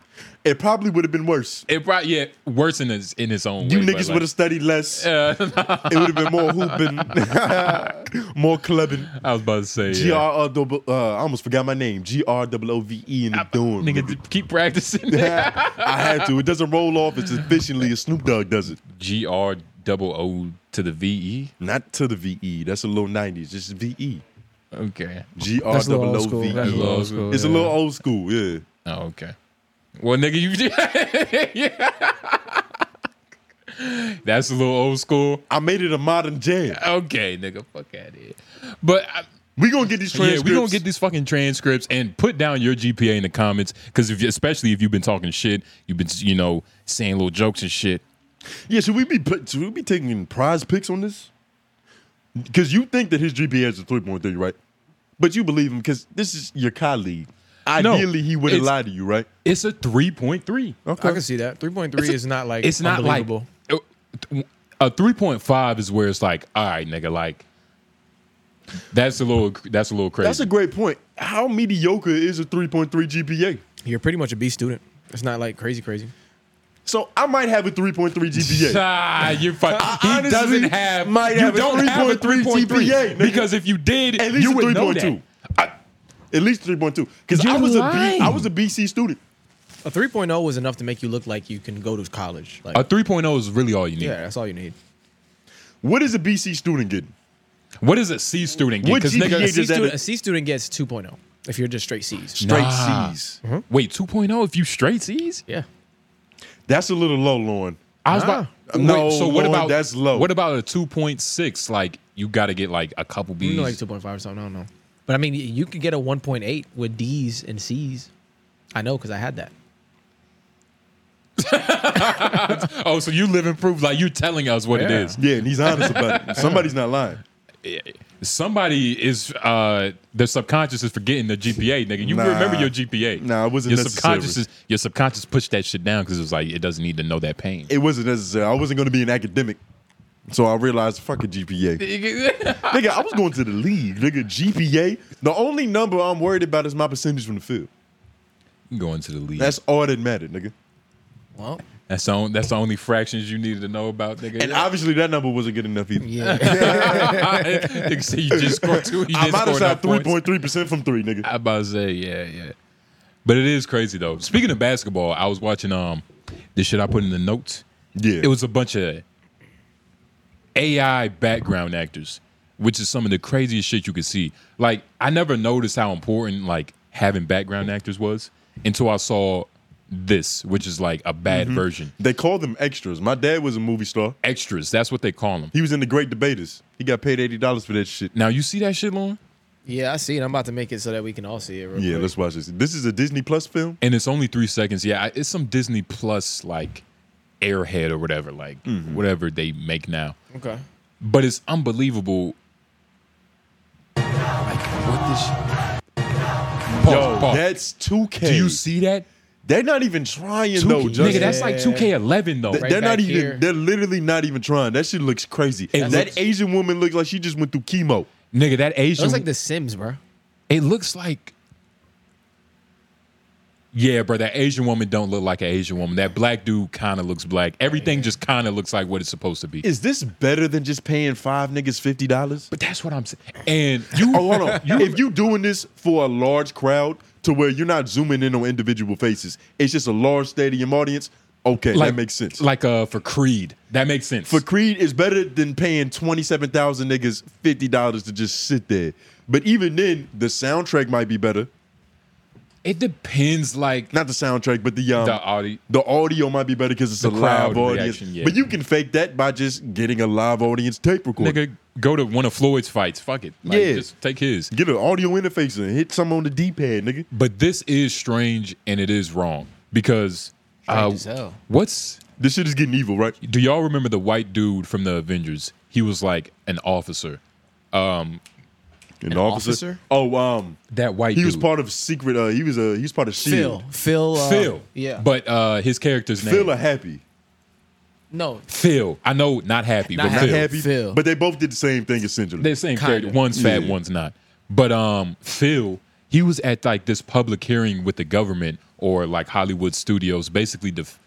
Speaker 1: It probably would have been worse.
Speaker 2: It probably yeah worse in its in its own.
Speaker 1: You
Speaker 2: way, but,
Speaker 1: niggas
Speaker 2: like, uh,
Speaker 1: would have studied less. it would have been more hooping, more clubbing.
Speaker 2: (laughs) I was about to say
Speaker 1: G
Speaker 2: yeah.
Speaker 1: R O double. Uh, I almost forgot my name. G R O O V E in the dorm.
Speaker 2: Ah, Nigga,
Speaker 1: nigga.
Speaker 2: d- keep
Speaker 1: (laughs)
Speaker 2: practicing.
Speaker 1: I had to. It doesn't roll off as efficiently as Snoop Dogg does it.
Speaker 2: G R double O to the V E.
Speaker 1: Not to the V E. That's a little nineties. Just V E.
Speaker 2: Okay.
Speaker 1: G R
Speaker 4: That's a little
Speaker 1: O
Speaker 4: old
Speaker 1: O
Speaker 4: school.
Speaker 1: V
Speaker 4: That's a
Speaker 1: E.
Speaker 4: little old school.
Speaker 1: It's a
Speaker 4: yeah.
Speaker 1: little old school, yeah.
Speaker 2: Oh, okay. Well, nigga, you. (laughs) yeah. That's a little old school.
Speaker 1: I made it a modern jam.
Speaker 2: Okay, nigga, fuck out of here. But uh, I,
Speaker 1: We gonna get these transcripts.
Speaker 2: yeah, we gonna get these fucking transcripts and put down your GPA in the comments because if you, especially if you've been talking shit, you've been you know saying little jokes and shit.
Speaker 1: Yeah, should we be put, should we be taking prize picks on this? Because you think that his GPA is a three point three, right? But you believe him because this is your colleague.
Speaker 2: No,
Speaker 1: Ideally, he wouldn't
Speaker 2: it's-
Speaker 1: lie to you, right?
Speaker 2: It's a three point three.
Speaker 1: Okay.
Speaker 4: I can see that. Three point three is not like
Speaker 2: It's not like uh,
Speaker 4: unbelievable.
Speaker 2: a three point five is where it's like, all right, nigga, like that's a little that's a little crazy.
Speaker 1: That's a great point. How mediocre is a three point three GPA?
Speaker 4: You're pretty much a B student. It's not like crazy, crazy.
Speaker 1: So I might have a three point three GPA.
Speaker 2: Ah, you're fine. He
Speaker 1: honestly
Speaker 2: doesn't have.
Speaker 1: might
Speaker 2: you
Speaker 1: have a
Speaker 2: don't have a
Speaker 1: 3.3
Speaker 2: 3.3
Speaker 1: GPA, nigga.
Speaker 2: because if you did,
Speaker 1: At least
Speaker 2: you
Speaker 1: a
Speaker 2: would
Speaker 1: three
Speaker 2: know
Speaker 1: point
Speaker 2: that.
Speaker 1: two. At least three point two. Because I
Speaker 2: You're
Speaker 1: was a
Speaker 2: lying.
Speaker 1: B, I was a BC student.
Speaker 4: A 3.0 was enough to make you look like you can go to college. Like,
Speaker 2: A 3.0 is really all you need.
Speaker 4: yeah, that's all you need.
Speaker 1: What is a BC student getting?
Speaker 2: What does a C student get?
Speaker 1: What
Speaker 2: Because
Speaker 1: GPA
Speaker 2: nigga,
Speaker 4: A
Speaker 1: does
Speaker 4: C,
Speaker 1: that-
Speaker 4: student, a C student gets 2.0 if you're just straight C's.
Speaker 1: Straight
Speaker 2: Nah.
Speaker 1: C's.
Speaker 2: wait, 2.0 if you straight C's?
Speaker 4: Yeah.
Speaker 1: That's a little low, Lauren.
Speaker 2: I was about.
Speaker 1: Ah. No,
Speaker 2: wait, so what
Speaker 1: Lauren,
Speaker 2: about
Speaker 1: that's low.
Speaker 2: What about a 2.6? Like you got to get like a couple B's.
Speaker 4: You know, like 2.5 or something. I don't know. But I mean, y- you could get a 1.8 with D's and C's. I know because I had that.
Speaker 2: oh, so you live in proof. Like you're telling us what it
Speaker 4: Yeah.
Speaker 2: is.
Speaker 1: Yeah, and he's honest about
Speaker 2: (laughs)
Speaker 1: it. Somebody's not lying.
Speaker 2: Somebody is uh their subconscious is forgetting their GPA, nigga. You
Speaker 1: Nah.
Speaker 2: remember your GPA?
Speaker 1: Nah, it wasn't
Speaker 2: your
Speaker 1: necessary.
Speaker 2: subconscious. Is, your subconscious pushed that shit down because it was like it doesn't need to know that pain.
Speaker 1: It wasn't necessary. I wasn't going to be an academic. So I realized, fuck a GPA. nigga, I was going to the league. Nigga, GPA. The only number I'm worried about is my percentage from the field.
Speaker 2: (laughs) Going to the league. That's
Speaker 1: That's all that mattered, nigga.
Speaker 4: (laughs) Well,
Speaker 2: that's the, on, that's the only fractions you needed to know about, nigga.
Speaker 1: And obviously that number wasn't good enough either.
Speaker 4: yeah.
Speaker 2: Nigga said you just scored two. You
Speaker 1: I
Speaker 2: didn't
Speaker 1: might have
Speaker 2: score enough
Speaker 1: shot
Speaker 2: points.
Speaker 1: 3.3% from three, nigga.
Speaker 2: I about to say, yeah, yeah. But it is crazy though. Speaking of basketball, I was watching um this shit I put in the notes.
Speaker 1: Yeah.
Speaker 2: It was a bunch of AI background actors, which is some of the craziest shit you could see. Like, I never noticed how important like having background actors was until I saw this, which is like a bad
Speaker 1: Mm-hmm.
Speaker 2: version.
Speaker 1: They call them extras. My dad was a movie star.
Speaker 2: Extras, that's what they call them.
Speaker 1: He was in the Great Debaters. He got paid $80 for that shit.
Speaker 2: Now you see that shit, Lauren?
Speaker 4: yeah, I see it. I'm about to make it so that we can all see it. Real
Speaker 1: Yeah,
Speaker 4: quick.
Speaker 1: let's watch this. This is a Disney Plus film.
Speaker 2: and it's only three seconds. Yeah, I- it's some Disney Plus like Airhead or whatever, like
Speaker 1: Mm-hmm.
Speaker 2: whatever they make now.
Speaker 4: Okay.
Speaker 2: But it's unbelievable. Like what this? Sh- pause,
Speaker 1: Yo,
Speaker 2: pause.
Speaker 1: that's 2K.
Speaker 2: Do you see that?
Speaker 1: They're not even trying,
Speaker 2: Two,
Speaker 1: though,
Speaker 2: nigga,
Speaker 1: Justin.
Speaker 2: that's like two K eleven though.
Speaker 1: Th-
Speaker 4: Right
Speaker 1: they're not
Speaker 4: back
Speaker 1: even.
Speaker 4: here.
Speaker 1: They're literally not even trying. That shit looks crazy. that
Speaker 4: looks-
Speaker 1: Asian woman looks like she just went through chemo.
Speaker 2: nigga, that
Speaker 4: It
Speaker 2: Asian.
Speaker 4: looks like The Sims, bro.
Speaker 2: it looks like. Yeah, bro, that Asian woman don't look like an Asian woman. That black dude kind of looks black. Everything just kind of looks like what it's supposed to be.
Speaker 1: Is this better than just paying five niggas fifty dollars?
Speaker 2: But that's what I'm saying. And (laughs) you,
Speaker 1: Oh, hold on. if you doing this for a large crowd to where you're not zooming in on individual faces, it's just a large stadium audience. Okay, that makes sense.
Speaker 2: Like uh, for Creed, that makes sense.
Speaker 1: for Creed is better than paying twenty seven thousand niggas fifty dollars to just sit there. But even then, the soundtrack might be better.
Speaker 2: it depends, like
Speaker 1: Not the soundtrack, but the um,
Speaker 2: the audio.
Speaker 1: the audio might be better because it's
Speaker 2: The
Speaker 1: a live
Speaker 2: crowd
Speaker 1: audience.
Speaker 2: reaction, yeah.
Speaker 1: But you can fake that by just getting a live audience tape recorder.
Speaker 2: Nigga, go to one of Floyd's fights. Fuck it. Like,
Speaker 1: Yeah.
Speaker 2: just take his.
Speaker 1: Get an audio interface and hit some on the D pad, nigga.
Speaker 2: But this is strange and it is wrong because
Speaker 4: Strange
Speaker 2: uh,
Speaker 4: as hell.
Speaker 2: what's
Speaker 1: This shit is getting evil, right?
Speaker 2: do y'all remember the white dude from the Avengers? He was like an officer.
Speaker 1: An, officer.
Speaker 4: officer?
Speaker 1: Oh, um,
Speaker 2: That white
Speaker 1: he was
Speaker 2: dude.
Speaker 1: part of secret. Uh, he was a he was part of Shield.
Speaker 4: Phil. Phil. Uh,
Speaker 2: Phil.
Speaker 4: Yeah.
Speaker 2: But uh, his character's
Speaker 1: Phil or
Speaker 2: name.
Speaker 1: happy,
Speaker 4: no.
Speaker 2: Phil. I know, not happy,
Speaker 4: Not
Speaker 2: but
Speaker 1: not
Speaker 2: Phil.
Speaker 1: happy.
Speaker 4: Phil.
Speaker 1: But they both did the same thing essentially.
Speaker 2: They're the same
Speaker 4: Kinda.
Speaker 2: character. One's fat,
Speaker 1: Yeah.
Speaker 2: one's not. But um, Phil, he was at like this public hearing with the government or like Hollywood studios, basically def-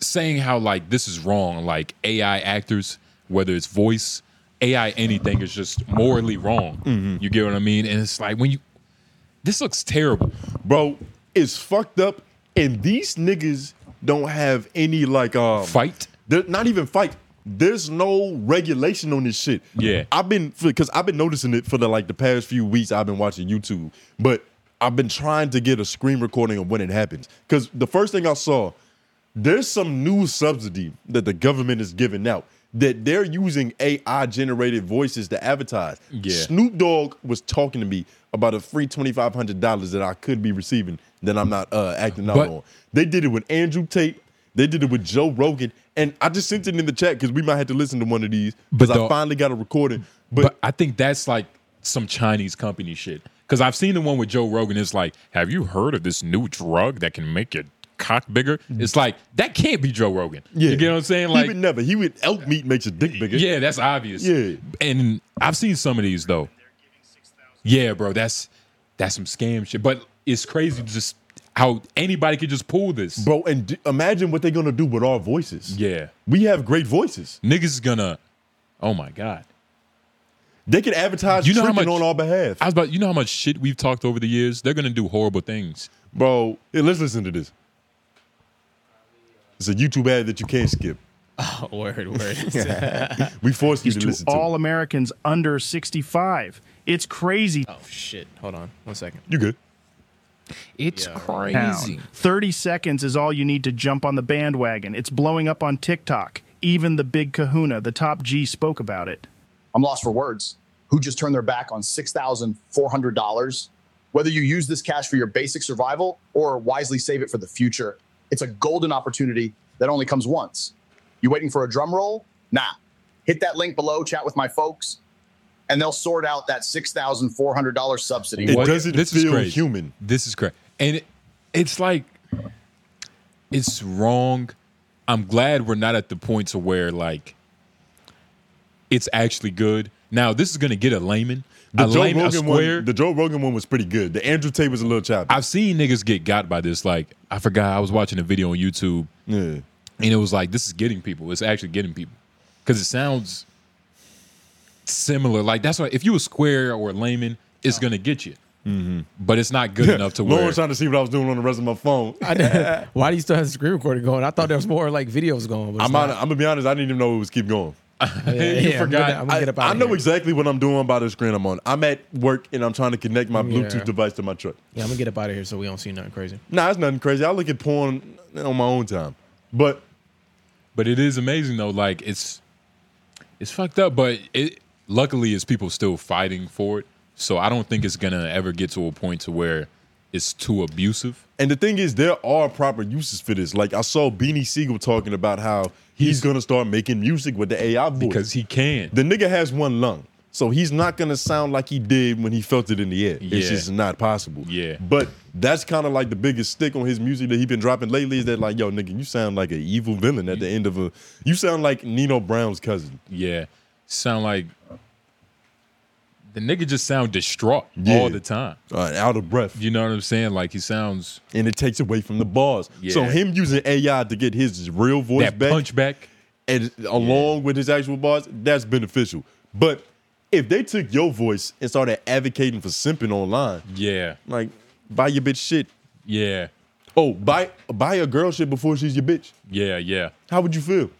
Speaker 2: saying how like this is wrong. Like AI actors, whether it's voice, AI anything, is just morally wrong. You get what I mean? And it's like when you, this looks terrible.
Speaker 1: Bro, it's fucked up, and these niggas don't have any like um
Speaker 2: Fight.
Speaker 1: They're not even fight. there's no regulation on this shit.
Speaker 2: Yeah.
Speaker 1: I've been because I've been noticing it for the like the past few weeks. I've been watching YouTube, but I've been trying to get a screen recording of when it happens. Because the first thing I saw, there's some new subsidy that the government is giving out that they're using AI generated voices to advertise.
Speaker 2: Yeah.
Speaker 1: Snoop Dogg was talking to me about a free twenty five hundred dollars that I could be receiving that I'm not uh, acting out
Speaker 2: But-
Speaker 1: on. They did it with Andrew Tate. They did it with Joe Rogan, and I just sent it in the chat because we might have to listen to one of these because
Speaker 2: But
Speaker 1: I
Speaker 2: the-
Speaker 1: finally got a recording. But,
Speaker 2: But, I think that's like some Chinese company shit. Because I've seen the one with Joe Rogan. It's like, have you heard of this new drug that can make your cock bigger? It's like that can't be Joe Rogan.
Speaker 1: Mm. yeah,
Speaker 2: You get what I'm saying?
Speaker 1: he
Speaker 2: Like,
Speaker 1: would never. He would elk meat makes your dick bigger.
Speaker 2: yeah, that's obvious.
Speaker 1: Yeah.
Speaker 2: and I've seen some of these though. Yeah, bro, that's that's some scam shit. But it's crazy just how anybody could just pull this.
Speaker 1: bro. And d- imagine what they're gonna do with our voices.
Speaker 2: Yeah,
Speaker 1: we have great voices.
Speaker 2: niggas is gonna. Oh my god.
Speaker 1: They can advertise
Speaker 2: You know how
Speaker 1: tricking
Speaker 2: much-
Speaker 1: on our behalf,
Speaker 2: I was about you know how much shit we've talked over the years. They're gonna do horrible things.
Speaker 1: bro. yeah, let's listen to this. It's a YouTube ad that you can't skip.
Speaker 4: (laughs) word, (laughs) word.
Speaker 1: We forced you to
Speaker 5: to
Speaker 1: listen to.
Speaker 5: all
Speaker 1: it.
Speaker 5: Americans under 65. It's crazy.
Speaker 4: oh shit. Hold on. One second.
Speaker 1: You good?
Speaker 2: It's
Speaker 5: town.
Speaker 2: crazy.
Speaker 5: 30 seconds is all you need to jump on the bandwagon. It's blowing up on TikTok. Even the big kahuna, the top G, spoke about it.
Speaker 6: I'm lost for words, who just turned their back on $6,400. Whether you use this cash for your basic survival or wisely save it for the future, it's a golden opportunity that only comes once. You waiting for a drum roll? Nah. Hit that link below, chat with my folks, and they'll sort out that $6,400 subsidy.
Speaker 1: It
Speaker 2: What?
Speaker 1: doesn't
Speaker 2: This is
Speaker 1: feel
Speaker 2: crazy.
Speaker 1: human.
Speaker 2: This is crazy. And it, it's like it's wrong. I'm glad we're not at the point to where like it's actually good. Now this is gonna get a layman.
Speaker 1: The
Speaker 2: a
Speaker 1: Joe
Speaker 2: layman, a
Speaker 1: Rogan
Speaker 2: square.
Speaker 1: one. The Joe Rogan one was pretty good. The Andrew Tate was a little choppy.
Speaker 2: I've seen niggas get got by this. Like I forgot I was watching a video on YouTube
Speaker 1: yeah.
Speaker 2: and it was like this is getting people. It's actually getting people because it sounds similar. Like that's why if you a square or a layman, it's gonna get you.
Speaker 1: Mm-hmm.
Speaker 2: But it's not good enough to
Speaker 1: Lauren
Speaker 2: where
Speaker 1: trying to see what I was doing on the rest of my phone. I,
Speaker 4: (laughs) Why do you still have the screen recording going? I thought there was more like videos going. But it's
Speaker 1: am
Speaker 4: not.
Speaker 1: on, I'm gonna be honest. I didn't even know it was keep going.
Speaker 4: Yeah,
Speaker 2: you
Speaker 4: yeah, I'm
Speaker 2: forgot.
Speaker 4: gonna- I'm gonna,
Speaker 1: I,
Speaker 4: get up out
Speaker 1: I
Speaker 4: of
Speaker 1: know
Speaker 4: here.
Speaker 1: exactly what I'm doing by the screen I'm on. I'm at work and I'm trying to connect my Bluetooth
Speaker 4: Yeah.
Speaker 1: device to my truck.
Speaker 4: Yeah, I'm gonna get up out of here so we don't see nothing crazy.
Speaker 1: Nah, it's nothing crazy. I look at porn on my own time, but
Speaker 2: But it is amazing though. Like it's it's fucked up, but it luckily is people still fighting for it. So I don't think it's gonna ever get to a point to where it's too abusive.
Speaker 1: And the thing is, there are proper uses for this. Like I saw Beanie Siegel talking about how he's gonna start making music with the AI voice.
Speaker 2: Because he can.
Speaker 1: the nigga has one lung, so he's not gonna sound like he did when he felt it in the air. It's
Speaker 2: Yeah.
Speaker 1: just not possible.
Speaker 2: Yeah.
Speaker 1: But that's kind of like the biggest stick on his music that he's been dropping lately. Is that like, yo, nigga, you sound like an evil villain at the end of a. You sound like Nino Brown's cousin.
Speaker 2: yeah. Sound like the nigga just sound distraught
Speaker 1: Yeah.
Speaker 2: all the time.
Speaker 1: Uh, out of breath,
Speaker 2: You know what I'm saying? Like he sounds
Speaker 1: and it takes away from the bars. So
Speaker 2: Yeah.
Speaker 1: him using AI to get his real voice
Speaker 2: that
Speaker 1: back,
Speaker 2: punchback.
Speaker 1: and along with his actual bars, that's beneficial. But if they took your voice and started advocating for simping online,
Speaker 2: Yeah.
Speaker 1: like buy your bitch shit.
Speaker 2: Yeah.
Speaker 1: Oh, buy buy a girl shit before she's your bitch.
Speaker 2: Yeah. Yeah.
Speaker 1: How would you feel?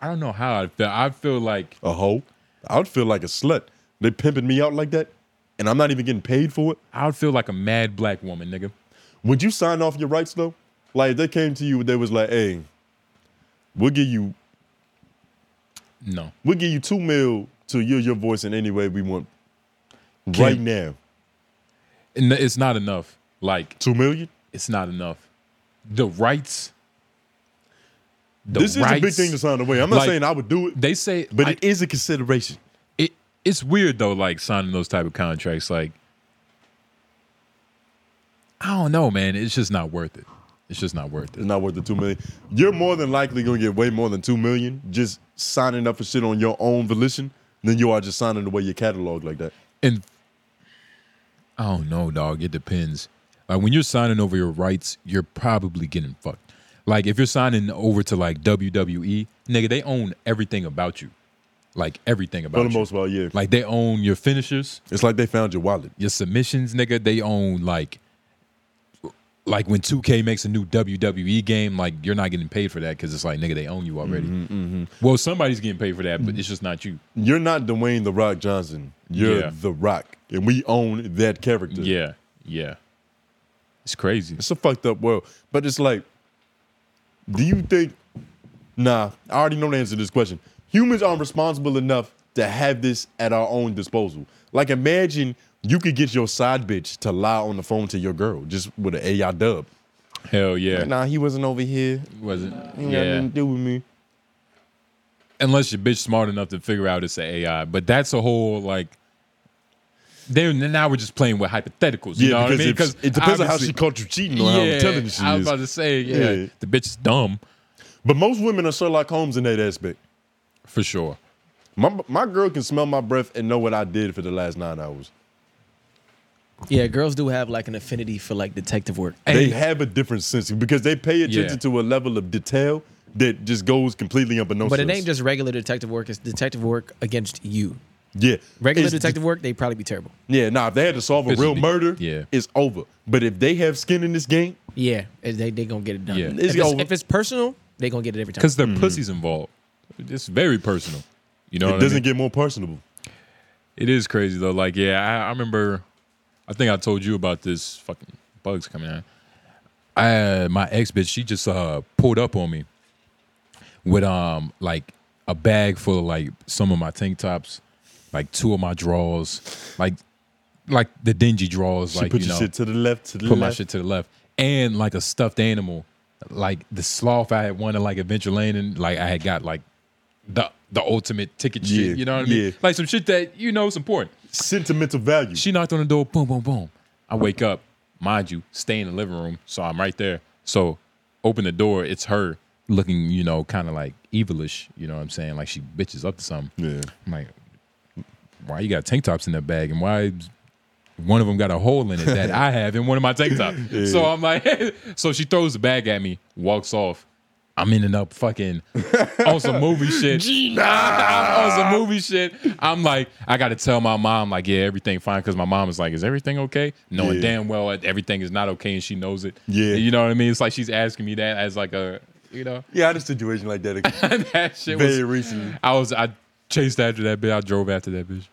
Speaker 2: I don't know how I feel. I feel like
Speaker 1: A hoe? I would feel like a slut. They pimping me out like that, and I'm not even getting paid for it.
Speaker 2: I would feel like a mad black woman, nigga.
Speaker 1: Would you sign off your rights though? Like if they came to you, they was like, "Hey, we'll give you
Speaker 2: No.
Speaker 1: we'll give you two mil to use your voice in any way we want." Right now,
Speaker 2: And it's not enough. Like
Speaker 1: two million.
Speaker 2: it's not enough. The rights. The
Speaker 1: this is a big
Speaker 2: rights-
Speaker 1: thing to sign away. I'm not
Speaker 2: Like,
Speaker 1: saying I would do it,
Speaker 2: They say,
Speaker 1: but
Speaker 2: I-
Speaker 1: it is a consideration.
Speaker 2: it it's weird though, like signing those type of contracts. Like, I don't know, man. It's just not worth it. It's just not worth
Speaker 1: It's
Speaker 2: it.
Speaker 1: not worth the two million. You're more than likely gonna get way more than two million just signing up for shit on your own volition than you are just signing away your catalog like that.
Speaker 2: And I don't know, dog. It depends. Like when you're signing over your rights, you're probably getting fucked. Like if you're signing over to like WWE, nigga, they own everything about you. Like everything about
Speaker 1: For the
Speaker 2: you.
Speaker 1: most part, yeah.
Speaker 2: like they own your finishers.
Speaker 1: It's like they found your wallet.
Speaker 2: your submissions, nigga, they own like like when 2K makes a new WWE game, like you're not getting paid for that because it's like nigga, they own you already.
Speaker 1: Mm-hmm,
Speaker 2: Well, somebody's getting paid for that, but it's just not you.
Speaker 1: You're not Dwayne the Rock Johnson. You're
Speaker 2: Yeah.
Speaker 1: the Rock, and we own that character.
Speaker 2: Yeah, yeah. It's crazy.
Speaker 1: It's a fucked up world. But it's like, do you think? Nah, I already know the answer to this question. Humans aren't responsible enough to have this at our own disposal. Like, imagine you could get your side bitch to lie on the phone to your girl just with an AI dub.
Speaker 2: Hell yeah.
Speaker 1: Nah, he wasn't over here.
Speaker 2: Was it?
Speaker 1: He ain't got
Speaker 2: Yeah.
Speaker 1: nothing to do with me.
Speaker 2: Unless your bitch smart enough to figure out it's an AI, but that's a whole like. They're now we're just playing with hypotheticals. You know what I mean?
Speaker 1: Because
Speaker 2: Because
Speaker 1: it depends on how
Speaker 2: obviously-
Speaker 1: she caught you cheating or how intelligent she
Speaker 2: I was
Speaker 1: is.
Speaker 2: about to say, yeah,
Speaker 1: Yeah.
Speaker 2: the bitch is dumb
Speaker 1: But most women are Sherlock Holmes in that aspect.
Speaker 2: for sure.
Speaker 1: My, my girl can smell my breath and know what I did for the last nine hours.
Speaker 4: Yeah, girls do have like an affinity for like detective work.
Speaker 1: They
Speaker 2: Hey.
Speaker 1: have a different sense because they pay attention
Speaker 2: Yeah.
Speaker 1: to a level of detail that just goes completely unbeknownst.
Speaker 4: But
Speaker 1: to
Speaker 4: it
Speaker 1: us.
Speaker 4: ain't just regular detective work. It's detective work against you.
Speaker 1: yeah
Speaker 4: Regular
Speaker 1: It's-
Speaker 4: detective work, they probably be terrible.
Speaker 1: Yeah, nah. If they had to solve a
Speaker 2: It's
Speaker 1: real
Speaker 2: be-
Speaker 1: murder,
Speaker 2: yeah.
Speaker 1: it's over. But if they have skin in this game,
Speaker 4: Yeah, eh, they they gonna get it done.
Speaker 2: Yeah.
Speaker 4: If,
Speaker 1: It's
Speaker 4: it's,
Speaker 1: over.
Speaker 4: if it's personal, they gonna get it every time.
Speaker 2: Because their pussy's involved. It's very personal. You know,
Speaker 1: Hmm. it
Speaker 2: what
Speaker 1: doesn't
Speaker 2: I mean?
Speaker 1: get more personable.
Speaker 2: It is crazy though. Like, yeah, I, I remember. I think I told you about this fucking bugs coming out. I my ex bitch, she just uh pulled up on me with um like a bag full of like some of my tank tops, like two of my drawers, like like the dingy drawers,
Speaker 1: She
Speaker 2: like
Speaker 1: put
Speaker 2: you
Speaker 1: your
Speaker 2: know,
Speaker 1: shit to the left, to the
Speaker 2: put my
Speaker 1: left.
Speaker 2: shit to the left, and like a stuffed animal, like the sloth I had won at like Adventure Lane, and like I had got like the the ultimate ticket shit.
Speaker 1: Yeah,
Speaker 2: You know what I mean?
Speaker 1: yeah.
Speaker 2: Like some shit that you know is important.
Speaker 1: Sentimental value.
Speaker 2: She knocked on the door, boom, boom, boom. I wake up, mind you, stay in the living room, so I'm right there. So open the door, it's her looking, you know, kind of like evilish. You know what I'm saying? Like she bitches up to something.
Speaker 1: yeah.
Speaker 2: I'm like, why you got tank tops in that bag, and why one of them got a hole in
Speaker 1: (laughs)
Speaker 2: it that I have in one of my tank tops? So I'm like, (laughs) so she throws the bag at me, walks off. I'm ending
Speaker 1: (laughs)
Speaker 2: up fucking on some movie shit. I'm (laughs) on some movie shit. I'm like, I got to tell my mom, like, yeah, everything fine, because my mom is like, is everything okay? Knowing
Speaker 1: Yeah.
Speaker 2: damn well that everything is not okay, and she knows it.
Speaker 1: Yeah.
Speaker 2: you know what I mean. It's like she's asking me that as like a, you know, (laughs)
Speaker 1: Yeah, I had a situation like that
Speaker 2: that shit was
Speaker 1: very recently.
Speaker 2: I was I chased after that bitch. I drove after that bitch.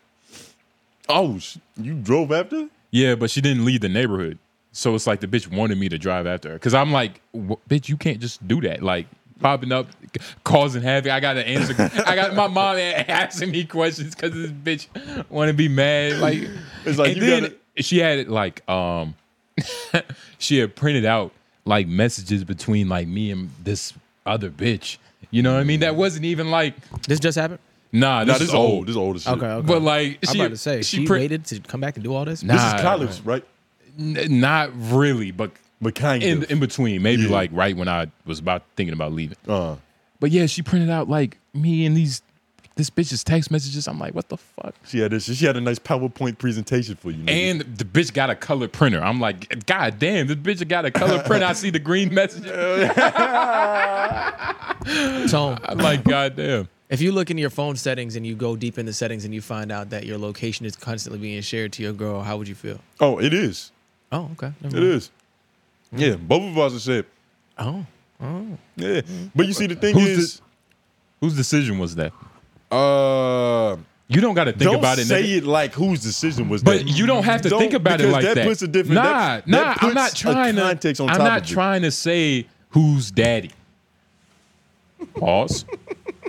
Speaker 1: Oh, sh- you drove after?
Speaker 2: Yeah, but she didn't leave the neighborhood. So it's like the bitch wanted me to drive after her because I'm like, "Wha- bitch, you can't just do that. Like popping up, c- causing havoc. I got to answer. I got my mom a- (laughs) asking me questions because this bitch want to be mad. Like
Speaker 1: (laughs) It's like
Speaker 2: and
Speaker 1: you
Speaker 2: then
Speaker 1: gotta-
Speaker 2: she had it like um, (laughs) she had printed out like messages between like me and this other bitch. You know what I mean? That wasn't even like
Speaker 4: this just happened.
Speaker 2: nah. This,
Speaker 1: Nah,
Speaker 2: is,
Speaker 1: this is
Speaker 2: old.
Speaker 1: old. This is old as shit.
Speaker 4: Okay, okay.
Speaker 2: But like
Speaker 4: I'm
Speaker 2: she,
Speaker 4: about to say she,
Speaker 2: print-
Speaker 4: waited to come back and do all this.
Speaker 2: Nah.
Speaker 1: This is college, right?
Speaker 2: N- not really, but
Speaker 1: But kind
Speaker 2: in
Speaker 1: of.
Speaker 2: in between, maybe
Speaker 1: Yeah.
Speaker 2: like right when I was about thinking about leaving.
Speaker 1: uh,
Speaker 2: But yeah, she printed out like me and these this bitch's text messages. I'm like, what the fuck?
Speaker 1: she had this. She had a nice PowerPoint presentation for you. nigga.
Speaker 2: And the bitch got a color printer. I'm like, god damn, this bitch got a color printer. I see the
Speaker 1: (laughs)
Speaker 2: green messages.
Speaker 4: Tone.
Speaker 2: I'm like, god damn.
Speaker 4: If you look into your phone settings and you go deep in the settings and you find out that your location is constantly being shared to your girl, how would you feel?
Speaker 1: oh, it is.
Speaker 4: Oh, okay. Never
Speaker 1: It
Speaker 4: mind.
Speaker 1: is. Yeah, both of us are said.
Speaker 4: Oh,
Speaker 1: Yeah, but you see, the thing
Speaker 2: Who's
Speaker 1: is,
Speaker 2: Whose decision was that?
Speaker 1: uh,
Speaker 2: You don't got to think
Speaker 1: don't
Speaker 2: about it.
Speaker 1: say
Speaker 2: nigga.
Speaker 1: it like whose decision was.
Speaker 2: But
Speaker 1: that.
Speaker 2: you don't have to
Speaker 1: Don't,
Speaker 2: think about it
Speaker 1: because
Speaker 2: like that.
Speaker 1: that puts a different-
Speaker 2: Nah,
Speaker 1: that-
Speaker 2: nah.
Speaker 1: that
Speaker 2: I'm not
Speaker 1: puts a
Speaker 2: trying to.
Speaker 1: context on
Speaker 2: I'm
Speaker 1: top
Speaker 2: not
Speaker 1: of it.
Speaker 2: trying to say who's daddy. Pause.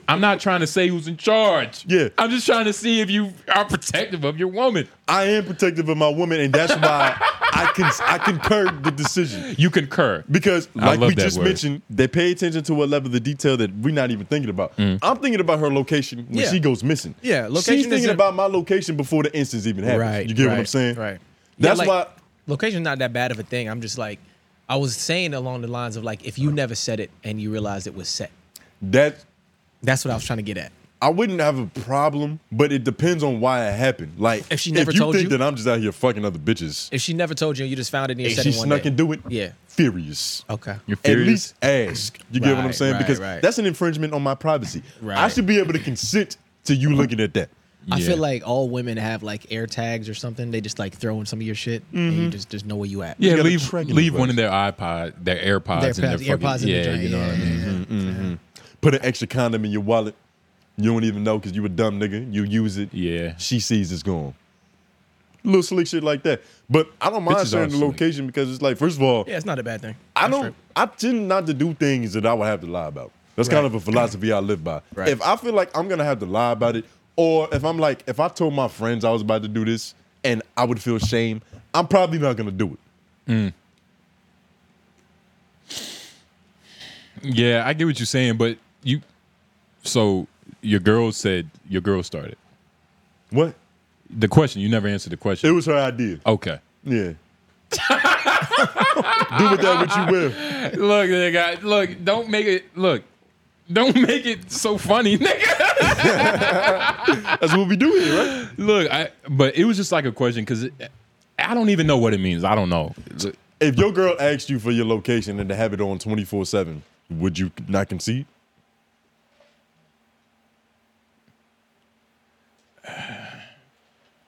Speaker 2: I'm not trying to say who's in charge.
Speaker 1: Yeah.
Speaker 2: I'm just trying to see if you are protective of your woman.
Speaker 1: I am protective of my woman, and that's
Speaker 2: (laughs)
Speaker 1: why I can I concur the decision
Speaker 2: You concur.
Speaker 1: because,
Speaker 2: I
Speaker 1: like
Speaker 2: love
Speaker 1: we
Speaker 2: that
Speaker 1: just
Speaker 2: word.
Speaker 1: mentioned, they pay attention to a level of detail that we're not even thinking about.
Speaker 2: Mm.
Speaker 1: I'm thinking about her location when
Speaker 4: Yeah.
Speaker 1: she goes missing.
Speaker 4: Yeah, location
Speaker 1: She's thinking
Speaker 4: isn't-
Speaker 1: about my location before the instance even happens.
Speaker 4: right.
Speaker 1: You get what I'm
Speaker 4: right,
Speaker 1: saying?
Speaker 4: Right.
Speaker 1: That's
Speaker 4: like,
Speaker 1: why-
Speaker 4: location's not that bad of a thing. I'm just like, I was saying along the lines of like, if you never said it and you realized it was set,
Speaker 1: That
Speaker 4: that's what I was trying to get at.
Speaker 1: I wouldn't have a problem, but it depends on why it happened. Like
Speaker 4: If she never
Speaker 1: if you
Speaker 4: told
Speaker 1: think
Speaker 4: you?
Speaker 1: that I'm just out here fucking other bitches,
Speaker 4: If she never told you, and you just found it and you
Speaker 1: and
Speaker 4: said
Speaker 1: she
Speaker 4: it one
Speaker 1: snuck
Speaker 4: day.
Speaker 1: and do it,
Speaker 4: Yeah.
Speaker 1: furious.
Speaker 4: Okay.
Speaker 2: You're
Speaker 1: At
Speaker 2: furious.
Speaker 1: least ask. You get what I'm
Speaker 4: Right,
Speaker 1: saying?
Speaker 4: right,
Speaker 1: because
Speaker 4: right.
Speaker 1: that's an infringement on my privacy. I
Speaker 4: Right.
Speaker 1: should be able to consent to you looking at that.
Speaker 2: Yeah.
Speaker 7: I feel like all women have like air tags or something. They just like throw in some of your shit and
Speaker 1: Mm-hmm.
Speaker 7: you just just know where you at.
Speaker 2: yeah,
Speaker 1: gotta
Speaker 2: leave
Speaker 1: track it,
Speaker 2: leave
Speaker 1: bro.
Speaker 2: one of their iPod, their AirPods,
Speaker 7: Their
Speaker 2: in their
Speaker 7: pads- AirPods
Speaker 2: fucking,
Speaker 7: in
Speaker 2: yeah,
Speaker 7: the joint,
Speaker 2: you know what I mean. Mm-hmm.
Speaker 7: yeah.
Speaker 1: Put an extra condom in your wallet. You don't even know because you a dumb nigga. You use it.
Speaker 2: Yeah,
Speaker 1: She sees it's gone. Little slick shit like that. But I don't mind
Speaker 2: Bitches are
Speaker 1: sharing the
Speaker 2: slick.
Speaker 1: location because it's like, first of all,
Speaker 4: Yeah, it's not a bad thing.
Speaker 1: I don't. I tend not to do things that I would have to lie about. That's kind of a philosophy I live by.
Speaker 7: Right.
Speaker 1: If I feel like I'm gonna have to lie about it, or if I'm like, if I told my friends I was about to do this and I would feel shame, I'm probably not gonna do it.
Speaker 2: yeah, I get what you're saying, but you, so your girl said your girl started
Speaker 1: What?
Speaker 2: the question. You never answered the
Speaker 1: It
Speaker 2: question.
Speaker 1: was her idea.
Speaker 2: Okay,
Speaker 1: Yeah. (laughs) do with that what you will.
Speaker 2: look, nigga, look, don't make it look. Don't make it so funny, (laughs) nigga.
Speaker 1: That's what we do here, right?
Speaker 2: Look, I but it was just like a question because I don't even know what it means. I don't know.
Speaker 1: If your girl asked you for your location and to have it on 24 7, would you not concede?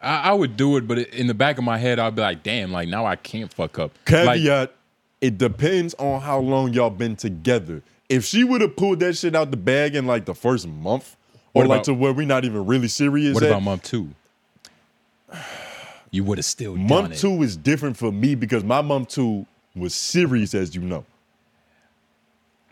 Speaker 2: I, I would do it, but in the back of my head, I'd be like, damn, like now I can't fuck up.
Speaker 1: Caveat:
Speaker 2: Like,
Speaker 1: It depends on how long y'all been together. If she would have pulled that shit out the bag in like the first month, or
Speaker 2: What
Speaker 1: like
Speaker 2: about-
Speaker 1: to where we not even really serious.
Speaker 2: what
Speaker 1: at,
Speaker 2: about month two? You would have still done
Speaker 1: month
Speaker 2: it.
Speaker 1: two is different for me because my month two was serious, as you know.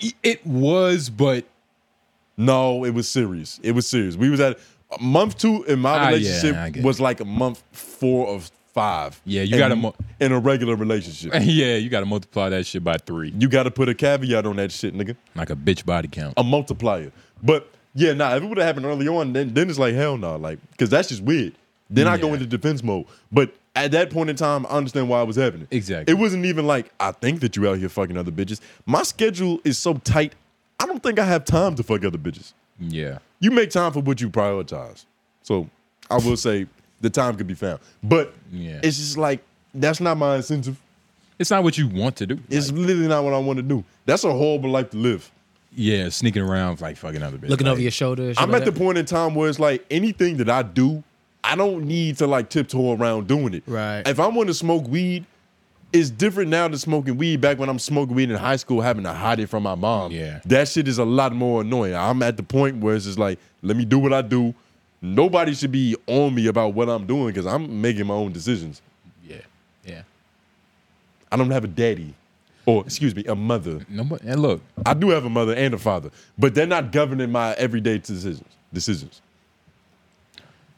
Speaker 2: I- It was, but (laughs)
Speaker 1: No, it was serious. It was serious. We was at month two in my
Speaker 2: Ah, yeah,
Speaker 1: relationship
Speaker 2: I get
Speaker 1: was like a month four of five.
Speaker 2: Yeah, you
Speaker 1: in-
Speaker 2: got a mo-
Speaker 1: in a regular relationship.
Speaker 2: (laughs) yeah, you got to multiply that shit by three,
Speaker 1: you got to put a caveat on that shit, nigga.
Speaker 2: like a bitch body count.
Speaker 1: a multiplier. But yeah, nah, if it would have happened early on, then then it's like hell no, like because that's just weird. Then I go
Speaker 2: Yeah.
Speaker 1: into defense mode. But at that point in time, I understand why it was happening.
Speaker 2: Exactly.
Speaker 1: It wasn't even like I think that you out here fucking other bitches. My schedule is so tight. I don't think I have time to fuck other bitches.
Speaker 2: Yeah,
Speaker 1: You make time for what you prioritize. So I will say the time could be found. But
Speaker 2: Yeah.
Speaker 1: it's just like that's not my incentive.
Speaker 2: it's not what you want to do.
Speaker 1: It's literally not what I want to do. That's a horrible life to live.
Speaker 2: yeah, sneaking around like fucking other bitch.
Speaker 7: Looking
Speaker 2: like,
Speaker 7: over your shoulder. and shit
Speaker 1: I'm
Speaker 7: like
Speaker 1: at the
Speaker 7: that.
Speaker 1: point in time where it's like anything that I do, I don't need to like tiptoe around doing it.
Speaker 7: Right.
Speaker 1: If I want to smoke weed, it's different now than smoking weed back when I'm smoking weed in high school, having to hide it from my mom.
Speaker 2: Yeah.
Speaker 1: That shit is a lot more annoying. I'm at the point where it's just like, let me do what I do. Nobody should be on me about what I'm doing because I'm making my own decisions.
Speaker 2: Yeah, yeah.
Speaker 1: I don't have a daddy. Or excuse me, a mother.
Speaker 2: No, but- and look,
Speaker 1: I do have a mother and a father, but they're not governing my everyday decisions. Decisions.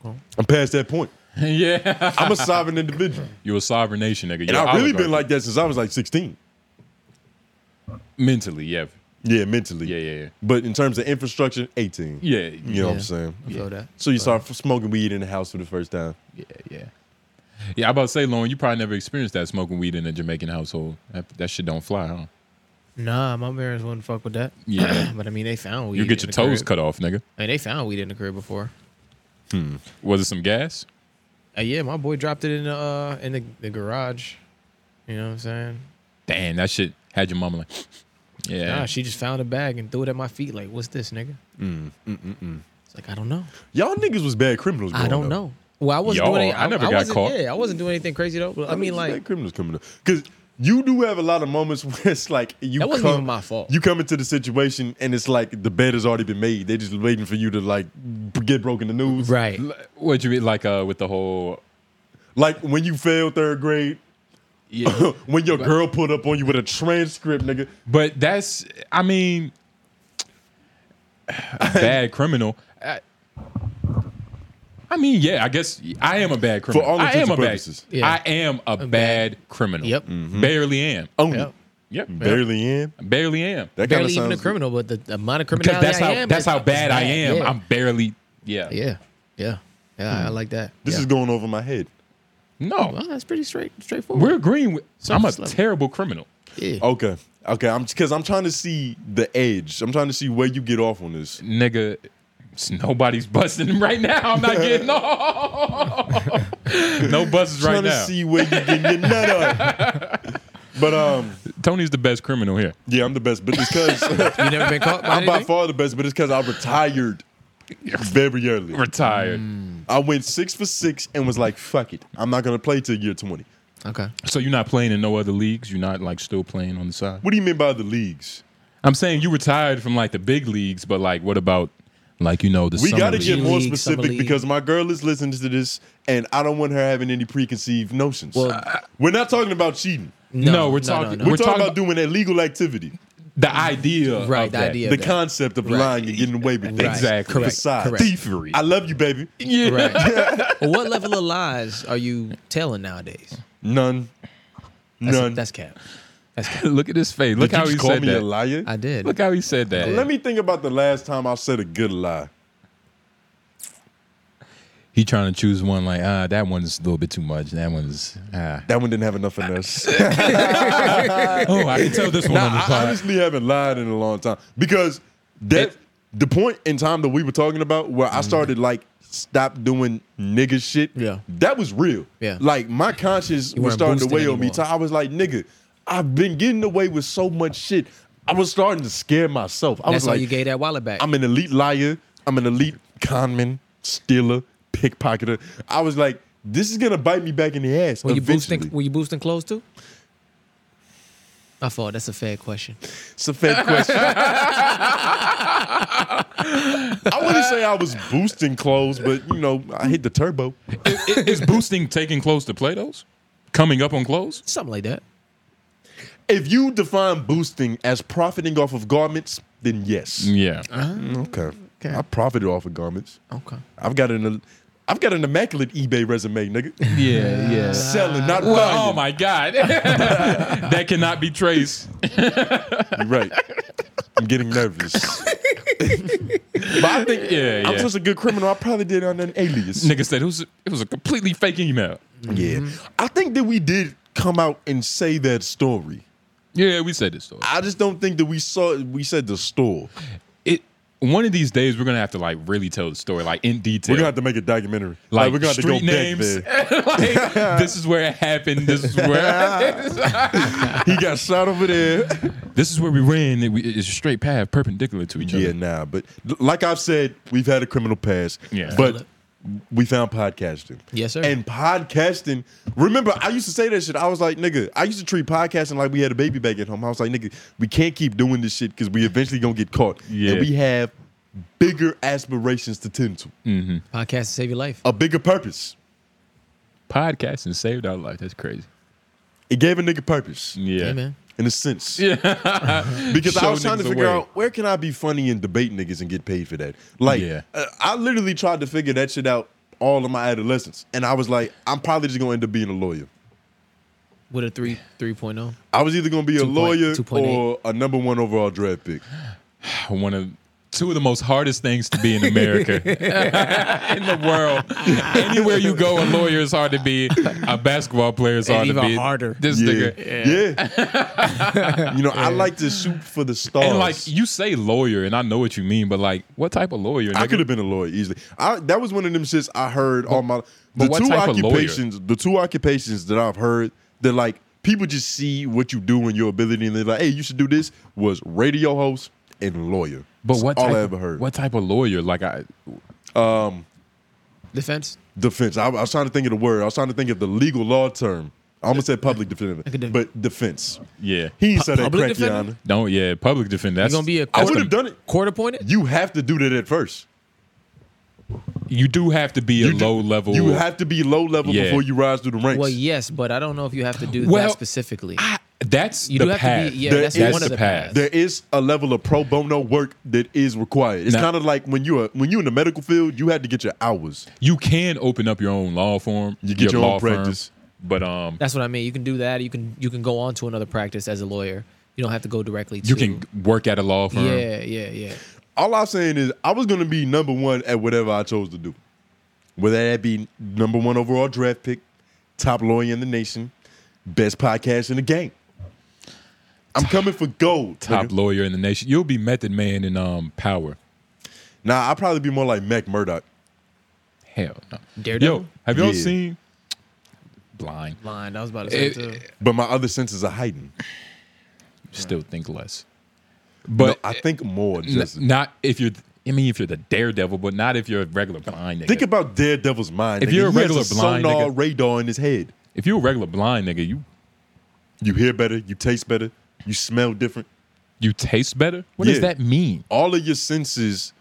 Speaker 1: I'm past that point.
Speaker 2: (laughs) yeah,
Speaker 1: I'm a sovereign individual,
Speaker 2: you're a sovereign nation, nigga.
Speaker 1: and
Speaker 2: You're
Speaker 1: I've really been
Speaker 2: oligarchy.
Speaker 1: like that since I was like 16.
Speaker 2: mentally, yeah,
Speaker 1: Yeah, mentally.
Speaker 2: yeah, yeah,
Speaker 1: But in terms of infrastructure, 18.
Speaker 2: yeah, yeah,
Speaker 1: You know what I'm saying?
Speaker 7: I feel that.
Speaker 1: So you start f- smoking weed in the house for the first time.
Speaker 2: yeah, yeah. Yeah, I about to say, Lauren, you probably never experienced that smoking weed in a Jamaican household. That, that shit don't fly, huh?
Speaker 4: Nah, my parents wouldn't fuck with that. (clears throat)
Speaker 2: Yeah.
Speaker 4: but I mean, they found weed.
Speaker 2: You get
Speaker 4: in
Speaker 2: your
Speaker 4: the
Speaker 2: toes
Speaker 4: crib.
Speaker 2: cut off, nigga.
Speaker 4: I mean, they found weed in the crib before.
Speaker 2: Was it some gas?
Speaker 4: Uh, yeah, my boy dropped it in the uh, in the, the garage. You know what I'm saying?
Speaker 2: Damn, that shit had your mama like, (laughs) yeah.
Speaker 4: Nah, she just found a bag and threw it at my feet. Like, what's this, nigga?
Speaker 2: Mm,
Speaker 4: It's like I don't know.
Speaker 1: Y'all niggas was bad criminals.
Speaker 4: I
Speaker 1: growing
Speaker 4: don't
Speaker 1: up.
Speaker 4: know. Well, I wasn't
Speaker 2: Y'all,
Speaker 4: doing. Any,
Speaker 2: I never got
Speaker 4: wasn't-
Speaker 2: caught.
Speaker 4: Yeah, I wasn't doing anything crazy though. But I
Speaker 1: Y'all
Speaker 4: mean,
Speaker 1: niggas was
Speaker 4: like,
Speaker 1: bad criminals coming up because you do have a lot of moments (laughs) where it's like you.
Speaker 4: That wasn't
Speaker 1: come,
Speaker 4: even my fault.
Speaker 1: You come into the situation and it's like the bed has already been made. They're just waiting for you to like b- get broken the news.
Speaker 4: right?
Speaker 2: L- What you mean, like uh, with the whole?
Speaker 1: Like when you failed third grade,
Speaker 2: Yeah,
Speaker 1: (laughs) when your girl pulled up on you with a transcript, nigga.
Speaker 2: but that's. I mean,
Speaker 1: (laughs)
Speaker 2: a bad criminal. I, I mean, yeah. I guess I am a bad criminal.
Speaker 1: all
Speaker 2: I
Speaker 1: intents
Speaker 2: am a
Speaker 1: and
Speaker 2: bad.
Speaker 1: purposes. Mm-hmm.
Speaker 4: Yeah.
Speaker 2: I am a, bad, criminal.
Speaker 4: Yep.
Speaker 2: Barely am.
Speaker 1: Own
Speaker 4: Yep.
Speaker 1: it.
Speaker 2: Yep.
Speaker 1: Barely in.
Speaker 2: Barely am.
Speaker 1: That kinda
Speaker 4: Barely even a
Speaker 1: sounds-
Speaker 4: criminal, but the, the amount of
Speaker 2: Because
Speaker 4: criminality
Speaker 2: that's how
Speaker 4: I am.
Speaker 2: that's
Speaker 4: is-
Speaker 2: how
Speaker 4: is
Speaker 2: bad I am.
Speaker 4: Yeah.
Speaker 2: I'm Hmm. barely. Yeah.
Speaker 4: yeah, yeah, yeah. I like that.
Speaker 1: This
Speaker 4: yeah.
Speaker 1: is going over my head.
Speaker 2: No,
Speaker 4: Well, that's pretty straight straightforward.
Speaker 2: we're agreeing with. I'm a
Speaker 4: Surface level.
Speaker 2: terrible criminal.
Speaker 4: yeah.
Speaker 1: Okay. Okay. I'm because I'm trying to see the edge. I'm trying to see where you get off on this.
Speaker 2: nigga, s- nobody's (laughs) busting him right now. I'm
Speaker 1: (laughs)
Speaker 2: not getting off. (laughs) no buses right
Speaker 1: trying
Speaker 2: now.
Speaker 1: to see where you get your nut up.
Speaker 4: (laughs)
Speaker 1: But um,
Speaker 2: Tony's the best criminal here.
Speaker 1: yeah, I'm the best. But it's because
Speaker 4: You never been caught by
Speaker 1: I'm by
Speaker 4: anything?
Speaker 1: far the best. But it's because I retired. very early.
Speaker 2: Retired.
Speaker 4: Mm.
Speaker 1: I went six for six and was like, fuck it. I'm not gonna play till year 20.
Speaker 4: Okay.
Speaker 2: So you're not playing in no other leagues. You're not like still playing on the side.
Speaker 1: What do you mean by the leagues?
Speaker 2: I'm saying you retired from like the big leagues, but like what about like you know the
Speaker 1: We
Speaker 2: summer
Speaker 1: got to
Speaker 2: league?
Speaker 1: get more
Speaker 4: G League, Summer
Speaker 1: specific
Speaker 4: League.
Speaker 1: because my girl is listening to this, and I don't want her having any preconceived notions. we're not talking about cheating.
Speaker 2: no,
Speaker 4: No,
Speaker 2: we're
Speaker 4: no,
Speaker 2: talking
Speaker 4: no, no.
Speaker 1: We're,
Speaker 2: we're
Speaker 1: talking, about
Speaker 2: about
Speaker 1: doing illegal activity,
Speaker 2: the idea
Speaker 4: Right,
Speaker 2: of
Speaker 4: the
Speaker 2: that.
Speaker 4: idea.
Speaker 1: the
Speaker 4: that.
Speaker 1: concept of
Speaker 4: Right.
Speaker 1: lying and getting away with things.
Speaker 2: Exactly. Correct,
Speaker 1: Facade.
Speaker 4: correct.
Speaker 1: thievery. I love you, baby.
Speaker 2: yeah
Speaker 4: (laughs) Right. well, what level of lies are you telling nowadays?
Speaker 1: None.
Speaker 4: That's,
Speaker 1: None.
Speaker 4: That's cap.
Speaker 2: (laughs) look at his face
Speaker 1: Did
Speaker 2: look
Speaker 1: you
Speaker 2: how
Speaker 1: just
Speaker 2: he
Speaker 1: call
Speaker 2: said
Speaker 1: me
Speaker 2: that
Speaker 1: a liar?
Speaker 4: I did.
Speaker 2: look how he said that
Speaker 1: Let me think about the last time I said a good lie.
Speaker 2: he trying to choose one like ah that one's a little bit too much that one's ah.
Speaker 1: That one didn't have enough
Speaker 4: (laughs)
Speaker 1: in us.
Speaker 2: oh I can tell this
Speaker 1: (laughs)
Speaker 2: one
Speaker 1: Nah,
Speaker 2: on the
Speaker 1: I
Speaker 2: pod.
Speaker 1: honestly haven't lied in a long time because that
Speaker 2: It-
Speaker 1: the point in time that we were talking about where I started like stop doing nigga shit.
Speaker 4: Mm-hmm. Yeah.
Speaker 1: that was real.
Speaker 4: Yeah.
Speaker 1: like my conscience was
Speaker 4: weren't
Speaker 1: starting to
Speaker 4: boosted
Speaker 1: weigh on me.
Speaker 4: anymore.
Speaker 1: So I was like, nigga, I've been getting away with so much shit. I was starting to scare myself. I
Speaker 4: That's
Speaker 1: was
Speaker 4: why
Speaker 1: like,
Speaker 4: you gave that wallet back.
Speaker 1: I'm an elite liar. I'm an elite conman, stealer, pickpocketer. I was like, this is gonna bite me back in the ass
Speaker 4: were you
Speaker 1: eventually.
Speaker 4: boosting? Were you boosting clothes too? My fault. That's a fair question.
Speaker 1: It's a fair
Speaker 2: (laughs)
Speaker 1: question. I wouldn't say I was boosting clothes, but you know, I hit the turbo.
Speaker 2: I- is boosting taking close to play those coming up on close
Speaker 4: Something like that.
Speaker 1: If you define boosting as profiting off of garments, then yes.
Speaker 2: yeah
Speaker 4: Uh-huh.
Speaker 1: Okay. I profited off of garments.
Speaker 4: Okay.
Speaker 1: I've got an I've got an immaculate eBay resume,
Speaker 2: (laughs)
Speaker 1: nigga.
Speaker 2: yeah yeah
Speaker 1: Selling, not
Speaker 2: well, oh
Speaker 1: buying.
Speaker 2: my god (laughs) that cannot be traced
Speaker 1: You're right. I'm getting nervous. but I think
Speaker 2: Yeah,
Speaker 1: I'm
Speaker 2: yeah.
Speaker 1: such a good criminal. I probably did on an alias.
Speaker 2: nigga said it was it was a completely fake email
Speaker 1: Yeah. I think that we did come out and say that story.
Speaker 2: yeah we said this story
Speaker 1: I just don't think that we saw we said the store.
Speaker 2: it one of these days we're gonna have to like really tell the story like in detail
Speaker 1: We're gonna have to make a documentary.
Speaker 2: like,
Speaker 1: we're gonna
Speaker 2: street names (laughs) like this is where it happened this is
Speaker 1: (laughs)
Speaker 2: where
Speaker 1: He got shot over
Speaker 2: (laughs)
Speaker 1: there.
Speaker 2: this is where we ran it, we, it's a straight path perpendicular to each other
Speaker 1: yeah, nah. But like I've said, we've had a criminal past.
Speaker 2: Yeah.
Speaker 1: But we found podcasting.
Speaker 4: Yes, sir.
Speaker 1: And podcasting. Remember, I used to say that shit. I was like, nigga, I used to treat podcasting like we had a baby back at home. I was like, nigga, we can't keep doing this shit because we eventually gonna get caught.
Speaker 2: Yeah.
Speaker 1: And we have bigger aspirations to tend to.
Speaker 4: Podcast to save your life.
Speaker 1: A bigger purpose.
Speaker 2: podcasting saved our life that's crazy
Speaker 1: It gave a nigga purpose.
Speaker 2: yeah
Speaker 4: Hey, man.
Speaker 1: in a
Speaker 2: (laughs)
Speaker 1: sense. Yeah. because I
Speaker 2: Show
Speaker 1: was trying to
Speaker 2: niggas
Speaker 1: figure
Speaker 2: away.
Speaker 1: out where can I be funny and debate niggas and get paid for that. Like,
Speaker 2: Yeah.
Speaker 1: uh, I literally tried to figure that shit out all of my adolescence, and I was like, I'm probably just gonna end up being a lawyer.
Speaker 4: With a three three point oh.
Speaker 1: I was either gonna be a
Speaker 4: point-
Speaker 1: lawyer
Speaker 4: 2.8.
Speaker 1: or a number one overall draft pick.
Speaker 2: one of two of the most hardest things to be
Speaker 1: (laughs)
Speaker 2: in America, (laughs) in the world. Anywhere you go, a lawyer is hard to be. A basketball player is hard
Speaker 4: even
Speaker 2: to be.
Speaker 4: harder.
Speaker 2: This
Speaker 1: Yeah,
Speaker 2: nigga.
Speaker 1: yeah. (laughs) you know, I like to shoot for the stars.
Speaker 2: And like you say, lawyer, and I know what you mean, but like, what type of lawyer?
Speaker 1: I
Speaker 2: nigga?
Speaker 1: could have been a lawyer easily. I, that was one of them shits I heard all my.
Speaker 2: but
Speaker 1: The
Speaker 2: what
Speaker 1: two
Speaker 2: type of lawyer?
Speaker 1: occupations, the two occupations that I've heard that like people just see what you do and your ability, and they're like, "Hey, you should do this." Was radio host and lawyer.
Speaker 2: But
Speaker 1: That's
Speaker 2: what?
Speaker 1: all
Speaker 2: type,
Speaker 1: I ever heard?
Speaker 2: What type of lawyer? Like I,
Speaker 4: Defense.
Speaker 1: defense? I, I was trying to think of the word. I was trying to think of the legal law term. I almost said public defender, but defense.
Speaker 2: yeah.
Speaker 1: He ain't said that
Speaker 4: public
Speaker 1: crack,
Speaker 4: defender?
Speaker 1: Yana.
Speaker 2: Don't yeah. Public defender. That's
Speaker 4: You gonna be a
Speaker 1: I
Speaker 4: court,
Speaker 1: would have done it.
Speaker 4: court appointed?
Speaker 1: You have to do that at first.
Speaker 2: You do have to be a
Speaker 1: You do-
Speaker 2: low level.
Speaker 1: You have to be low level
Speaker 2: Yeah.
Speaker 1: before you rise through the ranks.
Speaker 4: Well, yes, but I don't know if you have to do
Speaker 2: Well,
Speaker 4: that specifically.
Speaker 2: I- that's
Speaker 4: You
Speaker 2: the
Speaker 4: do have to
Speaker 2: path.
Speaker 4: be- yeah,
Speaker 1: There
Speaker 4: that's,
Speaker 1: is-
Speaker 4: one
Speaker 2: the
Speaker 4: of the
Speaker 2: path.
Speaker 4: paths.
Speaker 1: there is a level of pro bono work that is required. It's
Speaker 2: Now-
Speaker 1: kind of like when you're when you're in the medical field, you had to get your hours.
Speaker 2: You can open up your own law firm.
Speaker 1: You get your own
Speaker 2: law firm,
Speaker 1: practice.
Speaker 2: but um,
Speaker 4: That's what I mean. You can do that. You can you can go on to another practice as a lawyer. You don't have to go directly to
Speaker 2: you can work at a law firm.
Speaker 4: Yeah, yeah, yeah.
Speaker 1: All I'm saying is, I was gonna be number one at whatever I chose to do, whether that be number one overall draft pick, top lawyer in the nation, best podcast in the game. I'm coming for gold.
Speaker 2: top
Speaker 1: nigga.
Speaker 2: lawyer in the nation. You'll be Method Man in um Power.
Speaker 1: Nah, I'll probably be more like Mac Murdoch.
Speaker 2: Hell no.
Speaker 4: Daredevil?
Speaker 2: Yo, have y'all
Speaker 1: Yeah.
Speaker 2: seen Blind?
Speaker 4: Blind. I was about to say
Speaker 2: It-
Speaker 4: too.
Speaker 1: But my other senses are heightened.
Speaker 2: Still think less,
Speaker 1: But
Speaker 2: but
Speaker 1: I think more,
Speaker 2: n-
Speaker 1: Justin.
Speaker 2: not if you're I mean, if you're the daredevil, but not if you're a regular blind nigga.
Speaker 1: Think about Daredevil's mind.
Speaker 2: If
Speaker 1: nigga.
Speaker 2: you're a
Speaker 1: He has
Speaker 2: regular blind
Speaker 1: sonar
Speaker 2: nigga-
Speaker 1: radar in his head,
Speaker 2: if you're a regular blind nigga, you
Speaker 1: you hear better, you taste better, you smell different.
Speaker 2: you taste better. What does
Speaker 1: Yeah.
Speaker 2: that mean?
Speaker 1: all of your senses,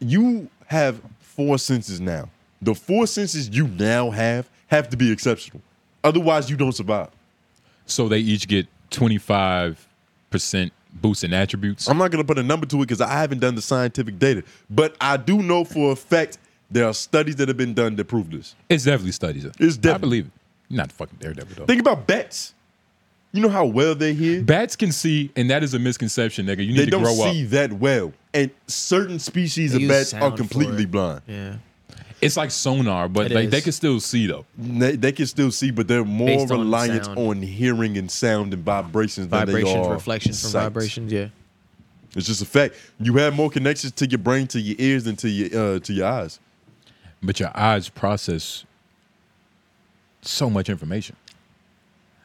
Speaker 1: you have four senses now. The four senses you now have have to be exceptional. Otherwise, you don't survive.
Speaker 2: So they each get 25 percent boost in attributes.
Speaker 1: I'm not going to put a number to it because I haven't done the scientific data, but I do know for a fact there are studies that have been done that prove this.
Speaker 2: It's definitely studies.
Speaker 1: It's
Speaker 2: I
Speaker 1: definitely-
Speaker 2: believe it. You're not fucking daredevil though.
Speaker 1: Think about bats. You know how well they hear?
Speaker 2: Bats can see, and that is a misconception, nigga. You need
Speaker 1: They
Speaker 2: to
Speaker 1: don't
Speaker 2: grow
Speaker 1: see
Speaker 2: up.
Speaker 1: that well. And certain species
Speaker 4: They
Speaker 1: of
Speaker 4: use
Speaker 1: bats
Speaker 4: sound
Speaker 1: are
Speaker 4: for
Speaker 1: completely
Speaker 4: it.
Speaker 1: blind.
Speaker 4: Yeah.
Speaker 2: It's like sonar, but
Speaker 4: It
Speaker 2: like they
Speaker 4: is.
Speaker 2: can still see though.
Speaker 1: They, they can still see, but they're more
Speaker 4: Based on
Speaker 1: reliant
Speaker 4: sound.
Speaker 1: on hearing and sound and vibrations than they
Speaker 4: Vibrations,
Speaker 1: are
Speaker 4: reflections from
Speaker 1: sight.
Speaker 4: vibrations. Yeah.
Speaker 1: It's just a fact. You have more connections to your brain, to your ears, than to your uh, to your eyes.
Speaker 2: But your eyes process so much information.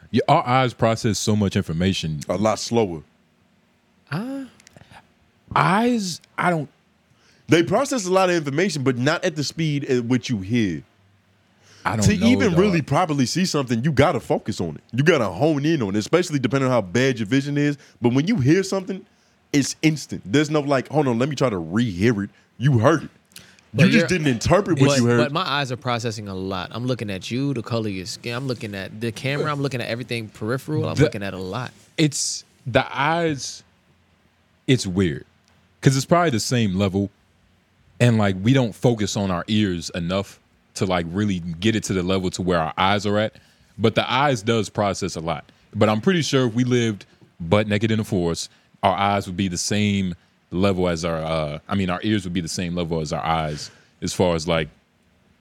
Speaker 2: Your, our eyes process so much information.
Speaker 1: A lot slower.
Speaker 2: Eyes, I don't.
Speaker 1: They process a lot of information, but not at the speed at which you hear.
Speaker 2: I don't
Speaker 1: To
Speaker 2: know,
Speaker 1: even
Speaker 2: dog.
Speaker 1: really properly see something, you gotta focus on it. You gotta hone in on it, especially depending on how bad your vision is. But when you hear something, it's instant. There's no like, hold on, let me try to rehear it. You heard it.
Speaker 4: But
Speaker 1: You just
Speaker 4: you're-
Speaker 1: didn't interpret what
Speaker 4: but,
Speaker 1: you heard.
Speaker 4: but my eyes are processing a lot. I'm looking at you, the color of your skin. I'm looking at the camera. I'm looking at everything peripheral. I'm
Speaker 2: The-
Speaker 4: looking at a lot.
Speaker 2: it's the eyes it's weird because it's probably the same level and like we don't focus on our ears enough to like really get it to the level to where our eyes are at but the eyes does process a lot but i'm pretty sure if we lived butt naked in the forest our eyes would be the same level as our uh i mean our ears would be the same level as our eyes as far as like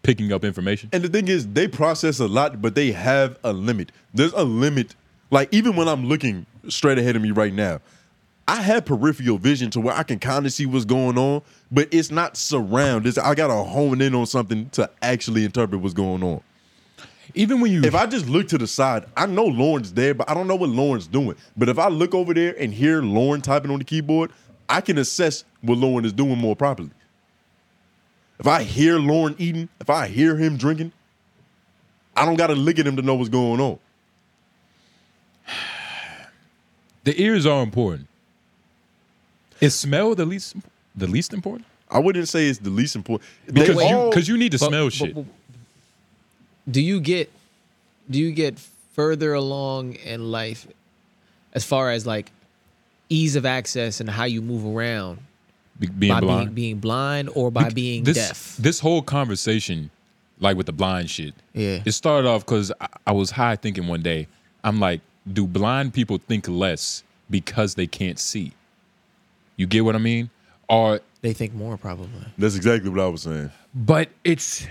Speaker 2: picking up information
Speaker 1: And the thing is, they process a lot, but they have a limit. There's a limit. Like even when I'm looking straight ahead of me right now, I have peripheral vision to where I can kind of see what's going on, but it's not surround. It's, I gotta hone in on something to actually interpret what's going on.
Speaker 2: even when you
Speaker 1: If I just look to the side, I know Lauren's there, but I don't know what Lauren's doing. But if I look over there and hear Lauren typing on the keyboard, I can assess what Lauren is doing more properly. If I hear Lauren eating, if I hear him drinking, I don't gotta look at him to know what's going on.
Speaker 2: the ears are important is smell the least the least important
Speaker 1: I wouldn't say it's the least important. They
Speaker 2: because you
Speaker 1: all-
Speaker 2: because you need to
Speaker 4: But-
Speaker 2: smell
Speaker 4: but-
Speaker 2: shit.
Speaker 4: but- do you get do you get further along in life as far as like ease of access and how you move around
Speaker 2: be- being
Speaker 4: by
Speaker 2: blind,
Speaker 4: being being blind or by being
Speaker 2: this,
Speaker 4: deaf?
Speaker 2: This whole conversation, like with the blind shit,
Speaker 4: Yeah.
Speaker 2: it started off because I, I was high thinking one day. I'm like, do blind people think less because they can't see? You get what I mean? Or
Speaker 4: they think more probably.
Speaker 1: That's exactly what I was saying.
Speaker 2: but it's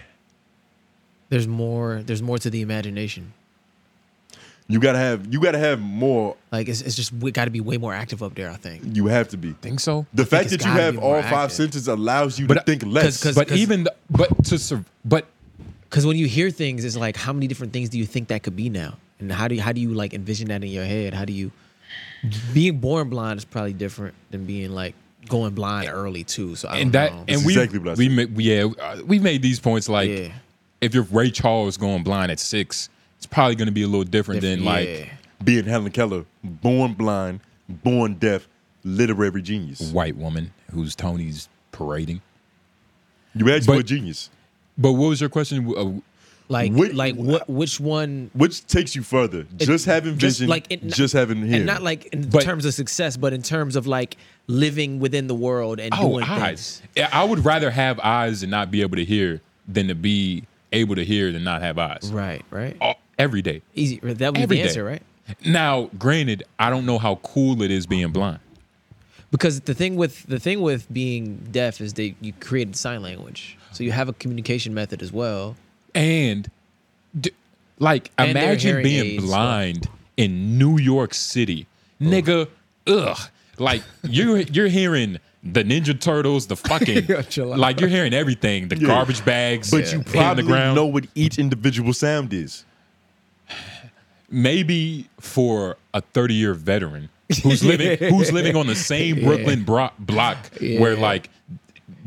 Speaker 4: There's more there's more to the imagination.
Speaker 1: You gotta have you gotta have more.
Speaker 4: Like it's, it's just we got to be way more active up there, I think.
Speaker 1: You have to be.
Speaker 2: think so.
Speaker 1: The fact
Speaker 4: it's
Speaker 1: that you
Speaker 4: gotta
Speaker 1: have
Speaker 4: be
Speaker 1: all
Speaker 4: more
Speaker 1: five
Speaker 4: active. uh,
Speaker 1: senses allows you to
Speaker 2: But-
Speaker 1: think less.
Speaker 4: 'cause-
Speaker 2: but
Speaker 4: 'cause-
Speaker 2: even the, but to sur- but
Speaker 4: Cuz when you hear things it's like how many different things do you think that could be now? And how do you, how do you like envision that in your head? How do you being born blind is probably different than being like going blind early too. So I don't
Speaker 2: and that
Speaker 4: know.
Speaker 2: and
Speaker 1: That's
Speaker 2: we
Speaker 1: exactly what I
Speaker 2: we ma- yeah uh, we made these points like
Speaker 4: Yeah.
Speaker 2: if you're Ray Charles going blind at six, it's probably going to be a little different,
Speaker 4: Different,
Speaker 2: than like.
Speaker 4: yeah.
Speaker 1: being Helen Keller, born blind, born deaf, literary genius.
Speaker 2: white woman who's Tony's parading.
Speaker 1: You asked for a
Speaker 2: But-
Speaker 1: genius.
Speaker 2: But what was your question? Uh,
Speaker 4: like
Speaker 1: Which-
Speaker 4: like what which one
Speaker 1: Which takes you further. just having
Speaker 4: just
Speaker 1: vision, just,
Speaker 4: like it-
Speaker 1: having hearing.
Speaker 4: and not like in
Speaker 2: But-
Speaker 4: terms of success but in terms of like living within the world and
Speaker 2: oh,
Speaker 4: doing
Speaker 2: eyes.
Speaker 4: things
Speaker 2: Yeah, I would rather have eyes and not be able to hear than to be able to hear than not have eyes.
Speaker 4: right right
Speaker 2: Oh, every day.
Speaker 4: easy that would be
Speaker 2: Every
Speaker 4: the
Speaker 2: day.
Speaker 4: answer right
Speaker 2: Now, granted, I don't know how cool it is being blind.
Speaker 4: because the thing with the thing with being deaf is that you created sign language so you have a communication method as well
Speaker 2: And d- like,
Speaker 4: And their
Speaker 2: imagine
Speaker 4: hearing
Speaker 2: being
Speaker 4: aids, so-
Speaker 2: blind in New York City, nigga. Ugh. Like you're you're hearing the Ninja Turtles, the fucking
Speaker 4: (laughs) chill out.
Speaker 2: like you're hearing everything, the garbage bags,
Speaker 1: but you
Speaker 2: hitting
Speaker 1: probably
Speaker 2: the ground.
Speaker 1: know what each individual sound is.
Speaker 2: maybe for a 30 year
Speaker 4: (laughs)
Speaker 2: veteran who's living who's living on the same Brooklyn bro- block where like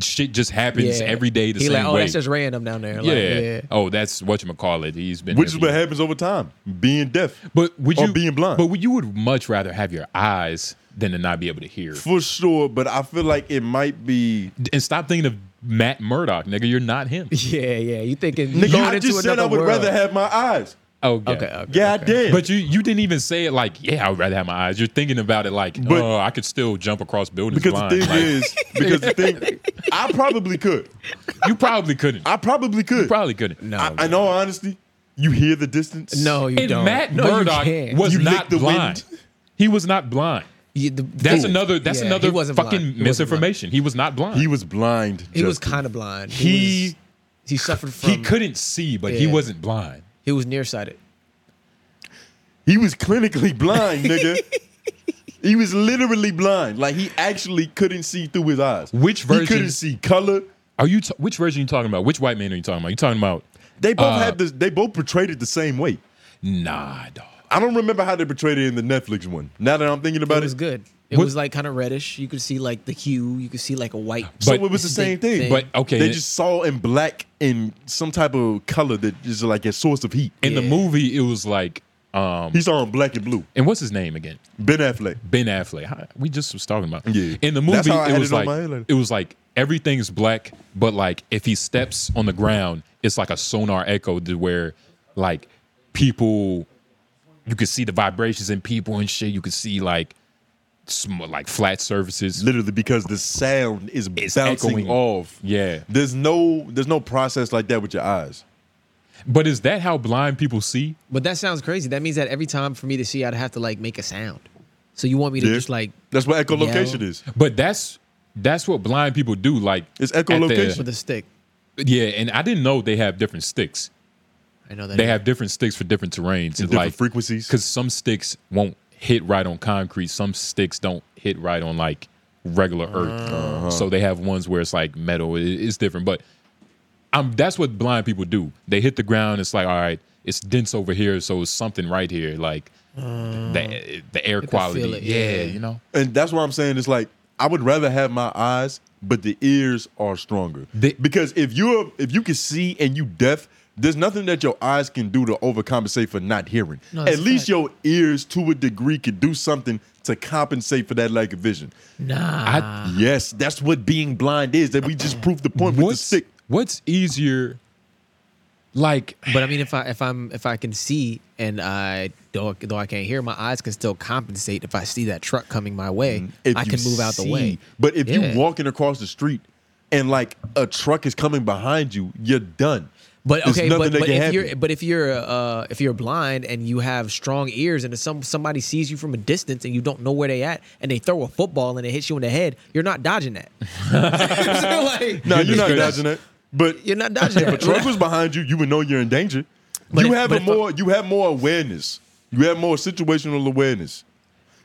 Speaker 2: shit just happens every day the
Speaker 4: he
Speaker 2: same
Speaker 4: like, oh,
Speaker 2: way.
Speaker 4: that's just random down
Speaker 2: yeah.
Speaker 4: there. Like, yeah.
Speaker 2: Oh, that's what you call it. He's been
Speaker 1: Which
Speaker 2: there
Speaker 1: is
Speaker 2: for
Speaker 1: what
Speaker 2: years.
Speaker 1: happens over time. Being deaf.
Speaker 2: But would
Speaker 1: or
Speaker 2: you
Speaker 1: being blind.
Speaker 2: But would- you would much rather have your eyes than to not be able to hear.
Speaker 1: For sure, but I feel like it might be.
Speaker 2: And stop thinking of Matt Murdock, nigga. You're not
Speaker 4: (laughs)
Speaker 2: him.
Speaker 4: Yeah, yeah. You thinking you
Speaker 1: Nigga,
Speaker 4: going
Speaker 1: I
Speaker 4: into
Speaker 1: just said
Speaker 4: another
Speaker 1: I would
Speaker 4: world.
Speaker 1: rather have my eyes.
Speaker 2: Oh, yeah.
Speaker 4: Okay, okay.
Speaker 1: Yeah, I did.
Speaker 2: But you you didn't even say it like, yeah, I'd rather have my eyes. You're thinking about it like,
Speaker 1: But-
Speaker 2: oh, I could still jump across buildings
Speaker 1: because
Speaker 2: blind.
Speaker 1: the thing
Speaker 2: Like,
Speaker 1: is, because the thing, I probably could.
Speaker 2: you probably couldn't.
Speaker 1: I probably could.
Speaker 2: probably couldn't.
Speaker 4: No,
Speaker 1: I, I know, honestly, you hear the distance.
Speaker 4: No, you
Speaker 2: and
Speaker 4: don't.
Speaker 2: Matt
Speaker 4: no, you
Speaker 2: Murdock
Speaker 4: can't.
Speaker 2: was
Speaker 1: You lick
Speaker 2: not
Speaker 1: the
Speaker 2: blind. He was not blind.
Speaker 4: You- the-
Speaker 2: That's
Speaker 4: Ooh.
Speaker 2: another. That's
Speaker 4: Yeah,
Speaker 2: another
Speaker 4: he wasn't
Speaker 2: fucking
Speaker 4: blind. He wasn't blind.
Speaker 2: misinformation. He was not blind.
Speaker 1: he
Speaker 2: He,
Speaker 1: was blind.
Speaker 4: He was
Speaker 1: Justin.
Speaker 4: kind of blind.
Speaker 2: He-
Speaker 4: was- he suffered from.
Speaker 2: couldn't see, but he
Speaker 4: Yeah.
Speaker 2: wasn't blind.
Speaker 4: He was nearsighted.
Speaker 1: He was clinically
Speaker 4: (laughs)
Speaker 1: blind, nigga. he was literally blind. Like he actually couldn't see through his eyes.
Speaker 2: Which
Speaker 1: He
Speaker 2: version-
Speaker 1: couldn't see color.
Speaker 2: Are you? T- which version you talking about? Which white man are you talking about? You talking about?
Speaker 1: They both
Speaker 2: Uh,
Speaker 1: had this. They both portrayed it the same way.
Speaker 2: Nah, dog.
Speaker 1: I don't remember how they portrayed it in the Netflix one. Now that I'm thinking about
Speaker 4: It
Speaker 1: it,
Speaker 4: was good. It
Speaker 2: What-
Speaker 4: was like kind of reddish. You could see like the hue. You could see like a white.
Speaker 1: so
Speaker 2: But-
Speaker 1: it was the same thing.
Speaker 4: thing.
Speaker 2: But okay,
Speaker 1: they
Speaker 2: it-
Speaker 1: just saw in black in some type of color that is like a source of heat.
Speaker 2: in the
Speaker 4: Yeah.
Speaker 2: movie it was like, um,
Speaker 1: He saw in black and blue.
Speaker 2: and what's his name again?
Speaker 1: Ben Affleck.
Speaker 2: Ben Affleck. Hi- We just was talking about.
Speaker 1: Yeah.
Speaker 2: In the movie,
Speaker 1: That's how I
Speaker 2: it
Speaker 1: had
Speaker 2: was
Speaker 1: it on
Speaker 2: like
Speaker 1: my head.
Speaker 2: it was like everything's black, but like if he steps on the ground, it's like a sonar echo to where like people, you could see the vibrations in people and shit. You could see like sm- like flat surfaces.
Speaker 1: Literally because the sound is
Speaker 2: It's
Speaker 1: bouncing
Speaker 2: echoing.
Speaker 1: off.
Speaker 2: Yeah.
Speaker 1: There's no there's no process like that with your eyes.
Speaker 2: But is that how blind people see?
Speaker 4: But that sounds crazy. That means that every time for me to see, I'd have to like make a sound. So you want me to
Speaker 1: Yeah.
Speaker 4: just like
Speaker 1: That's what echolocation
Speaker 4: Yellow.
Speaker 1: is.
Speaker 2: But that's that's what blind people do. Like
Speaker 1: It's
Speaker 2: at the-
Speaker 1: echolocation.
Speaker 4: with a stick?
Speaker 2: yeah, and I didn't know they have different sticks.
Speaker 4: I know that
Speaker 2: They have different sticks for different terrains.
Speaker 1: Different
Speaker 2: like
Speaker 1: frequencies.
Speaker 2: because some sticks won't hit right on concrete. Some sticks don't hit right on like regular earth.
Speaker 1: Uh-huh.
Speaker 2: So they have ones where it's like metal. It- it's different, but um, that's what blind people do. They hit the ground. It's like all right, it's dense over here, so it's something right here. Like the Uh, the air quality.
Speaker 4: feel it,
Speaker 2: yeah,
Speaker 4: yeah.
Speaker 2: you know.
Speaker 1: And that's what I'm saying. It's like I would rather have my eyes, but the ears are stronger.
Speaker 2: The-
Speaker 1: because if you're if you can see and you deaf, there's nothing that your eyes can do to overcompensate for not hearing.
Speaker 4: No, that's
Speaker 1: At
Speaker 4: a
Speaker 1: least
Speaker 4: fact.
Speaker 1: your ears, to a degree, can do something to compensate for that lack of vision.
Speaker 4: nah.
Speaker 2: I,
Speaker 1: Yes, that's what being blind is. That we just
Speaker 4: Uh-huh.
Speaker 1: proved the point with the
Speaker 2: what's
Speaker 1: stick.
Speaker 2: what's easier? Like
Speaker 4: But I mean, if I if I'm if I can see and I though though I can't hear, my eyes can still compensate. If I see that truck coming my way,
Speaker 1: Mm, if
Speaker 4: I
Speaker 1: you
Speaker 4: can move out the
Speaker 1: see.
Speaker 4: way.
Speaker 1: But if
Speaker 4: Yeah.
Speaker 1: you walking across the street and like a truck is coming behind you, you're done.
Speaker 4: But
Speaker 1: There's
Speaker 4: okay,
Speaker 1: nothing
Speaker 4: but,
Speaker 1: that
Speaker 4: but
Speaker 1: can
Speaker 4: if
Speaker 1: happen.
Speaker 4: you're but if you're uh, if you're blind and you have strong ears and if some somebody sees you from a distance and you don't know where they at and they throw a football and it hits you in the head, you're not dodging that. (laughs) So, like,
Speaker 1: No, you're
Speaker 2: Goodness
Speaker 1: not
Speaker 2: gracious.
Speaker 1: dodging it. But
Speaker 4: You're not dodging
Speaker 1: if a
Speaker 4: that. (laughs)
Speaker 1: truck was behind you, you would know you're in danger.
Speaker 4: But
Speaker 1: you
Speaker 4: if-
Speaker 1: have
Speaker 4: but
Speaker 1: a
Speaker 4: if I-
Speaker 1: more you have more awareness. You have more situational awareness.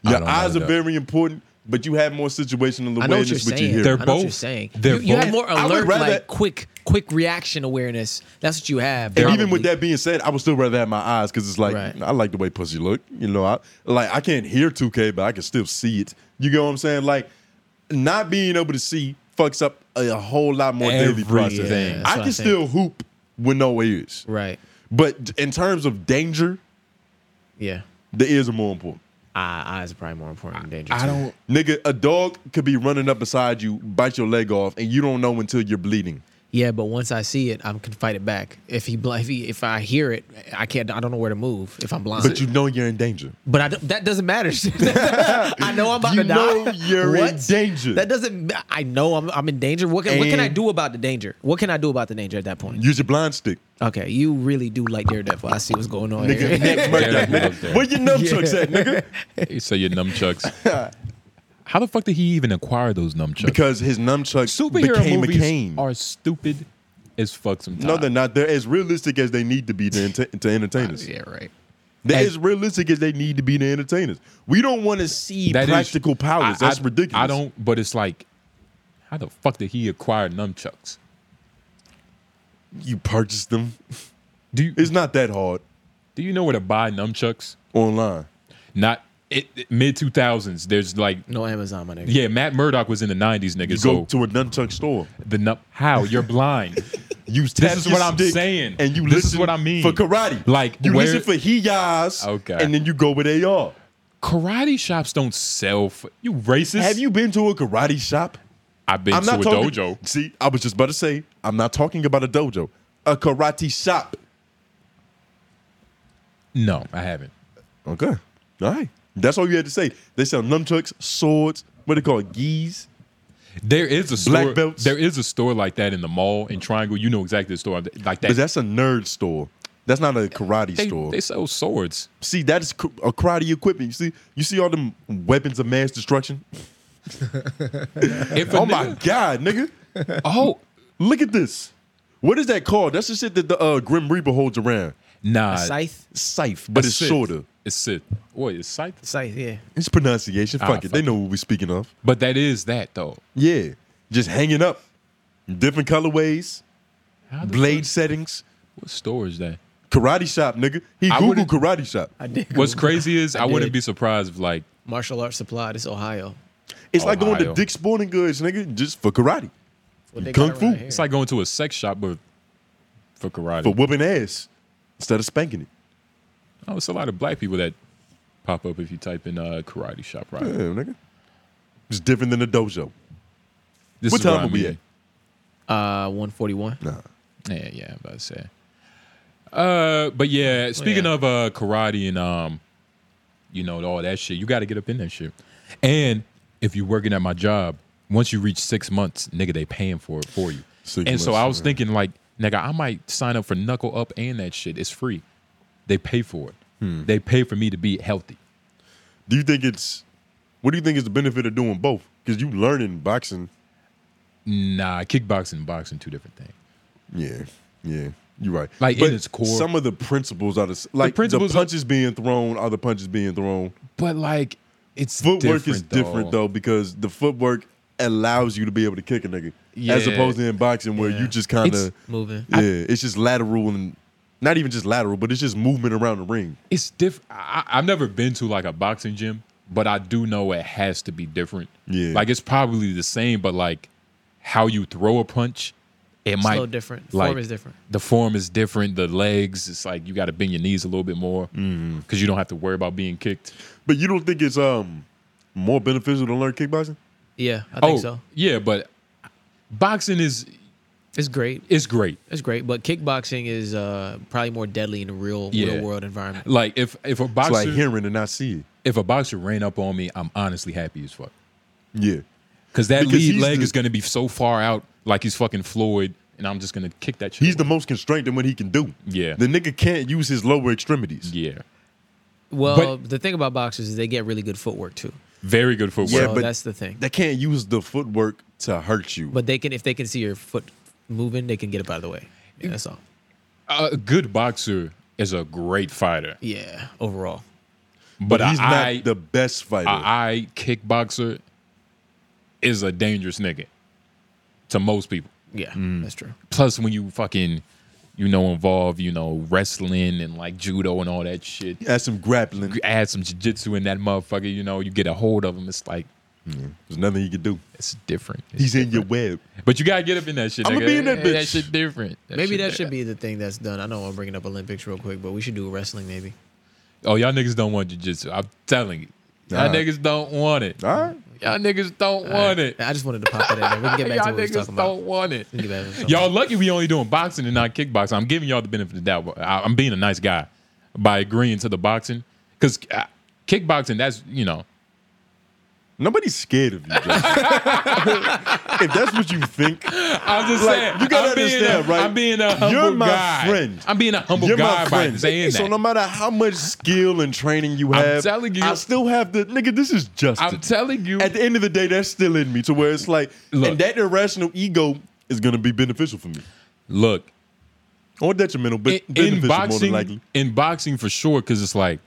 Speaker 2: I
Speaker 1: Your
Speaker 2: don't know
Speaker 1: eyes are
Speaker 2: that.
Speaker 1: very important, but you have more situational
Speaker 4: I know what
Speaker 1: awareness
Speaker 4: you're
Speaker 1: with your
Speaker 4: saying. I know
Speaker 1: hearing.
Speaker 2: They're
Speaker 4: what you're
Speaker 2: both-
Speaker 4: saying.
Speaker 2: they're
Speaker 4: you, you
Speaker 2: both-
Speaker 4: have more
Speaker 1: I would
Speaker 4: alert,
Speaker 1: rather-
Speaker 4: like quick quick reaction awareness. That's what you have.
Speaker 1: And
Speaker 4: probably.
Speaker 1: even with that being said, I would still rather have my eyes because it's like
Speaker 4: Right.
Speaker 1: I like the way pussy look. You know, I like I can't hear 2K, but I can still see it. You get what I'm saying? Like not being able to see fucks up a, a whole lot more daily process.
Speaker 2: Everything.
Speaker 4: Yeah,
Speaker 1: I
Speaker 4: that's what
Speaker 1: can
Speaker 4: I think.
Speaker 1: still hoop with no ears,
Speaker 4: right,
Speaker 1: but in terms of danger,
Speaker 4: yeah,
Speaker 1: the ears are more important.
Speaker 4: Eye- eyes are probably more important than danger.
Speaker 2: I
Speaker 1: (laughs)
Speaker 4: too.
Speaker 2: don't.
Speaker 1: Nigga, a dog could be running up beside you, bite your leg off, and you don't know until you're bleeding.
Speaker 4: Yeah, but once I see it, I am can fight it back. If he, bl- if, he if I hear it, I can't. I don't know where to move if I'm blind.
Speaker 1: But you know you're in danger.
Speaker 4: But I don't- that doesn't matter. (laughs) I know I'm about
Speaker 1: You
Speaker 4: to die.
Speaker 1: know you're in danger.
Speaker 4: That doesn't. I know I'm, I'm in danger. What can, what can I
Speaker 1: And-
Speaker 4: do about the danger? What can I do about the danger at that point?
Speaker 1: Use your blind stick.
Speaker 4: okay, you really do like Daredevil. I see what's going on.
Speaker 1: Nigga,
Speaker 4: here. (laughs)
Speaker 1: neck murder,
Speaker 2: Yeah.
Speaker 1: nigga. Where your nunchucks at, nigga?
Speaker 2: You say your nunchucks. (laughs) How the fuck did he even acquire those nunchucks?
Speaker 1: Because his nunchucks
Speaker 2: superhero
Speaker 1: became
Speaker 2: movies
Speaker 1: a cane.
Speaker 2: are stupid as fuck sometimes.
Speaker 1: no, they're not. They're as realistic as they need to be to, ent-
Speaker 2: (laughs) Uh,
Speaker 1: to entertain us.
Speaker 7: Yeah, right.
Speaker 1: They're
Speaker 2: And-
Speaker 1: as realistic as they need to be to entertain us. We don't want to see
Speaker 2: That is-
Speaker 1: practical powers.
Speaker 2: I-
Speaker 1: That's
Speaker 2: I-
Speaker 1: ridiculous.
Speaker 2: I don't. But it's like, how the fuck did he acquire nunchucks?
Speaker 1: You purchased them.
Speaker 2: Do you
Speaker 1: It's not that hard
Speaker 2: do you know where to buy nunchucks?
Speaker 1: online.
Speaker 2: Not it, mid two thousands. There's like
Speaker 4: No Amazon, my nigga.
Speaker 2: yeah, Matt Murdock was in the nineties, nigga.
Speaker 1: You
Speaker 2: so
Speaker 1: go to a nunchuck store.
Speaker 2: the nu- how
Speaker 1: (laughs)
Speaker 2: you're blind.
Speaker 1: You
Speaker 2: This
Speaker 1: tap
Speaker 2: is
Speaker 1: your
Speaker 2: what I'm
Speaker 1: stick,
Speaker 2: saying.
Speaker 1: and you
Speaker 2: This is
Speaker 1: listen
Speaker 2: what I mean.
Speaker 1: for karate.
Speaker 2: Like,
Speaker 1: you
Speaker 2: where-
Speaker 1: listen for he yas,
Speaker 2: Okay.
Speaker 1: and then you go where they are.
Speaker 2: karate shops don't sell. For, you racist?
Speaker 1: Have you been to a karate shop?
Speaker 2: I've been
Speaker 1: I'm
Speaker 2: to a
Speaker 1: not talking.
Speaker 2: dojo.
Speaker 1: See, I was just about to say, I'm not talking about a dojo, a karate shop.
Speaker 2: No, I haven't.
Speaker 1: Okay, all right. That's all you had to say. They sell nunchucks, swords. What they call it, geese.
Speaker 2: There is a store,
Speaker 1: Black belts.
Speaker 2: There is a store like that in the mall in Triangle. You know exactly the store like that.
Speaker 1: But that's a nerd store. That's not a karate
Speaker 2: they,
Speaker 1: store.
Speaker 2: they sell
Speaker 1: (laughs)
Speaker 2: swords.
Speaker 1: see, that is k- a karate equipment. You see, you see all them weapons of mass destruction.
Speaker 2: If a
Speaker 1: Oh my
Speaker 2: nigga-
Speaker 1: god, nigga!
Speaker 2: (laughs) Oh
Speaker 1: Look at this. What is that called? That's the shit that the uh, Grim Reaper holds around.
Speaker 2: nah.
Speaker 7: Scythe,
Speaker 1: Scythe, but
Speaker 2: A
Speaker 1: it's
Speaker 2: scythe.
Speaker 1: shorter.
Speaker 2: It's Sith. What is scythe?
Speaker 7: scythe, yeah.
Speaker 1: It's pronunciation. Fuck
Speaker 2: Ah,
Speaker 1: it.
Speaker 2: fuck
Speaker 1: they
Speaker 2: it.
Speaker 1: know what we're speaking of.
Speaker 2: But that is that though.
Speaker 1: Yeah. Just hanging up. Different colorways,
Speaker 2: How the
Speaker 1: blade
Speaker 2: fuck-
Speaker 1: settings.
Speaker 2: What store is that?
Speaker 1: Karate shop, nigga. He
Speaker 2: I
Speaker 1: Google
Speaker 2: wouldn't-
Speaker 1: karate shop.
Speaker 4: I did.
Speaker 2: What's crazy is I, wouldn't
Speaker 4: did.
Speaker 2: be surprised if like
Speaker 4: Martial arts supply. This Ohio.
Speaker 1: It's like going to
Speaker 2: Ohio.
Speaker 1: Dick's Sporting Goods, nigga, just for karate,
Speaker 4: What they
Speaker 1: Kung
Speaker 4: got
Speaker 1: fu.
Speaker 4: around here.
Speaker 2: it's like going to a sex shop but for karate.
Speaker 1: for whooping ass instead of spanking it.
Speaker 2: oh, it's a lot of black people that pop up if you type in uh, karate shop right.
Speaker 1: Yeah, nigga. It's different than the dojo.
Speaker 2: This
Speaker 1: what
Speaker 2: is what
Speaker 1: time
Speaker 2: I
Speaker 1: are we
Speaker 2: mean.
Speaker 1: at?
Speaker 4: uh, one forty one.
Speaker 2: Yeah, yeah, I'm about to say. Uh, but yeah, speaking
Speaker 4: yeah.
Speaker 2: of uh karate and um, you know all that shit, you got to get up in that shit. And if you're working at my job, once you reach six months, nigga, they paying for it for you.
Speaker 1: Six
Speaker 2: and so
Speaker 1: months,
Speaker 2: I was
Speaker 1: yeah.
Speaker 2: thinking like, nigga, I might sign up for knuckle up and that shit. It's free. They pay for it.
Speaker 1: Hmm.
Speaker 2: They pay for me to be healthy.
Speaker 1: Do you think it's what do you think is the benefit of doing both? Because you learning boxing.
Speaker 2: Nah, kickboxing and boxing two different things.
Speaker 1: Yeah, yeah, you're right.
Speaker 2: Like, in its core.
Speaker 1: some of the principles are the s- like the,
Speaker 2: principles are-
Speaker 1: punches being thrown are the punches being thrown.
Speaker 2: But like, it's
Speaker 1: Footwork
Speaker 2: different,
Speaker 1: is different though because the footwork allows you to be able to kick a nigga, as
Speaker 2: Yeah.
Speaker 1: opposed to in boxing where you just kind
Speaker 2: It's-
Speaker 1: of
Speaker 4: Moving.
Speaker 1: yeah, it's just lateral and not even just lateral, but it's just movement around the ring.
Speaker 2: it's different. I've never been to like a boxing gym, but I do know it has to be different.
Speaker 1: Yeah.
Speaker 2: like it's probably the same, but like how you throw a punch, it
Speaker 4: It's
Speaker 2: might
Speaker 4: a little different. The
Speaker 2: like,
Speaker 4: Form is different.
Speaker 2: The form is different. The legs, it's like you got to bend your knees a little bit more because
Speaker 1: Mm-hmm.
Speaker 2: you don't have to worry about being kicked.
Speaker 1: But you don't think it's um more beneficial to learn kickboxing?
Speaker 4: Yeah, I think
Speaker 2: oh,
Speaker 4: so.
Speaker 2: yeah, but boxing is
Speaker 4: It's great.
Speaker 2: is great.
Speaker 4: It's great, but kickboxing is uh, probably more deadly in a real
Speaker 2: Yeah.
Speaker 4: real world environment.
Speaker 2: Like if if a
Speaker 1: It's
Speaker 2: boxer
Speaker 1: like hearing and not seeing.
Speaker 2: if a boxer ran up on me, I'm honestly happy as fuck.
Speaker 1: Yeah,
Speaker 2: Cause that
Speaker 1: Because
Speaker 2: lead
Speaker 1: he's
Speaker 2: leg
Speaker 1: the-
Speaker 2: is gonna be so far out, like he's fucking Floyd, and I'm just gonna kick that shit.
Speaker 1: he's the
Speaker 2: away.
Speaker 1: most constrained in what he can do.
Speaker 2: Yeah.
Speaker 1: the nigga can't use his lower extremities.
Speaker 2: yeah,
Speaker 4: Well, the thing about boxers is they get really good footwork too.
Speaker 2: very good footwork.
Speaker 1: Yeah,
Speaker 4: so
Speaker 1: but-
Speaker 4: that's the thing.
Speaker 1: They can't use the footwork to hurt you.
Speaker 4: But they can, if they can see your foot moving, they can get up out of the way. Yeah, that's all.
Speaker 2: A good boxer is a great fighter,
Speaker 4: Yeah, overall.
Speaker 2: but,
Speaker 1: he's
Speaker 2: a,
Speaker 1: not
Speaker 2: eye,
Speaker 1: the best fighter.
Speaker 2: a eye kickboxer is a dangerous nigga to most people.
Speaker 4: Yeah, that's true.
Speaker 2: Plus, when you fucking you know involve you know wrestling and like judo and all that shit,
Speaker 1: Add some grappling.
Speaker 2: you add some jiu-jitsu in that motherfucker, you know, you get a hold of him. It's like
Speaker 1: There's nothing he can do.
Speaker 2: it's different. It's
Speaker 1: He's in your web.
Speaker 2: But you gotta get up in that shit.
Speaker 1: I'ma
Speaker 2: nigga.
Speaker 1: be in that bitch.
Speaker 2: That shit different.
Speaker 4: Maybe that
Speaker 2: di-
Speaker 4: should be the thing that's done. I know I'm bringing up Olympics real quick, but we should do wrestling maybe.
Speaker 2: Oh, y'all niggas don't want jujitsu. I'm telling you, y'all all
Speaker 1: Alright.
Speaker 2: niggas don't want it.
Speaker 1: All right.
Speaker 2: Y'all niggas don't want it.
Speaker 4: I just wanted to pop that in there. We can get back to
Speaker 2: (laughs) Y'all
Speaker 4: what we was
Speaker 2: niggas
Speaker 4: talking
Speaker 2: don't
Speaker 4: about.
Speaker 2: want it.
Speaker 4: We can get back to what we was
Speaker 2: (laughs)
Speaker 4: talking
Speaker 2: Y'all lucky we only doing boxing and not kickboxing. I'm giving y'all the benefit of the doubt. but I- I'm being a nice guy by agreeing to the boxing because kickboxing. That's you know.
Speaker 1: Nobody's scared of you. (laughs) Justin. if that's what you think,
Speaker 2: I'm just
Speaker 1: Like,
Speaker 2: saying.
Speaker 1: you gotta
Speaker 2: I'm being
Speaker 1: understand,
Speaker 2: a,
Speaker 1: right?
Speaker 2: I'm being a humble
Speaker 1: You're my
Speaker 2: guy.
Speaker 1: friend.
Speaker 2: I'm being a humble
Speaker 1: you're my
Speaker 2: guy by
Speaker 1: friend.
Speaker 2: saying
Speaker 1: so
Speaker 2: that.
Speaker 1: no matter how much skill and training you
Speaker 2: I'm
Speaker 1: have,
Speaker 2: telling you-
Speaker 1: I still have the nigga. This is Justin.
Speaker 2: I'm telling you.
Speaker 1: At the end of the day, that's still in me. To where it's like,
Speaker 2: Look.
Speaker 1: and that irrational ego is gonna be beneficial for me
Speaker 2: look,
Speaker 1: or detrimental, but
Speaker 2: in, in
Speaker 1: beneficial more than
Speaker 2: boxing,
Speaker 1: likely.
Speaker 2: in boxing for sure, because it's like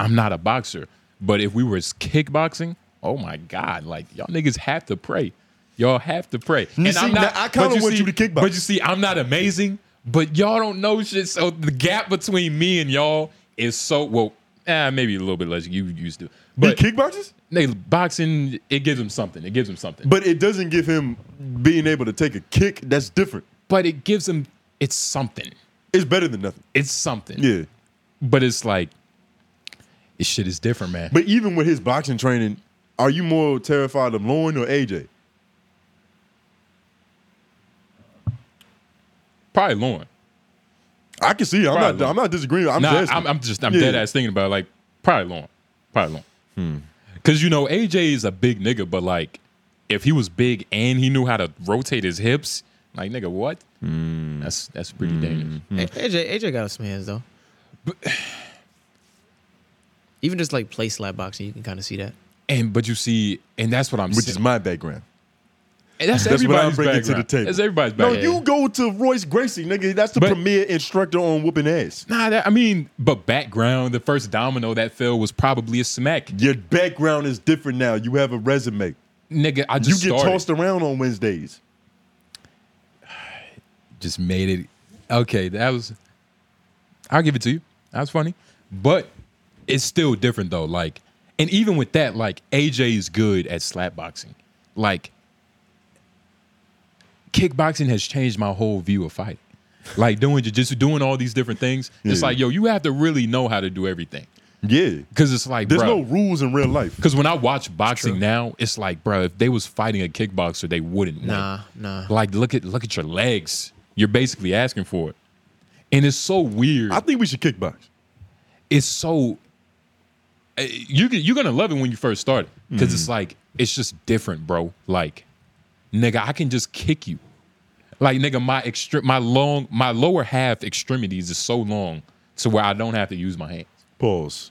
Speaker 2: I'm not a boxer. But if we were kickboxing, oh my god, like y'all niggas have to pray. Y'all have to pray.
Speaker 1: You see, now I kinda
Speaker 2: but
Speaker 1: want
Speaker 2: see-
Speaker 1: you to kickbox.
Speaker 2: But you see, I'm not amazing. But y'all don't know shit. So the gap between me and y'all is so well. eh, maybe a little bit less. You used to,
Speaker 1: He
Speaker 2: but
Speaker 1: kickboxes,
Speaker 2: they boxing it gives him something. It gives him something.
Speaker 1: but it doesn't give him being able to take a kick. That's different.
Speaker 2: But it gives him it's something.
Speaker 1: It's better than nothing.
Speaker 2: It's something.
Speaker 1: Yeah.
Speaker 2: But it's like this shit is different, man.
Speaker 1: But even with his boxing training, are you more terrified of Lauren or AJ?
Speaker 2: Probably Lauren.
Speaker 1: I can see. I'm
Speaker 2: Probably.
Speaker 1: not. I'm not disagreeing. I'm
Speaker 2: nah,
Speaker 1: just.
Speaker 2: I'm, I'm just I'm
Speaker 1: Yeah.
Speaker 2: dead ass thinking about it, like probably Lauren, probably Lauren.
Speaker 1: Hmm.
Speaker 2: Because you know AJ is a big nigga, but like if he was big and he knew how to rotate his hips, like nigga, what?
Speaker 1: Hmm.
Speaker 2: That's that's pretty dangerous.
Speaker 4: AJ AJ got some hands though. (sighs) Even just like play slap boxing, you can kind of see that.
Speaker 2: And but you see, and that's what I'm
Speaker 1: which is
Speaker 2: saying.
Speaker 1: my background.
Speaker 2: And that's,
Speaker 1: (laughs) That's what
Speaker 2: everybody's
Speaker 1: I'm bringing to the
Speaker 2: background.
Speaker 1: table.
Speaker 2: That's everybody's
Speaker 1: No,
Speaker 2: background.
Speaker 1: you go to Royce Gracie, nigga. That's the
Speaker 2: But-
Speaker 1: premier instructor on whooping ass.
Speaker 2: Nah, that, I mean, but background, the first domino that fell was probably a smack.
Speaker 1: Your background is different now. You have a resume.
Speaker 2: Nigga, I
Speaker 1: You
Speaker 2: just
Speaker 1: get
Speaker 2: started.
Speaker 1: tossed around on Wednesdays.
Speaker 2: just made it. Okay, that was. I'll give it to you. That was funny, but it's still different though. Like, and even with that, like AJ is good at slap boxing. Like, kickboxing has changed my whole view of fighting. Like doing just doing all these different things. It's
Speaker 1: Yeah.
Speaker 2: like yo, you have to really know how to do everything
Speaker 1: Yeah.
Speaker 2: because it's like
Speaker 1: There's
Speaker 2: bruh,
Speaker 1: no rules in real life.
Speaker 2: Because when I watch boxing now, it's like, bro, if they was fighting a kickboxer, they wouldn't. win.
Speaker 4: Nah, nah.
Speaker 2: Like, look at look at your legs. You're basically asking for it, and it's so weird.
Speaker 1: I think we should kickbox.
Speaker 2: it's so eh, you can- you're gonna love it when you first start because
Speaker 1: Mm.
Speaker 2: it's like it's just different, bro. Like, nigga, I can just kick you. Like, nigga, my extre- my long, my lower half extremities is so long to where I don't have to use my hands. (laughs)
Speaker 1: Pause.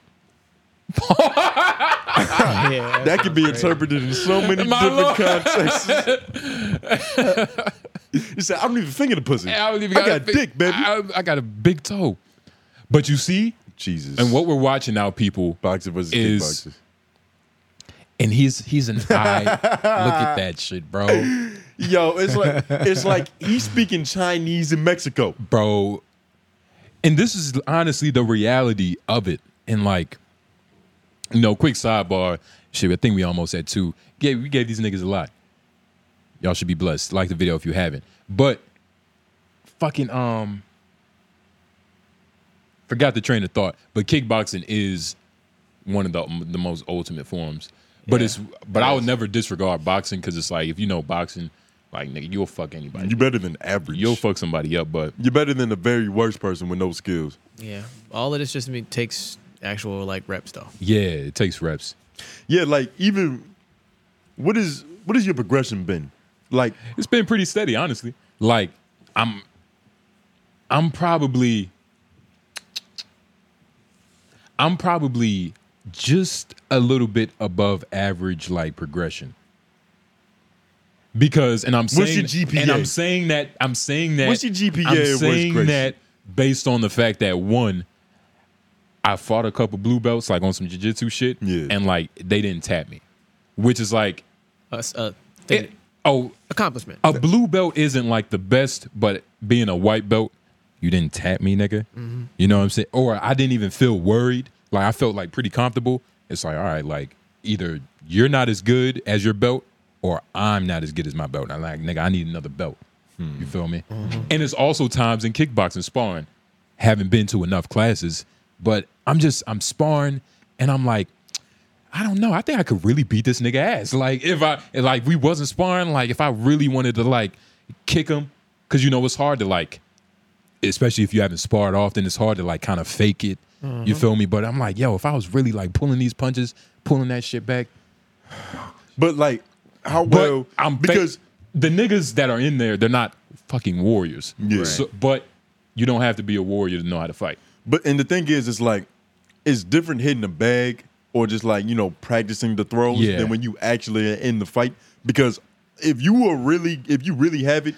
Speaker 4: Yeah,
Speaker 1: That could be interpreted in so many
Speaker 2: My
Speaker 1: different
Speaker 2: lord.
Speaker 1: contexts.
Speaker 2: (laughs)
Speaker 1: you said, I don't even finger the pussy.
Speaker 2: I don't even
Speaker 1: I got
Speaker 2: a big-
Speaker 1: dick, baby.
Speaker 2: I, I got a big toe. But you see,
Speaker 1: Jesus.
Speaker 2: and what we're watching now, people,
Speaker 1: boxer versus
Speaker 2: is-
Speaker 1: kickboxer.
Speaker 2: and he's he's an eye.
Speaker 1: (laughs)
Speaker 2: Look at that shit, bro,
Speaker 1: Yo, it's like it's like he's speaking Chinese in Mexico.
Speaker 2: bro. And this is honestly the reality of it. And like, you know, quick sidebar, shit. I think we almost had two. Gave we gave these niggas a lot. Y'all should be blessed. Like the video if you haven't. But fucking um, forgot the train of thought. But kickboxing is one of the um, the most ultimate forms. But it's but I would never disregard boxing because it's like if you know boxing, like nigga, you'll fuck anybody.
Speaker 1: You're better than average.
Speaker 2: You'll fuck somebody up, but
Speaker 1: You're better than the very worst person with no skills.
Speaker 4: yeah. All of this just me takes actual like reps though.
Speaker 2: yeah, it takes reps.
Speaker 1: Yeah, like even what is what is your progression been? Like
Speaker 2: It's been pretty steady, honestly. Like I'm, I'm probably, I'm probably just a little bit above average, like progression. Because, and I'm saying,
Speaker 1: What's your GPA?
Speaker 2: and I'm saying that, I'm saying that,
Speaker 1: What's your GPA at
Speaker 2: I'm
Speaker 1: West
Speaker 2: saying
Speaker 1: Gracie?
Speaker 2: that based on the fact that one, I fought a couple blue belts, like on some jujitsu shit,
Speaker 1: Yeah.
Speaker 2: and like they didn't tap me, which is like,
Speaker 4: A, s- a thing-
Speaker 2: it- oh,
Speaker 4: accomplishment.
Speaker 2: a blue belt isn't like the best, but being a white belt, you didn't tap me, nigga. You know what I'm saying? Or I didn't even feel worried. Like I felt like pretty comfortable. It's like, all right, like either you're not as good as your belt, or I'm not as good as my belt. And I'm like, nigga, I need another belt. You feel me? And it's also times in kickboxing sparring. Haven't been to enough classes, but I'm just I'm sparring and I'm like, I don't know. I think I could really beat this nigga ass. Like if I like we wasn't sparring, like if I really wanted to like kick him, because you know it's hard to like, especially if you haven't sparred often, it's hard to like kind of fake it.
Speaker 1: Mm-hmm.
Speaker 2: You feel me? But I'm like, yo, if I was really like pulling these punches, pulling that shit back,
Speaker 1: but like how
Speaker 2: but
Speaker 1: well
Speaker 2: I'm fa-
Speaker 1: because
Speaker 2: the niggas that are in there, they're not fucking warriors.
Speaker 1: Yeah. Right.
Speaker 2: So, but you don't have to be a warrior to know how to fight.
Speaker 1: but and the thing is it's like it's different hitting a bag or just like, you know, practicing the throws
Speaker 2: Yeah.
Speaker 1: than when you actually are in the fight. Because if you were really if you really have it,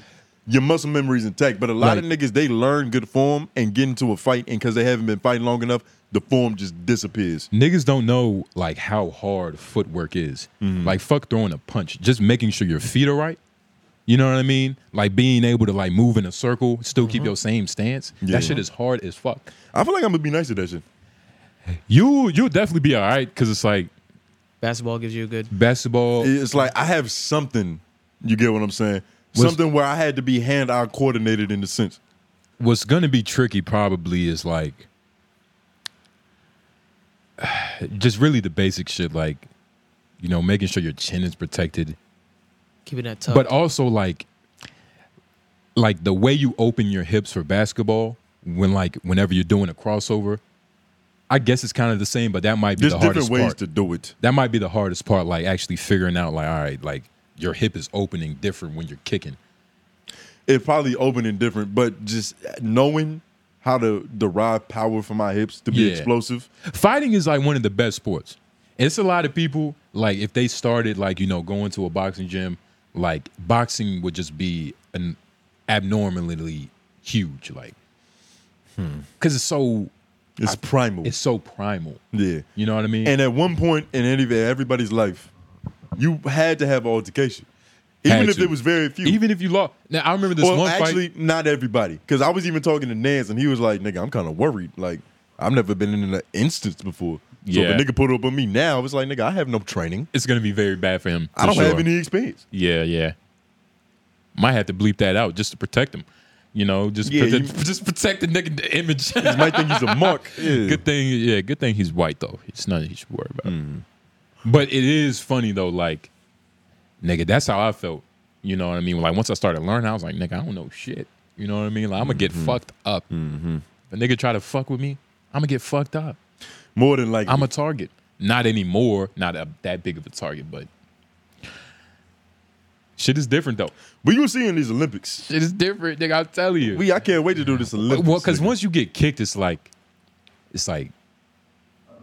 Speaker 1: your muscle memory is intact. But a lot of
Speaker 2: Like-
Speaker 1: niggas they learn good form and get into a fight and cause they haven't been fighting long enough, the form just disappears.
Speaker 2: niggas don't know like how hard footwork is. Like fuck throwing a punch, just making sure your feet are right. You know what I mean? Like being able to like move in a circle, still keep your same stance.
Speaker 1: Yeah.
Speaker 2: That shit is hard as fuck.
Speaker 1: I feel like I'm gonna be nice to that shit.
Speaker 2: You you'll definitely be all right because it's like
Speaker 4: Basketball gives you a good.
Speaker 2: basketball.
Speaker 1: It's like I have something. You get what I'm saying?
Speaker 2: What's-
Speaker 1: something where I had to be hand eye coordinated in the sense.
Speaker 2: what's gonna be tricky probably is like (sighs) just really the basic shit like you know making sure your chin is protected
Speaker 4: Keeping that tough.
Speaker 2: but also like like the way you open your hips for basketball when like whenever you're doing a crossover i guess it's kind of the same but that might be
Speaker 1: There's
Speaker 2: the
Speaker 1: different
Speaker 2: hardest
Speaker 1: ways
Speaker 2: part
Speaker 1: to do it.
Speaker 2: that might be the hardest part like actually figuring out like all right like your hip is opening different when you're kicking
Speaker 1: It probably open and different, but just knowing how to derive power from my hips to be
Speaker 2: Yeah.
Speaker 1: explosive.
Speaker 2: fighting is like one of the best sports. It's a lot of people like if they started like you know going to a boxing gym, like boxing would just be an abnormally huge, like because it's so
Speaker 1: It's primal.
Speaker 2: it's so primal.
Speaker 1: yeah.
Speaker 2: You know what I mean?
Speaker 1: And at one point in any everybody's life, you had to have altercation, even
Speaker 2: Had
Speaker 1: if
Speaker 2: to.
Speaker 1: it was very few.
Speaker 2: even if you lost, now I remember this
Speaker 1: well,
Speaker 2: one
Speaker 1: actually,
Speaker 2: fight.
Speaker 1: not everybody. Because I was even talking to Nance, and he was like, "Nigga, I'm kind of worried. Like, I've never been in an instance before. So
Speaker 2: Yeah.
Speaker 1: if a nigga put up on me now, it's like, nigga, I have no training.
Speaker 2: It's gonna be very bad for him.
Speaker 1: I
Speaker 2: for
Speaker 1: don't have
Speaker 2: sure.
Speaker 1: any experience.
Speaker 2: Yeah, yeah. Might have to bleep that out just to protect him. You know, just
Speaker 1: Yeah,
Speaker 2: protect,
Speaker 1: you-
Speaker 2: just protect the nigga the image. (laughs)
Speaker 1: Might think he's a mark. Yeah.
Speaker 2: Good thing, (laughs) yeah, good thing he's white though. It's nothing he should worry about.
Speaker 1: Mm-hmm.
Speaker 2: But it is funny though, like, nigga, that's how I felt. You know what I mean? Like once I started learning, I was like, nigga, I don't know shit. You know what I mean? Like I'm gonna get
Speaker 1: Mm-hmm.
Speaker 2: fucked up. If a nigga try to fuck with me, I'm gonna get fucked up.
Speaker 1: More than like,
Speaker 2: I'm a target. Not anymore. Not a, that big of a target, but shit is different though.
Speaker 1: we were seeing these Olympics.
Speaker 2: Shit is different, nigga. I'm telling you.
Speaker 1: We, I can't wait to do this Olympics.
Speaker 2: Well, because
Speaker 1: nigga.
Speaker 2: once you get kicked, it's like, it's like,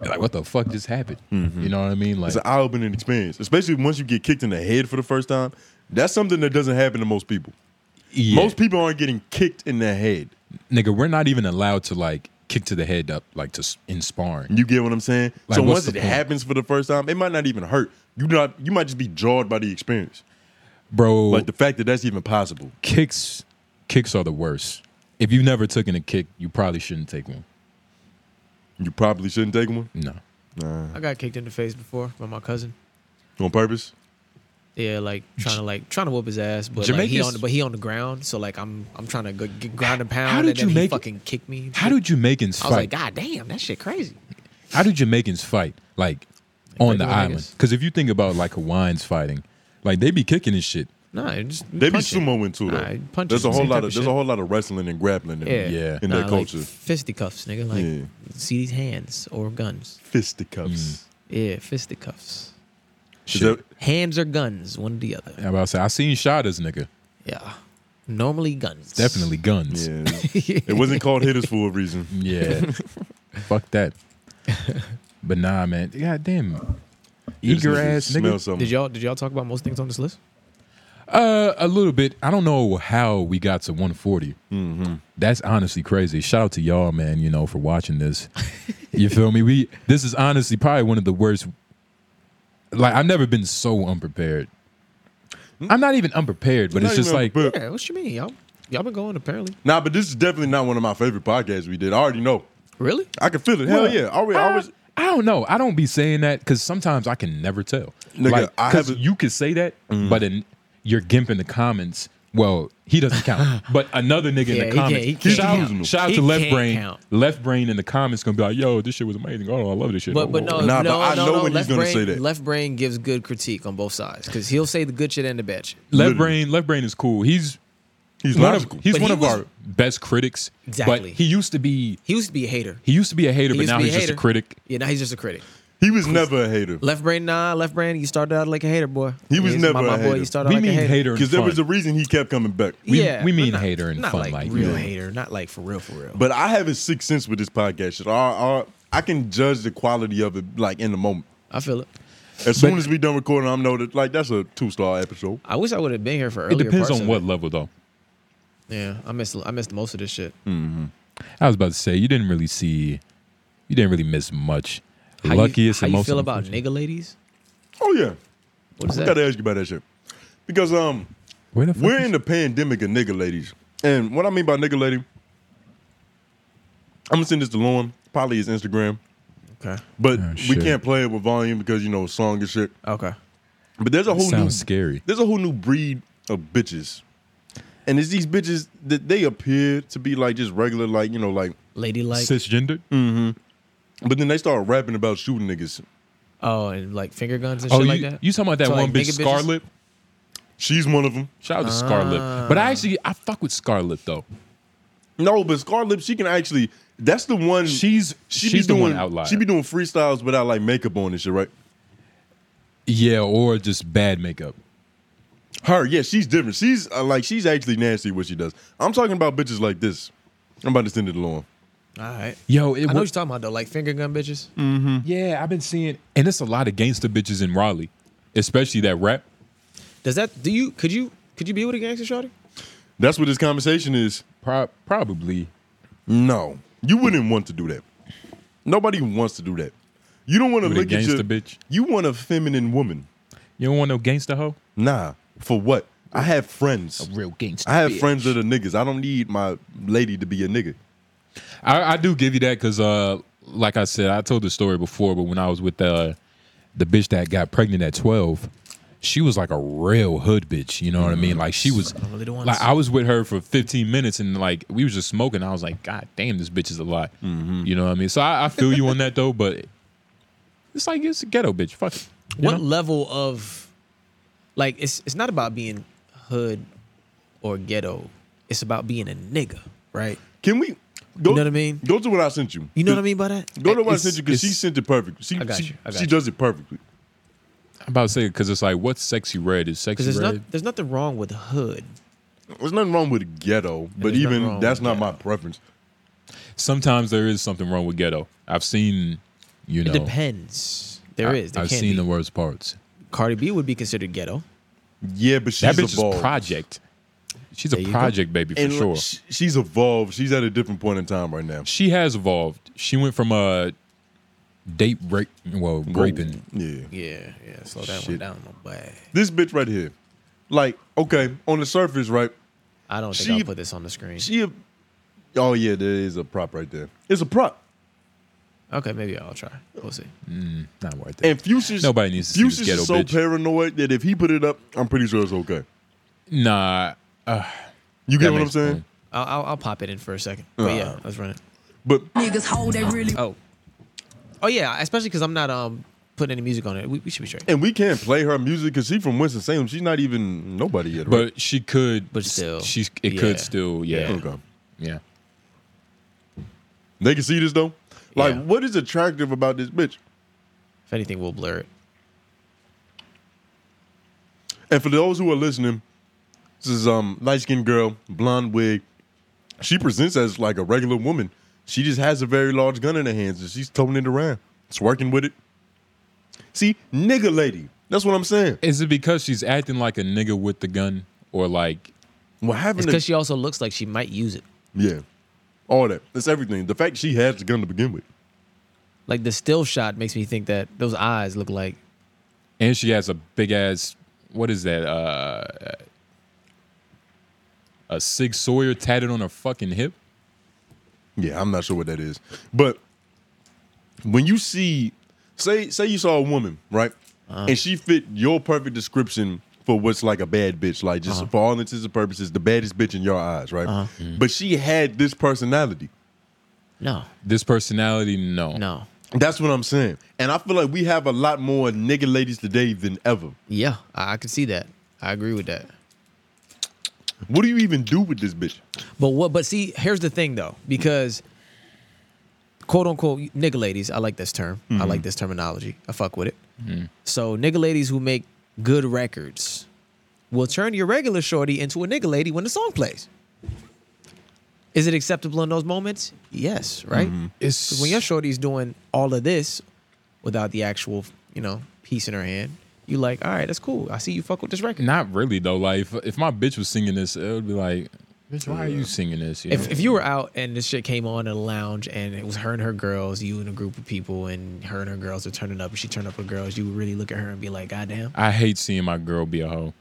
Speaker 2: like what the fuck just happened? You know what I mean? Like,
Speaker 1: Mm-hmm. it's an eye-opening experience, especially once you get kicked in the head for the first time. That's something that doesn't happen to most people.
Speaker 2: yeah.
Speaker 1: Most people aren't getting kicked in the head.
Speaker 2: nigga, we're not even allowed to like kick to the head up, like to s- in sparring.
Speaker 1: You get what I'm saying?
Speaker 2: Like,
Speaker 1: so
Speaker 2: what's
Speaker 1: once
Speaker 2: the
Speaker 1: it
Speaker 2: point?
Speaker 1: happens for the first time, it might not even hurt. You not you might just be jarred by the experience.
Speaker 2: Bro,
Speaker 1: Like the fact that that's even possible.
Speaker 2: kicks, kicks are the worst. If you've never taken a kick, you probably shouldn't take one.
Speaker 1: You probably shouldn't take one
Speaker 2: No.
Speaker 4: I got kicked in the face before by my cousin.
Speaker 1: on purpose.
Speaker 4: Yeah, like trying to like trying to whoop his ass, but like, he
Speaker 2: Jamaicans-
Speaker 4: on the, but he on the ground, so like I'm I'm trying to go, get ground and pound,
Speaker 2: did
Speaker 4: and then
Speaker 2: you
Speaker 4: he
Speaker 2: make it-
Speaker 4: fucking kicked me.
Speaker 2: How do Jamaicans
Speaker 4: I was
Speaker 2: fight?
Speaker 4: like, God damn, that shit crazy.
Speaker 2: How do Jamaicans fight? Like on the
Speaker 4: regular
Speaker 2: island?
Speaker 4: niggas.
Speaker 2: Because if you think about like Hawaiians fighting, like they be kicking and shit.
Speaker 4: Nah, it just
Speaker 1: They be
Speaker 4: punching.
Speaker 1: sumo into
Speaker 4: Nah,
Speaker 1: that.
Speaker 4: punching,
Speaker 1: there's a whole
Speaker 4: same
Speaker 1: lot
Speaker 4: type
Speaker 1: of, there's
Speaker 4: shit.
Speaker 1: a whole lot of wrestling and grappling in,
Speaker 4: yeah,
Speaker 2: yeah,
Speaker 1: in
Speaker 4: nah,
Speaker 1: their
Speaker 4: like
Speaker 1: culture.
Speaker 4: fisticuffs, nigga. Like
Speaker 1: Yeah.
Speaker 4: see these hands or guns.
Speaker 2: Mm.
Speaker 1: Fisticuffs.
Speaker 4: Yeah, fisticuffs.
Speaker 1: Is
Speaker 2: Shit.
Speaker 1: that-
Speaker 4: Hands or guns, one or the other.
Speaker 2: I'm about to say, I seen Shada's nigga.
Speaker 4: Yeah, normally guns.
Speaker 2: Definitely guns. (laughs) Yeah.
Speaker 1: yeah. it wasn't called hitters for a reason.
Speaker 2: Fuck that. But nah, man. God damn. Eager ass
Speaker 1: Smell
Speaker 2: nigga.
Speaker 1: something.
Speaker 4: Did y'all did y'all talk about most things on this list?
Speaker 2: Uh, a little bit. I don't know how we got to 140. Mm-hmm. That's honestly crazy. Shout out to y'all, man. You know, for watching this. (laughs) you feel me? We. This is honestly probably one of the worst. Like I've never been so unprepared. I'm not even unprepared, but it's
Speaker 1: Hmm? Not
Speaker 2: just
Speaker 1: even-
Speaker 2: like
Speaker 1: but-
Speaker 4: Yeah, what you mean, y'all? Y'all been going apparently.
Speaker 1: nah, but this is definitely not one of my favorite podcasts we did. I already know.
Speaker 4: Really?
Speaker 1: I can feel it. Hell yeah. I already, I
Speaker 2: I,
Speaker 1: was,
Speaker 2: I don't know. I don't be saying that because sometimes I can never tell.
Speaker 1: Nigga,
Speaker 2: like,
Speaker 1: I
Speaker 2: 'cause
Speaker 1: haven't- Mm-hmm.
Speaker 2: you could say that, but in your gimp in the comments. Well, he doesn't
Speaker 1: (laughs)
Speaker 2: count, but another nigga
Speaker 4: Yeah,
Speaker 2: in
Speaker 4: he
Speaker 2: the comments.
Speaker 4: can't- he can't
Speaker 2: shout, out-
Speaker 1: count.
Speaker 2: shout out
Speaker 4: He
Speaker 2: to Left
Speaker 4: can't
Speaker 2: Brain.
Speaker 4: count.
Speaker 2: Left Brain in the comments gonna be like, "Yo, this shit was amazing. Oh, I love this shit."
Speaker 4: But but no,
Speaker 1: Nah, but
Speaker 4: no,
Speaker 1: I
Speaker 4: no,
Speaker 1: know
Speaker 4: no.
Speaker 1: when he's
Speaker 4: left
Speaker 1: gonna
Speaker 4: brain,
Speaker 1: say that.
Speaker 4: Left brain gives good critique on both sides because he'll say the good shit and the bad shit.
Speaker 2: Left
Speaker 1: Literally.
Speaker 2: Brain, Left Brain is cool. He's
Speaker 1: he's
Speaker 2: one
Speaker 1: logical.
Speaker 2: of he's
Speaker 4: But
Speaker 2: one
Speaker 4: he
Speaker 2: of
Speaker 4: was-
Speaker 2: our best critics.
Speaker 4: Exactly.
Speaker 2: But he used to be
Speaker 4: He used to be a hater.
Speaker 2: he used to be a hater,
Speaker 4: He
Speaker 2: but
Speaker 4: used to
Speaker 2: now
Speaker 4: be
Speaker 2: he's just a
Speaker 4: hater.
Speaker 2: critic.
Speaker 4: Yeah, now he's just a critic.
Speaker 1: he was never a hater.
Speaker 4: Left brain, nah. Left brain, you started out like a hater, boy.
Speaker 1: He was
Speaker 4: Yeah,
Speaker 1: never
Speaker 4: my, my
Speaker 1: a
Speaker 4: boy.
Speaker 1: hater.
Speaker 4: You started
Speaker 2: We
Speaker 4: out like
Speaker 2: mean
Speaker 4: a hater.
Speaker 2: hater
Speaker 1: Because
Speaker 2: because
Speaker 1: there was a reason he kept coming back.
Speaker 2: we-
Speaker 4: yeah,
Speaker 2: we
Speaker 4: but
Speaker 2: mean
Speaker 4: not-
Speaker 2: hater and
Speaker 4: not
Speaker 2: fun,
Speaker 4: like,
Speaker 2: like,
Speaker 4: real
Speaker 2: yeah.
Speaker 4: hater, not like for real, for real.
Speaker 1: But I have a sixth sense with this podcast shit. I, I, I can judge the quality of it like in the moment.
Speaker 4: I feel it.
Speaker 1: As soon as we done recording, I'm know that like that's a two star episode.
Speaker 4: I wish I would have been here for earlier.
Speaker 2: It depends
Speaker 4: parts
Speaker 2: on
Speaker 4: of
Speaker 2: what level though.
Speaker 4: Yeah, I missed. I missed most of this shit.
Speaker 2: Mm-hmm. I was about to say you didn't really see, you didn't really miss much.
Speaker 4: How
Speaker 2: Luckiest
Speaker 4: you,
Speaker 2: and
Speaker 4: how you
Speaker 2: most
Speaker 4: feel about
Speaker 2: unfortunate.
Speaker 4: nigga ladies?
Speaker 1: Oh yeah,
Speaker 4: What is
Speaker 1: I
Speaker 4: that?
Speaker 1: gotta ask you about that shit because um
Speaker 2: Where the fuck
Speaker 1: we're
Speaker 2: is-
Speaker 1: in the pandemic of nigga ladies, and what I mean by nigga lady, I'm gonna send this to Lauren, probably his Instagram.
Speaker 4: Okay.
Speaker 1: But we
Speaker 2: Oh, shit.
Speaker 1: can't play it with volume because you know song and shit.
Speaker 4: Okay.
Speaker 1: But there's a whole new
Speaker 2: Sounds scary.
Speaker 1: There's a whole new breed of bitches, and it's these bitches that they appear to be like just regular, like you know, like.
Speaker 4: Ladylike.
Speaker 2: Cisgendered?
Speaker 1: But then they start rapping about shooting niggas.
Speaker 4: Oh, and like finger guns and
Speaker 2: oh,
Speaker 4: shit
Speaker 2: you,
Speaker 4: like that.
Speaker 2: you talking about that
Speaker 4: So, like,
Speaker 2: one bitch,
Speaker 4: naked bitches?
Speaker 2: Scarlet?
Speaker 1: She's one of them.
Speaker 2: Shout out to Scarlet. But I actually, I fuck with Scarlet though.
Speaker 1: No, but Scarlett, she can actually. That's the one.
Speaker 2: She's
Speaker 1: she
Speaker 2: she's
Speaker 1: be
Speaker 2: the
Speaker 1: doing
Speaker 2: one outlier.
Speaker 1: She be doing freestyles without like makeup on and shit, right?
Speaker 2: yeah, or just bad makeup.
Speaker 1: Her, yeah, she's different. She's uh, like she's actually nasty what she does. I'm talking about bitches like this. I'm about to send it along.
Speaker 4: All right.
Speaker 2: Yo, it
Speaker 4: I know what you're
Speaker 2: was,
Speaker 4: talking about though, like finger gun bitches.
Speaker 2: yeah, I've been seeing, and it's a lot of gangster bitches in Raleigh, especially that rap.
Speaker 4: Does that do you? Could you? Could you be with a gangster shorty?
Speaker 1: That's what this conversation is.
Speaker 2: Pro- probably.
Speaker 1: No, you wouldn't want to do that. Nobody wants to do that. You don't want to
Speaker 2: With a
Speaker 1: look at your
Speaker 2: gangster bitch?
Speaker 1: You want a feminine woman.
Speaker 2: You don't want no gangster hoe?
Speaker 1: Nah, for what? I have friends.
Speaker 7: Real gangster.
Speaker 1: I have
Speaker 7: bitch.
Speaker 1: friends that are niggas. I don't need my lady to be a nigga.
Speaker 2: I, I do give you that because, uh, like I said, I told the story before, but when I was with uh, the bitch that got pregnant at 12, she was like a real hood bitch. You know what I mean? Like, she was,
Speaker 4: really don't wanna
Speaker 2: like,
Speaker 4: see-
Speaker 2: I was with her for 15 minutes and, like, we was just smoking. I was like, God damn, this bitch is a lot.
Speaker 4: Mm-hmm.
Speaker 2: You know what I mean? So I, I feel you on that, though, but it's like, it's a ghetto bitch. Fuck it. You
Speaker 4: what
Speaker 2: know?
Speaker 4: level of like it's it's not about being hood or ghetto. It's about being a nigga, right?
Speaker 1: Can we? Go,
Speaker 4: know what I mean?
Speaker 1: Go to what I sent you.
Speaker 4: You know what I mean by that?
Speaker 1: Go to what I
Speaker 2: It's-
Speaker 1: sent you because she
Speaker 2: it's-
Speaker 1: sent it perfect. She,
Speaker 4: I got
Speaker 1: she,
Speaker 4: you. I got
Speaker 1: she
Speaker 4: you.
Speaker 1: does it perfectly.
Speaker 2: I'm about to say, because it's like, what's sexy red? Is sexy
Speaker 4: Because there's
Speaker 2: red?
Speaker 4: not there's nothing wrong with hood.
Speaker 1: There's nothing wrong with ghetto, but
Speaker 4: there's nothing
Speaker 1: even
Speaker 4: wrong
Speaker 1: that's
Speaker 4: with
Speaker 1: not my preference.
Speaker 2: Sometimes there is something wrong with ghetto. I've seen, you know,
Speaker 4: It depends. There
Speaker 2: I,
Speaker 4: is. There
Speaker 2: I've
Speaker 4: can't
Speaker 2: seen
Speaker 4: be.
Speaker 2: the worst parts.
Speaker 4: Cardi B would be considered ghetto.
Speaker 1: Yeah, but she's
Speaker 2: That bitch
Speaker 1: evolved.
Speaker 2: is project. She's a
Speaker 4: you go.
Speaker 2: project baby for
Speaker 1: and
Speaker 2: sure.
Speaker 1: like, sh- she's evolved. She's at a different point in time right now.
Speaker 2: She has evolved. She went from a date rape, well, raping.
Speaker 1: Yeah.
Speaker 4: Yeah, yeah. Slow that one
Speaker 1: Shit.
Speaker 4: down, my boy.
Speaker 1: This bitch right here. Like, okay, on the surface, right?
Speaker 4: I don't think
Speaker 1: She-
Speaker 4: I'll put this on the screen.
Speaker 1: She. A- oh, yeah, there is a prop right there. It's a prop.
Speaker 4: okay, maybe I'll try. We'll see.
Speaker 2: Not worth it.
Speaker 1: And Future's.
Speaker 2: Nobody needs to see this
Speaker 1: Future's
Speaker 2: ghetto
Speaker 1: is so
Speaker 2: bitch.
Speaker 1: paranoid that if he put it up, I'm pretty sure it's okay.
Speaker 2: nah,
Speaker 1: You
Speaker 2: That
Speaker 1: get what I'm
Speaker 2: makes
Speaker 1: saying?
Speaker 2: sense.
Speaker 4: I'll, I'll, I'll pop it in for a second. But yeah, let's run it.
Speaker 1: But
Speaker 8: Niggas hold they really
Speaker 4: Oh, oh yeah. Especially because I'm not um putting any music on it. We, we should be straight.
Speaker 1: and we can't play her music because she's from Winston Salem. She's not even nobody yet. Right?
Speaker 2: but she could.
Speaker 4: But still,
Speaker 2: she's it
Speaker 4: yeah.
Speaker 2: could still. Yeah, yeah.
Speaker 1: okay. They can see this though. Like,
Speaker 4: Yeah.
Speaker 1: what is attractive about this bitch?
Speaker 4: If anything, we'll blur it.
Speaker 1: And for those who are listening, this is um light skinned girl, blonde wig. She presents as like a regular woman. She just has a very large gun in her hands and she's toting it around. It's working with it. See, nigga lady. That's what I'm saying.
Speaker 2: Is it because she's acting like a nigga with the gun, or like
Speaker 1: What
Speaker 4: It's
Speaker 1: happened? To,
Speaker 4: because she also looks like she might use it.
Speaker 1: yeah, all that. That's everything. The fact she has the gun to begin with.
Speaker 4: Like the still shot makes me think that those eyes look like
Speaker 2: and she has a big ass what is that uh a sig sawyer tatted on her fucking hip
Speaker 1: Yeah, I'm not sure what that is. But when you see, say, say you saw a woman, right? And she fit your perfect description for what's like a bad bitch, like just for all intents and purposes, the baddest bitch in your eyes, right? But she had this personality.
Speaker 4: no,
Speaker 2: this personality no
Speaker 4: no,
Speaker 1: That's what I'm saying. And I feel like we have a lot more nigga ladies today than ever.
Speaker 4: yeah. I, I can see that. I agree with that.
Speaker 1: What do you even do with this bitch?
Speaker 4: But what? But see, here's the thing though, because quote unquote nigga ladies. I like this term. I like this terminology. I fuck with it. So nigga ladies who make good records will turn your regular shorty into a nigga lady when the song plays. Is it acceptable in those moments? Yes, right.
Speaker 2: it's
Speaker 4: 'Cause when your shorty's doing all of this without the actual, you know, piece in her hand, you like, all right, that's cool. I see you fuck with this record.
Speaker 2: not really though like if, if my bitch was singing this it would be like bitch why are you singing this you
Speaker 4: If,
Speaker 2: know?
Speaker 4: if you were out and this shit came on in a lounge and it was her and her girls, you and a group of people, and her and her girls are turning up, and she turned up her girls, you would really look at her and be like, "God damn,
Speaker 2: i hate seeing my girl be a hoe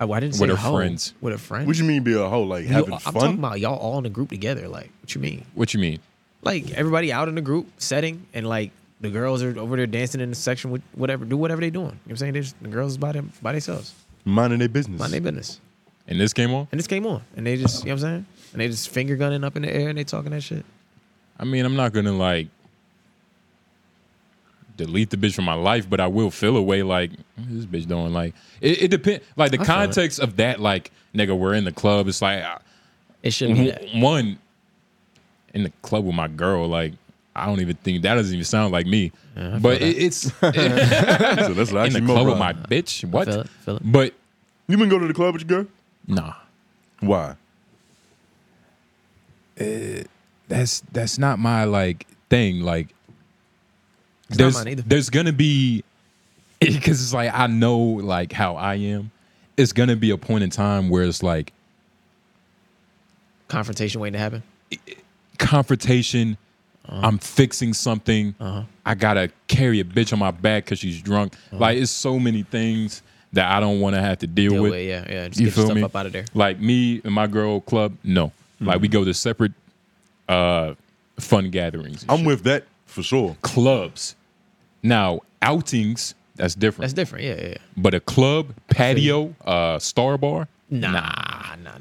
Speaker 4: I, I didn't say
Speaker 2: With her
Speaker 4: hoe.
Speaker 2: friends.
Speaker 4: with her friends."
Speaker 1: What you mean be a hoe? Like
Speaker 4: You-
Speaker 1: having
Speaker 4: I'm
Speaker 1: fun?
Speaker 4: talking about y'all all in a group together. Like, what you mean?
Speaker 2: what you mean
Speaker 4: like everybody out in the group setting and like the girls are over there dancing in the section with whatever, do whatever they doing. You know what I'm saying? They just, the girls is by them by themselves.
Speaker 1: Minding their business.
Speaker 4: Mind their business.
Speaker 2: And this came on.
Speaker 4: And this came on. And they just, you know what I'm saying? And they just finger gunning up in the air and they talking that shit.
Speaker 2: I mean, I'm not gonna like delete the bitch from my life, but I will feel a way like this bitch doing like it, it depends. Like the
Speaker 4: I feel it.
Speaker 2: context of that, like nigga, we're in the club. It's like I-
Speaker 4: It shouldn't be that.
Speaker 2: w- one in the club with my girl. Like I don't even think that doesn't even sound like me. but it, it's
Speaker 1: so that's
Speaker 2: in the
Speaker 1: actually
Speaker 2: club with
Speaker 1: my.
Speaker 2: my bitch. What?
Speaker 4: feel it, feel it.
Speaker 2: But
Speaker 1: You been go to the club with your girl?
Speaker 2: nah,
Speaker 1: Why?
Speaker 2: that's that's not my like thing. Like
Speaker 4: not
Speaker 2: there's
Speaker 4: mine either.
Speaker 2: there's gonna be (laughs) because it's like I know like how I am. It's gonna be a point in time where it's like
Speaker 4: Confrontation waiting to happen.
Speaker 2: confrontation.
Speaker 4: Uh-huh.
Speaker 2: I'm fixing something. I gotta carry a bitch on my back because she's drunk.
Speaker 4: Uh-huh.
Speaker 2: Like it's so many things that I don't want to have to deal,
Speaker 4: Deal
Speaker 2: with.
Speaker 4: with it, yeah, yeah. Just
Speaker 2: you
Speaker 4: get
Speaker 2: feel
Speaker 4: your stuff
Speaker 2: me?
Speaker 4: up out of there. Mm-hmm.
Speaker 2: Like me and my girl club, no. Like we go to separate uh fun gatherings. and
Speaker 4: Oh.
Speaker 1: I'm
Speaker 2: shit.
Speaker 1: with that for sure.
Speaker 2: clubs. Now outings, that's different.
Speaker 4: That's different. Yeah, yeah, yeah.
Speaker 2: but a club, patio, uh, star bar.
Speaker 4: Nah, nah,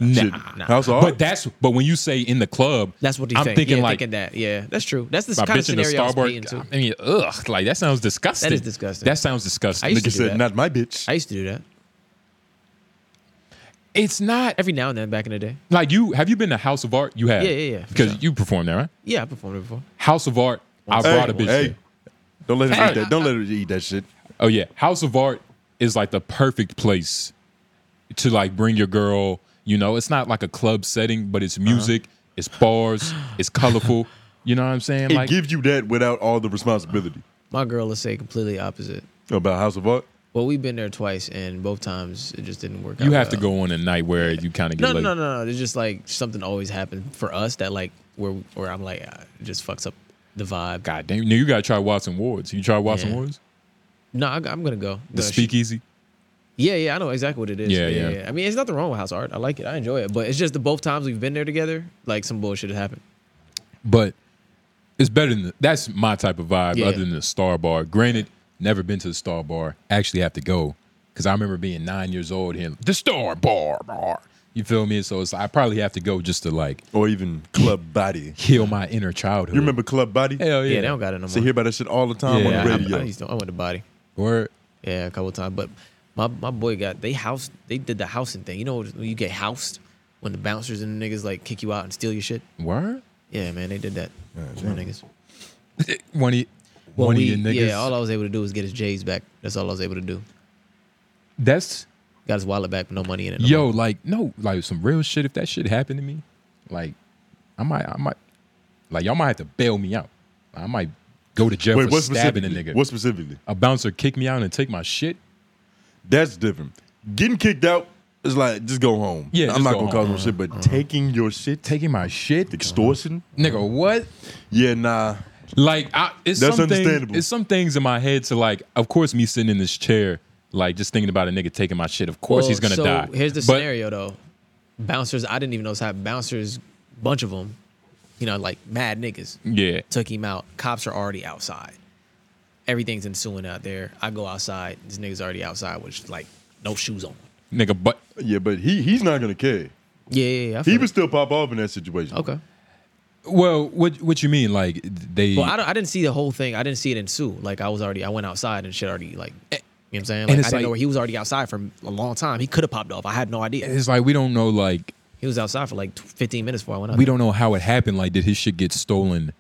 Speaker 4: nah.
Speaker 1: Shit.
Speaker 4: nah, nah.
Speaker 1: House of
Speaker 2: But
Speaker 1: Art?
Speaker 2: that's but when you say in the club,
Speaker 4: That's what you
Speaker 2: I'm
Speaker 4: think.
Speaker 2: thinking
Speaker 4: yeah,
Speaker 2: like
Speaker 4: thinking that. Yeah, that's true. That's the
Speaker 2: my
Speaker 4: kind of
Speaker 2: bitch in the
Speaker 4: scenario I
Speaker 2: star
Speaker 4: was
Speaker 2: bar.
Speaker 4: being to.
Speaker 2: I mean, ugh, like that sounds disgusting.
Speaker 4: That is disgusting.
Speaker 2: That sounds disgusting.
Speaker 4: I used to
Speaker 1: Nigga
Speaker 4: do
Speaker 1: said,
Speaker 4: that.
Speaker 1: not my bitch.
Speaker 4: I used to do that
Speaker 2: it's not
Speaker 4: every now and then back in the day.
Speaker 2: like you. Have you been to House of Art? You have,
Speaker 4: Yeah, yeah, yeah, for
Speaker 2: Because
Speaker 4: sure.
Speaker 2: you performed there, right?
Speaker 4: Yeah, I performed it before.
Speaker 2: House of Art. I
Speaker 1: Hey,
Speaker 2: brought a bitch.
Speaker 1: hey.
Speaker 2: there.
Speaker 1: Don't let him
Speaker 2: Hey.
Speaker 1: eat that. Don't let him eat that shit.
Speaker 2: Oh yeah, House of Art is like the perfect place to like bring your girl. You know, it's not like a club setting, but
Speaker 4: Uh-huh.
Speaker 2: it's music, it's bars, it's colorful. You know what I'm saying?
Speaker 1: It
Speaker 2: like
Speaker 1: gives you that without all the responsibility.
Speaker 4: My girl would say completely opposite.
Speaker 1: About House of Art?
Speaker 4: Well, we've been there twice, and both times it just didn't work out.
Speaker 2: you have to
Speaker 4: well.
Speaker 2: go on a night where you kind of get
Speaker 4: No, no,
Speaker 2: laid.
Speaker 4: no, no, no. It's just like something always happened for us that like where where I'm like ah, it just fucks up the vibe.
Speaker 2: God damn, no, you gotta try Watson Ward's. You try Watson
Speaker 4: Yeah.
Speaker 2: Ward's?
Speaker 4: No, I, am gonna go.
Speaker 2: The
Speaker 4: No, she-
Speaker 2: speakeasy?
Speaker 4: Yeah, yeah, I know exactly what it is.
Speaker 2: Yeah, yeah.
Speaker 4: I mean, it's nothing wrong with house art. I like it. I enjoy it. But it's just the both times we've been there together, like some bullshit has happened.
Speaker 2: But it's better than the, that's my type of vibe
Speaker 4: Yeah.
Speaker 2: other than the Star Bar. Granted, never been to the Star Bar. Actually have to go. Cause I remember being nine years old here. The Star Bar bar. You feel me? So it's I probably have to go just to like
Speaker 1: Or even Club Body.
Speaker 2: heal my inner childhood.
Speaker 1: You remember Club Body?
Speaker 2: Hell
Speaker 4: Yeah,
Speaker 2: Oh, yeah.
Speaker 4: they don't got it no more.
Speaker 1: So hear about that shit all the time
Speaker 2: Yeah,
Speaker 1: on the
Speaker 4: I,
Speaker 1: radio.
Speaker 4: I used to, I went to body.
Speaker 2: Word.
Speaker 4: Yeah, a couple of times. But my, my boy got they housed they did the housing thing. You know when you get housed when the bouncers and the niggas like kick you out and steal your shit?
Speaker 2: Word?
Speaker 4: Yeah, man, they did that. My niggas.
Speaker 2: One of y-
Speaker 4: Well,
Speaker 2: one
Speaker 4: we-
Speaker 2: of your niggas.
Speaker 4: Yeah, all I was able to do was get his J's back. That's all I was able to do.
Speaker 2: that's
Speaker 4: Got his wallet back, but no money in it. no
Speaker 2: Yo,
Speaker 4: more.
Speaker 2: like no, like some real shit. If that shit happened to me, like I might, I might, like y'all might have to bail me out. I might go to jail
Speaker 1: Wait,
Speaker 2: for
Speaker 1: what
Speaker 2: stabbing a
Speaker 1: specifically?
Speaker 2: nigga.
Speaker 1: What specifically?
Speaker 2: a bouncer kick me out and take my shit.
Speaker 1: That's different. Getting kicked out is like just go home.
Speaker 2: Yeah,
Speaker 1: I'm
Speaker 2: just
Speaker 1: not
Speaker 2: go Uh-huh.
Speaker 1: gonna cause no shit, but taking your shit,
Speaker 2: Taking my shit,
Speaker 1: extortion.
Speaker 2: nigga. What?
Speaker 1: Yeah, nah.
Speaker 2: Like, I, it's
Speaker 1: That's
Speaker 2: some thing-
Speaker 1: understandable.
Speaker 2: It's some things in my head to like. Of course, me sitting in this chair, like just thinking about a nigga taking my shit. Of course,
Speaker 4: Well,
Speaker 2: he's gonna
Speaker 4: so
Speaker 2: die.
Speaker 4: Here's the
Speaker 2: But
Speaker 4: scenario though. Bouncers, I didn't even know this happened. Bouncers, bunch of them, you know, like mad niggas.
Speaker 2: Yeah,
Speaker 4: Took him out. Cops are already outside. Everything's ensuing out there. I go outside. This nigga's already outside with like no shoes on.
Speaker 2: nigga. But
Speaker 1: Yeah, but he he's not gonna care.
Speaker 4: Yeah, yeah, yeah. I feel
Speaker 1: He
Speaker 4: it.
Speaker 1: would still pop off in that situation.
Speaker 4: okay.
Speaker 2: well, what what you mean? Like they.
Speaker 4: Well, I, don't, I didn't see the whole thing. I didn't see it ensue. Like I was already, I went outside and shit already. Like, you know what I'm saying? Like, I
Speaker 2: it's
Speaker 4: didn't know
Speaker 2: like-
Speaker 4: where he was already outside for a long time. He could have popped off. I had no idea.
Speaker 2: it's like we don't know. Like
Speaker 4: He was outside for like 15 minutes before I went out.
Speaker 2: we don't know how it happened. Like, did his shit get stolen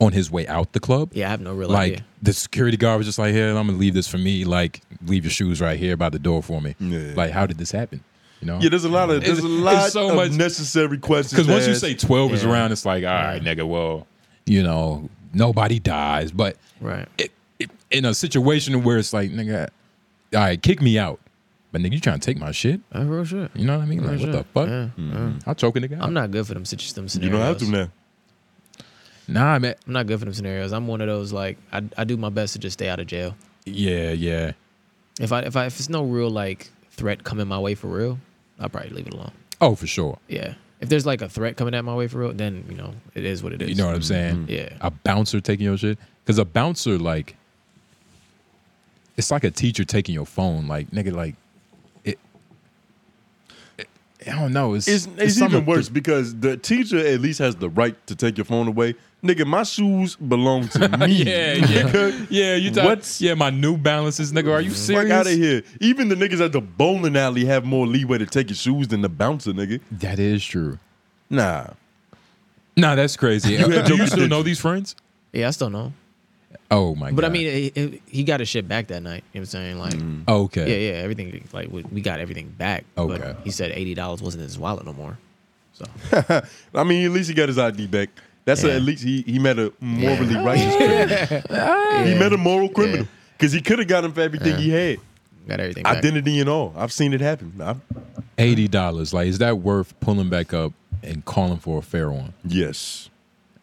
Speaker 2: on his way out the club?
Speaker 4: Yeah, I have no real
Speaker 2: like
Speaker 4: idea.
Speaker 2: the security guard was just like, "Here, I'm gonna leave this for me. Like, leave your shoes right here by the door for me."
Speaker 1: Yeah.
Speaker 2: Like, how did this happen? You know?
Speaker 1: Yeah, there's a lot of there's
Speaker 2: It's-
Speaker 1: a
Speaker 2: it's
Speaker 1: lot
Speaker 2: so
Speaker 1: of
Speaker 2: much-
Speaker 1: necessary questions.
Speaker 2: because once
Speaker 1: to
Speaker 2: you
Speaker 1: ask.
Speaker 2: say 12 is
Speaker 4: Yeah.
Speaker 2: around, it's like, all right, nigga, well, you know, nobody dies, but
Speaker 4: Right.
Speaker 2: it, it, in a situation where it's like, nigga, all right, kick me out, but nigga, you trying to take my shit?
Speaker 4: I real shit.
Speaker 2: You know what I mean? Like, what the fuck? Hmm.
Speaker 4: Yeah,
Speaker 2: I'll choke a nigga. out.
Speaker 4: I'm not good for them situ- them
Speaker 1: you
Speaker 4: scenarios.
Speaker 1: don't have to now.
Speaker 2: Nah, man.
Speaker 4: I'm not good for them scenarios. I'm one of those like I, I do my best to just stay out of jail.
Speaker 2: Yeah, yeah.
Speaker 4: If I if I if it's no real like threat coming my way for real, I'll probably leave it alone.
Speaker 2: Oh, for sure.
Speaker 4: Yeah. If there's like a threat coming at my way for real, then you know it is what it is.
Speaker 2: You know what I'm saying?
Speaker 4: Yeah.
Speaker 2: A bouncer taking your shit. Because a bouncer, like, it's like a teacher taking your phone. Like, nigga, like, it. it- I don't know. It's,
Speaker 1: It's, it's,
Speaker 2: something-
Speaker 1: even worse because the teacher at least has the right to take your phone away. Nigga, my shoes belong to
Speaker 2: (laughs)
Speaker 1: me.
Speaker 2: (laughs)
Speaker 1: (laughs)
Speaker 2: yeah, yeah,
Speaker 1: Nigga,
Speaker 2: yeah. You talk,
Speaker 1: What's-
Speaker 2: Yeah, my New Balances, nigga. Are you serious?
Speaker 1: Fuck out of here. Even the niggas at the bowling alley have more leeway to take your shoes than the bouncer, nigga.
Speaker 2: That is true.
Speaker 1: Nah.
Speaker 2: Nah, that's crazy.
Speaker 1: have
Speaker 2: Do (laughs) you
Speaker 1: to-
Speaker 2: still know these friends?
Speaker 4: Yeah, I still know.
Speaker 2: Oh my god.
Speaker 4: But I mean, it, it- he got his shit back that night. You know what I'm saying? Like,
Speaker 2: okay.
Speaker 4: yeah, yeah, everything. Like, we, we got everything back.
Speaker 2: Okay.
Speaker 4: But he said eighty dollars wasn't in his wallet no more. So
Speaker 1: I mean, at least he got his ID back. That's a,
Speaker 4: Yeah.
Speaker 1: at least he, he met a morally righteous criminal.
Speaker 2: (laughs)
Speaker 1: He met a moral criminal because he could have got him for everything he had,
Speaker 4: got everything. Back.
Speaker 1: identity and all. I've seen it happen. i
Speaker 2: Eighty dollars. Like, is that worth pulling back up and calling for a fair one?
Speaker 1: yes,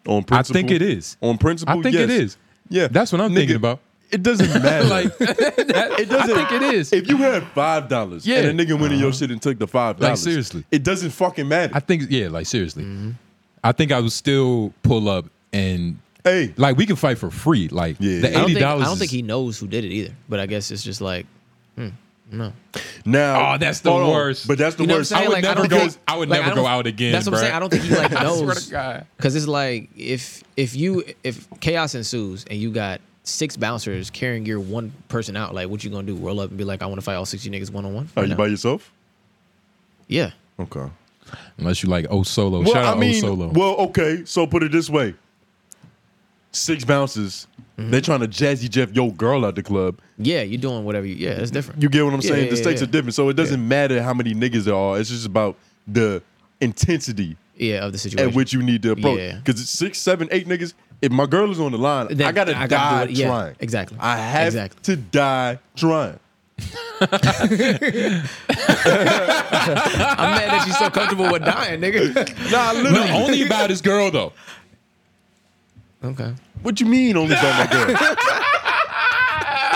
Speaker 1: on principle.
Speaker 2: I think it is.
Speaker 1: on principle.
Speaker 2: I think it
Speaker 1: yes.
Speaker 2: is.
Speaker 1: Yeah,
Speaker 2: That's what
Speaker 1: (laughs)
Speaker 2: I'm
Speaker 1: Nigga,
Speaker 2: thinking about.
Speaker 1: It doesn't
Speaker 2: (laughs)
Speaker 1: matter.
Speaker 2: Like, it doesn't. I think it is.
Speaker 1: if you had five dollars
Speaker 2: Yeah.
Speaker 1: and a nigga went in
Speaker 4: Uh-huh.
Speaker 1: your shit and took the five dollars,
Speaker 2: seriously.
Speaker 1: it doesn't fucking matter.
Speaker 2: I think yeah, like seriously. I think I would still pull up and
Speaker 1: hey,
Speaker 2: like we can fight for free. Like
Speaker 1: Yeah.
Speaker 2: the
Speaker 4: I don't,
Speaker 2: eighty
Speaker 4: think, I
Speaker 2: dollars.
Speaker 4: don't think he knows who did it either. But I guess it's just like, hmm, no.
Speaker 1: now
Speaker 2: Oh, that's the
Speaker 1: hold on,
Speaker 2: worst.
Speaker 1: But that's the
Speaker 4: You know what
Speaker 1: worst.
Speaker 4: I'm
Speaker 2: I
Speaker 4: saying?
Speaker 2: would
Speaker 4: Like, I
Speaker 2: never
Speaker 4: don't
Speaker 2: go.
Speaker 4: think he-
Speaker 2: I would
Speaker 4: like,
Speaker 2: never
Speaker 4: don't-
Speaker 2: go out again.
Speaker 4: That's what I'm
Speaker 2: bruh.
Speaker 4: saying. I don't think he like
Speaker 2: (laughs) I
Speaker 4: knows.
Speaker 2: swear to God.
Speaker 4: Because it's like if if you if chaos ensues and you got six bouncers carrying your one person out, like what you gonna do? Roll up and be like, I want to fight all sixty niggas one on one.
Speaker 1: Are you by yourself?
Speaker 4: Yeah.
Speaker 1: Okay.
Speaker 2: Unless you like Oh Solo.
Speaker 1: Well,
Speaker 2: Shout out
Speaker 1: I mean,
Speaker 2: Oh Solo.
Speaker 1: well, okay. So put it this way: six bounces.
Speaker 4: Mm-hmm.
Speaker 1: They're trying to jazzy Jeff yo girl out the club.
Speaker 4: Yeah, you're doing whatever. You, yeah, that's different.
Speaker 1: You get what I'm
Speaker 4: Yeah,
Speaker 1: saying?
Speaker 4: yeah,
Speaker 1: the stakes
Speaker 4: yeah.
Speaker 1: are different, so it doesn't matter how many niggas there are. It's just about the intensity
Speaker 4: yeah of the
Speaker 1: at
Speaker 4: situation.
Speaker 1: which you need to approach.
Speaker 4: Yeah.
Speaker 1: Because it's six, seven, eight niggas. If my girl is on the line,
Speaker 4: Then
Speaker 1: I gotta
Speaker 4: I gotta
Speaker 1: die
Speaker 4: do it. Yeah,
Speaker 1: trying.
Speaker 4: exactly.
Speaker 1: I have
Speaker 4: Exactly.
Speaker 1: to die trying.
Speaker 4: I'm mad that you're so comfortable with dying,
Speaker 2: (laughs)
Speaker 4: nigga.
Speaker 1: Nah,
Speaker 2: no,
Speaker 1: literally.
Speaker 2: only about his girl though.
Speaker 4: okay.
Speaker 1: What you mean only about my
Speaker 4: (laughs)
Speaker 1: girl?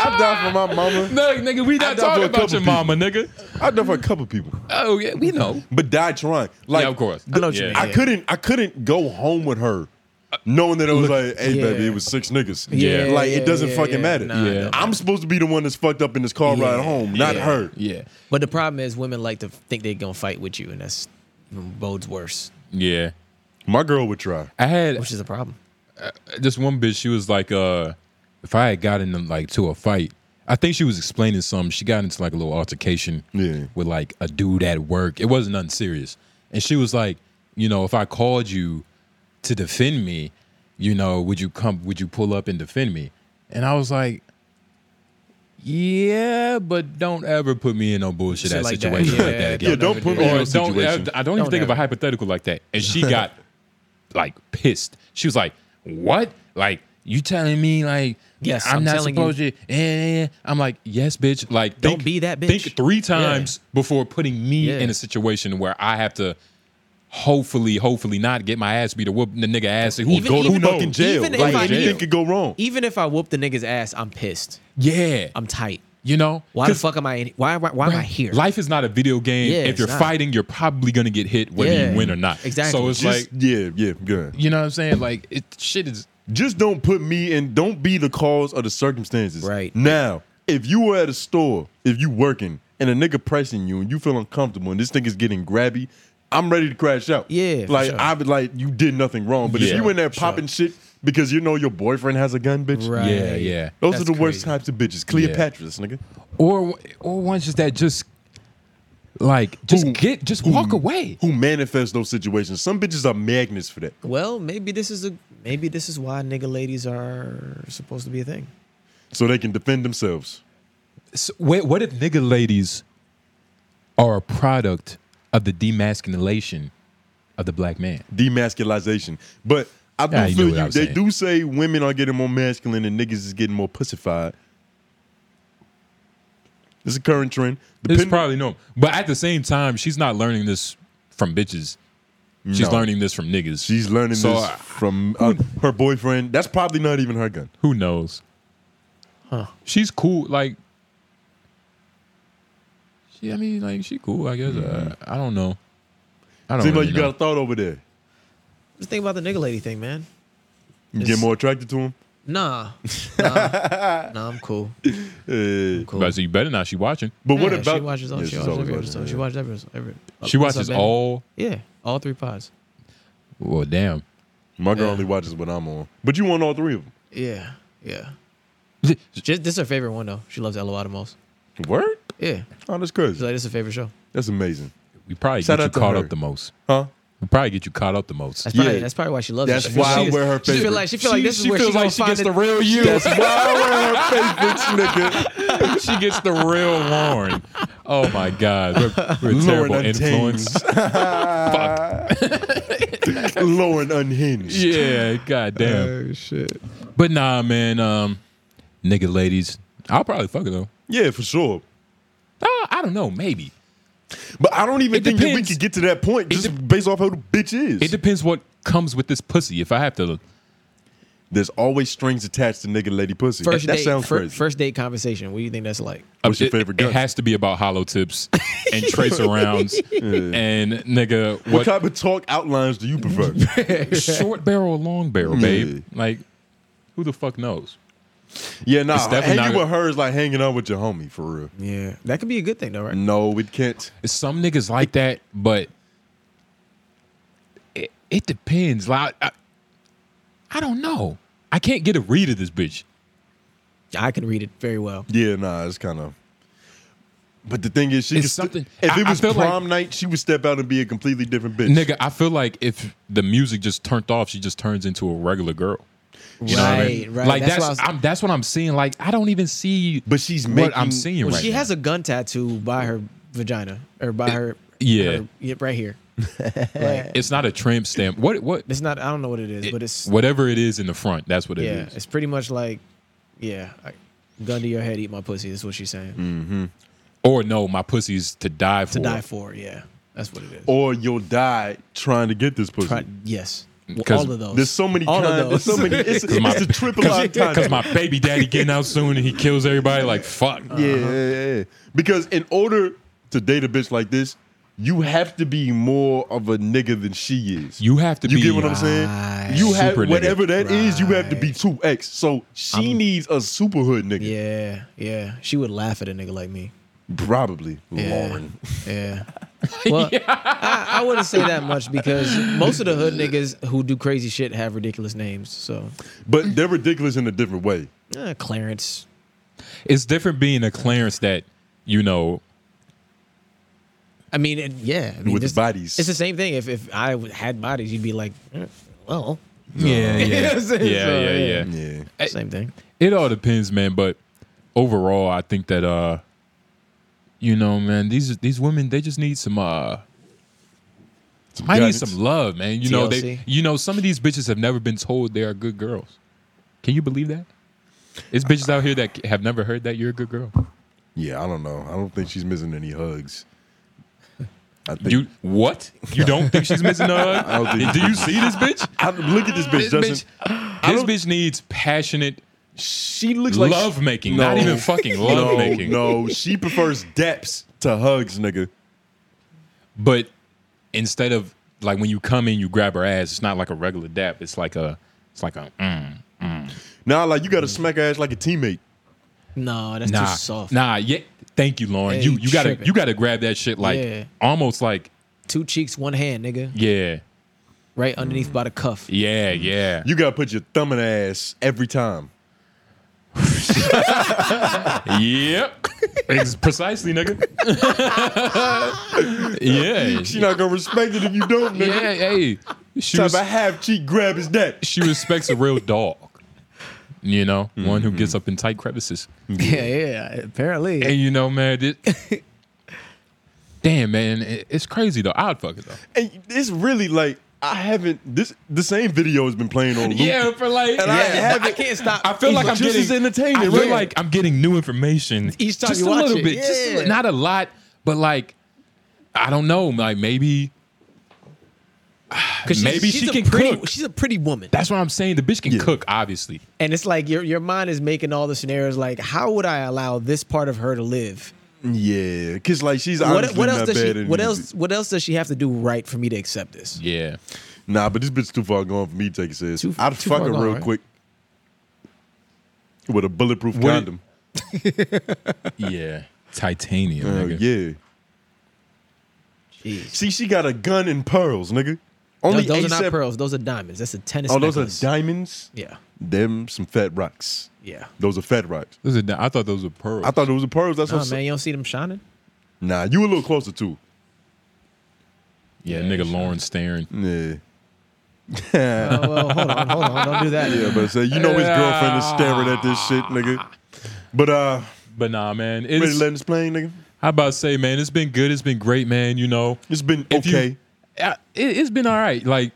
Speaker 1: I've died for my mama.
Speaker 2: No, nigga, we
Speaker 1: I done
Speaker 2: not
Speaker 1: for
Speaker 2: talking
Speaker 1: a
Speaker 2: about
Speaker 1: couple
Speaker 2: your mama, nigga.
Speaker 1: I've done for a couple people,
Speaker 2: Oh yeah, we know.
Speaker 1: but die trying. Like,
Speaker 2: yeah, of course.
Speaker 4: I know what you
Speaker 2: yeah.
Speaker 4: mean.
Speaker 1: I couldn't I couldn't go home with her knowing that it was like, hey
Speaker 4: yeah.
Speaker 1: baby, it was six niggas.
Speaker 2: Yeah.
Speaker 1: Like
Speaker 4: yeah,
Speaker 1: it doesn't
Speaker 4: yeah,
Speaker 1: fucking
Speaker 4: yeah.
Speaker 1: matter.
Speaker 4: Nah,
Speaker 2: Yeah.
Speaker 4: no.
Speaker 1: I'm supposed to be the one that's fucked up in this car
Speaker 4: Yeah,
Speaker 1: ride home, not
Speaker 4: yeah.
Speaker 1: her.
Speaker 2: Yeah,
Speaker 4: But the problem is, women like to think they're gonna fight with you, and that's even bodes worse,
Speaker 2: yeah.
Speaker 1: My girl would try.
Speaker 2: I had
Speaker 4: which is a problem.
Speaker 2: this one bitch, she was like, uh, if I had gotten them like to a fight, I think she was explaining something. She got into like a little altercation
Speaker 1: Yeah.
Speaker 2: with like a dude at work. It wasn't nothing serious. And she was like, you know, if I called you to defend me, you know, would you come would you pull up and defend me? And I was like, Yeah, but don't ever put me in no bullshit
Speaker 4: Shit
Speaker 2: ass
Speaker 4: like that.
Speaker 2: situation
Speaker 4: Yeah,
Speaker 2: like that again.
Speaker 1: Yeah, don't
Speaker 4: never
Speaker 1: put
Speaker 4: do
Speaker 1: me in a
Speaker 4: that.
Speaker 2: Or don't,
Speaker 1: situation.
Speaker 2: I, I don't even
Speaker 4: Don't
Speaker 2: think of a
Speaker 4: ever.
Speaker 2: hypothetical like that.
Speaker 1: (laughs)
Speaker 2: And she got like pissed. She was like, "What? Like you telling me like
Speaker 4: Yes,
Speaker 2: I'm,
Speaker 4: I'm
Speaker 2: not
Speaker 4: telling
Speaker 2: supposed to?" Yeah, yeah, yeah. I'm like, "Yes, bitch. Like
Speaker 4: Don't
Speaker 2: think-
Speaker 4: be that bitch.
Speaker 2: Think three times before putting me
Speaker 4: Yeah.
Speaker 2: in a situation where I have to." Hopefully, hopefully not get my ass beat or whoop the nigga ass. Who
Speaker 4: Even-
Speaker 2: go
Speaker 4: even
Speaker 2: who
Speaker 4: though-
Speaker 2: knows?
Speaker 1: Fucking jail.
Speaker 4: Even if
Speaker 1: Like
Speaker 4: I
Speaker 1: anything
Speaker 2: jail.
Speaker 1: could go wrong.
Speaker 4: Even if I whoop the nigga's ass, I'm pissed.
Speaker 2: Yeah,
Speaker 4: I'm tight.
Speaker 2: you know
Speaker 4: Why the
Speaker 2: 'Cause-
Speaker 4: fuck am I? In, why why, why am I here?
Speaker 2: Life is not a video game.
Speaker 4: Yeah,
Speaker 2: if
Speaker 4: it's
Speaker 2: you're
Speaker 4: not.
Speaker 2: fighting, you're probably gonna get hit whether
Speaker 4: Yeah,
Speaker 2: you win or not.
Speaker 4: exactly.
Speaker 2: So it's like
Speaker 1: Just yeah, yeah, good.
Speaker 2: you know what I'm saying. Like it, shit is
Speaker 1: Just don't put me in. Don't be the cause of the circumstances.
Speaker 4: Right.
Speaker 1: now, if you were at a store, if you working, and a nigga pressing you, and you feel uncomfortable, and this nigga's getting grabby, I'm ready to crash out.
Speaker 4: Yeah, for
Speaker 1: like
Speaker 4: sure.
Speaker 1: I would like you did nothing wrong, but if
Speaker 2: Yeah.
Speaker 1: you in there popping shit because you know your boyfriend has a gun, bitch.
Speaker 4: Right.
Speaker 2: yeah, yeah.
Speaker 1: Those
Speaker 4: That's
Speaker 1: are the worst
Speaker 4: crazy.
Speaker 1: types of bitches. Cleopatra's, nigga.
Speaker 2: Or or ones just that just like just
Speaker 1: Who-
Speaker 2: get just
Speaker 1: who-
Speaker 2: walk away.
Speaker 1: Who manifest those situations. Some bitches are magnets for that.
Speaker 4: Well, maybe this is a maybe this is why nigga ladies are supposed to be a thing.
Speaker 1: So they can defend themselves.
Speaker 2: So, wait, what if nigga ladies are a product of the demasculation of the black man?
Speaker 1: Demasculization. But I do
Speaker 2: Yeah, you knew
Speaker 1: feel
Speaker 2: what I
Speaker 1: you.
Speaker 2: was
Speaker 1: They
Speaker 2: saying.
Speaker 1: do say women are getting more masculine and niggas is getting more pussified. This is a current trend.
Speaker 2: It's
Speaker 1: Depend-
Speaker 2: probably normal. But at the same time, she's not learning this from bitches. She's
Speaker 1: No.
Speaker 2: learning this from niggas.
Speaker 1: She's learning
Speaker 2: So,
Speaker 1: this
Speaker 2: uh,
Speaker 1: from uh, her boyfriend. That's probably not even her gun.
Speaker 2: Who knows? She's cool. Like, she, I mean, like, she cool. I guess. Uh, I don't know. I don't
Speaker 1: Mm. Seems like
Speaker 2: really
Speaker 1: you
Speaker 2: know.
Speaker 1: got a thought over there.
Speaker 4: Just think about the nigga lady thing, man.
Speaker 1: You get
Speaker 4: It's-
Speaker 1: more attracted to him.
Speaker 4: Nah, nah,
Speaker 1: (laughs)
Speaker 4: nah I'm cool.
Speaker 1: Yeah.
Speaker 4: Cool.
Speaker 2: But so you better not. She watching.
Speaker 1: But what
Speaker 4: Yeah,
Speaker 1: about
Speaker 4: she watches all?
Speaker 1: Yeah,
Speaker 4: she,
Speaker 1: she's
Speaker 4: watches
Speaker 1: always
Speaker 4: every
Speaker 1: watching,
Speaker 4: episode.
Speaker 1: yeah.
Speaker 4: She watches every episode. Every,
Speaker 2: She
Speaker 4: What's
Speaker 2: watches
Speaker 4: Up, Baby?
Speaker 2: all.
Speaker 4: Yeah, all three pods.
Speaker 2: Well, damn.
Speaker 1: My girl
Speaker 4: Yeah.
Speaker 1: only watches what I'm on. But you want all three of them.
Speaker 4: Yeah, yeah. Just, this is her favorite one though. She loves LOL the most.
Speaker 1: Word?
Speaker 4: Yeah,
Speaker 1: Oh, that's
Speaker 4: she's
Speaker 1: crazy.
Speaker 4: like, this is her favorite show.
Speaker 1: That's amazing.
Speaker 2: We probably
Speaker 1: Shout
Speaker 2: get you
Speaker 1: out to
Speaker 2: caught
Speaker 1: her.
Speaker 2: up the most.
Speaker 1: Huh?
Speaker 2: We probably get you caught up the most.
Speaker 4: That's probably
Speaker 1: Yeah.
Speaker 4: that's probably why she loves
Speaker 1: That's
Speaker 4: it. She-
Speaker 1: why
Speaker 4: she,
Speaker 1: we're her
Speaker 4: She
Speaker 1: favorite.
Speaker 4: feel like she feel like this is
Speaker 2: she
Speaker 4: where
Speaker 2: feels
Speaker 4: she gonna
Speaker 2: like she
Speaker 4: find
Speaker 2: gets
Speaker 4: it.
Speaker 2: the real you.
Speaker 4: (laughs)
Speaker 1: That's why I wear her favorites, nigga.
Speaker 2: (laughs) she gets the real Lauren. Oh my God, we're, we're a
Speaker 1: Lauren
Speaker 2: terrible
Speaker 1: Untamed. (laughs)
Speaker 2: influence. Fuck.
Speaker 1: Lauren Unhinged.
Speaker 2: Yeah, god damn.
Speaker 1: Oh,
Speaker 2: shit. But nah, man. Um, nigga, ladies, I'll probably fuck her though.
Speaker 1: Yeah, for sure.
Speaker 2: Uh, I don't know. Maybe
Speaker 1: But I don't even
Speaker 2: It
Speaker 1: think that we
Speaker 2: depends.
Speaker 1: could get to that point
Speaker 2: It
Speaker 1: just
Speaker 2: de-
Speaker 1: based off how the bitch is.
Speaker 2: it depends what comes with this pussy. If I have to,
Speaker 1: There's always strings attached to nigga lady pussy.
Speaker 4: First
Speaker 1: that
Speaker 4: date,
Speaker 1: sounds
Speaker 4: fir-
Speaker 1: crazy.
Speaker 4: first date conversation. What do you think that's like?
Speaker 1: What's your
Speaker 2: it,
Speaker 1: favorite
Speaker 2: It
Speaker 1: gun?
Speaker 2: has to be about hollow tips and
Speaker 1: (laughs)
Speaker 2: tracer rounds and nigga
Speaker 1: what,
Speaker 2: what,
Speaker 1: type of talk outlines
Speaker 2: (laughs)
Speaker 1: do you prefer?
Speaker 2: short barrel, or long barrel, babe. Like who the fuck knows?
Speaker 1: yeah, nah.
Speaker 2: It's definitely
Speaker 1: Hanging
Speaker 2: not-
Speaker 1: with her is like hanging out with your homie for real.
Speaker 4: Yeah, that could be a good thing though, right?
Speaker 1: No, it can't.
Speaker 2: Some niggas like that, but it, it depends. Like I, I don't know. I can't get a read of this bitch.
Speaker 4: I can read it very well.
Speaker 1: Yeah, nah, it's kind of. But the thing is, she
Speaker 2: It's
Speaker 1: could st-
Speaker 2: something-
Speaker 1: If
Speaker 2: I-
Speaker 1: it
Speaker 2: I
Speaker 1: was
Speaker 2: feel
Speaker 1: prom
Speaker 2: like-
Speaker 1: night, she would step out and be a completely different bitch.
Speaker 2: Nigga, I feel like if the music just turned off, she just turns into a regular girl. You know what I mean?
Speaker 4: Right, right.
Speaker 2: Like
Speaker 4: That's
Speaker 2: that's
Speaker 4: what I was-
Speaker 2: I'm, that's what I'm seeing. Like I don't even see
Speaker 1: but she's
Speaker 2: what
Speaker 1: making.
Speaker 2: I'm seeing
Speaker 4: Well,
Speaker 2: right
Speaker 4: she
Speaker 2: now.
Speaker 4: has a gun tattoo by her vagina or by her.
Speaker 2: yeah.
Speaker 4: her- yeah, right here. like,
Speaker 2: it's not a tramp stamp. What what
Speaker 4: it's not. I don't know what it is, but it's
Speaker 2: whatever it is in the front, that's what it is.
Speaker 4: yeah. It's pretty much like yeah. I, gun to your head, eat my pussy. That's what she's saying.
Speaker 2: Or no, my pussy's to die for.
Speaker 4: To die for. Yeah, that's what it is.
Speaker 1: Or you'll die trying to get this pussy.
Speaker 4: Try- yes. Well,
Speaker 2: 'Cause
Speaker 4: all of those.
Speaker 1: There's so many
Speaker 4: All of
Speaker 1: kinds. There's so
Speaker 4: those.
Speaker 1: many.
Speaker 2: (laughs)
Speaker 1: It's, it's
Speaker 2: my-
Speaker 1: a triple
Speaker 2: Because (laughs)
Speaker 1: entendre.
Speaker 2: my baby daddy getting out soon and he kills everybody. Like fuck. Uh-huh.
Speaker 1: yeah, yeah, yeah. Because in order to date a bitch like this, you have to be more of a nigga than she is.
Speaker 2: You have to
Speaker 1: You
Speaker 2: be uh,
Speaker 1: get what I'm
Speaker 4: Right.
Speaker 1: saying? You have
Speaker 2: Super nigga.
Speaker 1: whatever that is. you have to be two X. So she needs a super hood nigga.
Speaker 4: Yeah, yeah. She would laugh at a nigga like me.
Speaker 1: Probably
Speaker 4: Yeah,
Speaker 1: Lauren.
Speaker 2: (laughs)
Speaker 4: Yeah. Well, I, I wouldn't say that much because most of the hood niggas who do crazy shit have ridiculous names. So,
Speaker 1: But they're ridiculous in a different way.
Speaker 4: eh, Clarence.
Speaker 2: It's different being a Clarence that, you know,
Speaker 4: I mean, it, yeah. I mean,
Speaker 1: With the
Speaker 4: this-
Speaker 1: bodies.
Speaker 4: It's the same thing. If if I w- had bodies, you'd be like, eh, well,
Speaker 2: Yeah, yeah.
Speaker 4: (laughs) You know what
Speaker 2: yeah,
Speaker 4: I'm saying? So,
Speaker 2: yeah,
Speaker 4: yeah.
Speaker 2: yeah,
Speaker 1: Yeah.
Speaker 4: same thing.
Speaker 2: It all depends, man. But overall, I think that uh, you know, man, these these women they just need some uh, I need
Speaker 1: guidance.
Speaker 2: some love, man. You know, they
Speaker 4: TLC.
Speaker 2: you know some of these bitches have never been told they are good girls. Can you believe that? It's bitches out here that have never heard that you're a good girl.
Speaker 1: Yeah, I don't know. I don't think she's missing any hugs. I (laughs) think
Speaker 2: You what? You don't think she's missing a (laughs) hug?
Speaker 1: don't think-
Speaker 2: Do you see this bitch?
Speaker 1: I, look at this bitch,
Speaker 2: This
Speaker 1: Justin.
Speaker 2: bitch, this bitch needs passionate
Speaker 1: She looks like
Speaker 2: love making, not
Speaker 1: No.
Speaker 2: even fucking love
Speaker 1: no,
Speaker 2: making.
Speaker 1: No, she prefers depths to hugs, nigga.
Speaker 2: But instead of like when you come in, you grab her ass. It's not like a regular dap. It's like a, it's like a mm,
Speaker 1: Nah, like you gotta
Speaker 4: Mm.
Speaker 1: smack her ass like a teammate.
Speaker 4: No, that's
Speaker 2: nah,
Speaker 4: too soft.
Speaker 2: nah. Yeah, thank you, Lauren.
Speaker 4: Hey,
Speaker 2: you you gotta
Speaker 4: tripping.
Speaker 2: you gotta grab that shit like
Speaker 4: Yeah.
Speaker 2: almost like
Speaker 4: Two cheeks, one hand, nigga.
Speaker 2: yeah,
Speaker 4: Right underneath by the cuff.
Speaker 1: (laughs)
Speaker 2: yeah, yeah,
Speaker 1: You gotta put your thumb in her ass every time.
Speaker 2: yep. Ex- Precisely, nigga. (laughs) yeah,
Speaker 1: She not gonna respect it if you don't, nigga.
Speaker 2: yeah. Hey, she
Speaker 1: Type
Speaker 2: was,
Speaker 1: of half cheek grab is that.
Speaker 2: she respects a real dog. You know, one who gets up in tight crevices.
Speaker 4: (laughs) Yeah, yeah. Apparently.
Speaker 2: And you know, man, (laughs) it, damn, man, it- it's crazy though. I'd fuck it though.
Speaker 1: And it's really like I haven't this the same video has been playing on loop.
Speaker 2: Yeah, for like,
Speaker 1: And I
Speaker 2: yeah.
Speaker 1: haven't
Speaker 4: I can't stop.
Speaker 2: I feel like I'm
Speaker 1: just
Speaker 2: getting
Speaker 1: as entertaining,
Speaker 2: I feel
Speaker 1: right?
Speaker 2: like I'm getting new information
Speaker 4: Each time
Speaker 2: just
Speaker 4: you
Speaker 2: a
Speaker 4: watch
Speaker 2: little
Speaker 4: it,
Speaker 2: bit, just a
Speaker 4: yeah.
Speaker 2: li- not a lot, but like, I don't know, like maybe
Speaker 4: Cause she's-
Speaker 2: Maybe
Speaker 4: she's
Speaker 2: she
Speaker 4: a
Speaker 2: can
Speaker 4: pretty,
Speaker 2: cook.
Speaker 4: She's a pretty woman.
Speaker 2: that's what I'm saying. The bitch can cook, obviously.
Speaker 4: And it's like your your mind is making all the scenarios like, how would I allow this part of her to live?
Speaker 1: Yeah, because like she's
Speaker 4: What, e-,
Speaker 1: honestly
Speaker 4: what else
Speaker 1: not
Speaker 4: does
Speaker 1: bad.
Speaker 4: she?
Speaker 1: in
Speaker 4: What
Speaker 1: music.
Speaker 4: else? What else does she have to do right for me to accept this?
Speaker 2: Yeah.
Speaker 1: Nah, but this bitch too far gone for me. to Take it serious.
Speaker 4: Too-
Speaker 1: I'd
Speaker 4: too
Speaker 1: fuck
Speaker 4: far
Speaker 1: her
Speaker 4: gone,
Speaker 1: real
Speaker 4: right?
Speaker 1: quick with a bulletproof
Speaker 2: What-
Speaker 1: condom. (laughs)
Speaker 2: Yeah. Titanium.
Speaker 1: Hell
Speaker 2: nigga.
Speaker 1: Oh, yeah.
Speaker 4: Jeez.
Speaker 1: See, she got a gun and pearls, nigga. Only
Speaker 4: Those, those are not
Speaker 1: A7
Speaker 4: pearls. Those are diamonds. That's a tennis.
Speaker 1: Oh, those
Speaker 4: necklace.
Speaker 1: are diamonds.
Speaker 4: Yeah,
Speaker 1: Them some fat rocks.
Speaker 4: yeah.
Speaker 1: Those are fat rocks.
Speaker 2: Those are, I thought those were pearls.
Speaker 1: I thought it was the pearls. That's
Speaker 4: Nah,
Speaker 1: what.
Speaker 4: man, you don't see them shining.
Speaker 1: Nah, you a little closer too.
Speaker 2: yeah, nigga Lauren staring.
Speaker 1: (laughs) Yeah.
Speaker 4: Oh, well, hold on, hold on. Don't do that.
Speaker 1: (laughs) Yeah, but say you know his girlfriend is staring at this shit, nigga. But uh,
Speaker 2: But nah, man.
Speaker 1: ready
Speaker 2: It's,
Speaker 1: to let this plane, nigga.
Speaker 2: how about to say, man? It's been good. It's been great, man. You know,
Speaker 1: It's been
Speaker 2: If you-
Speaker 1: okay.
Speaker 2: I- it, it's been all right. Like,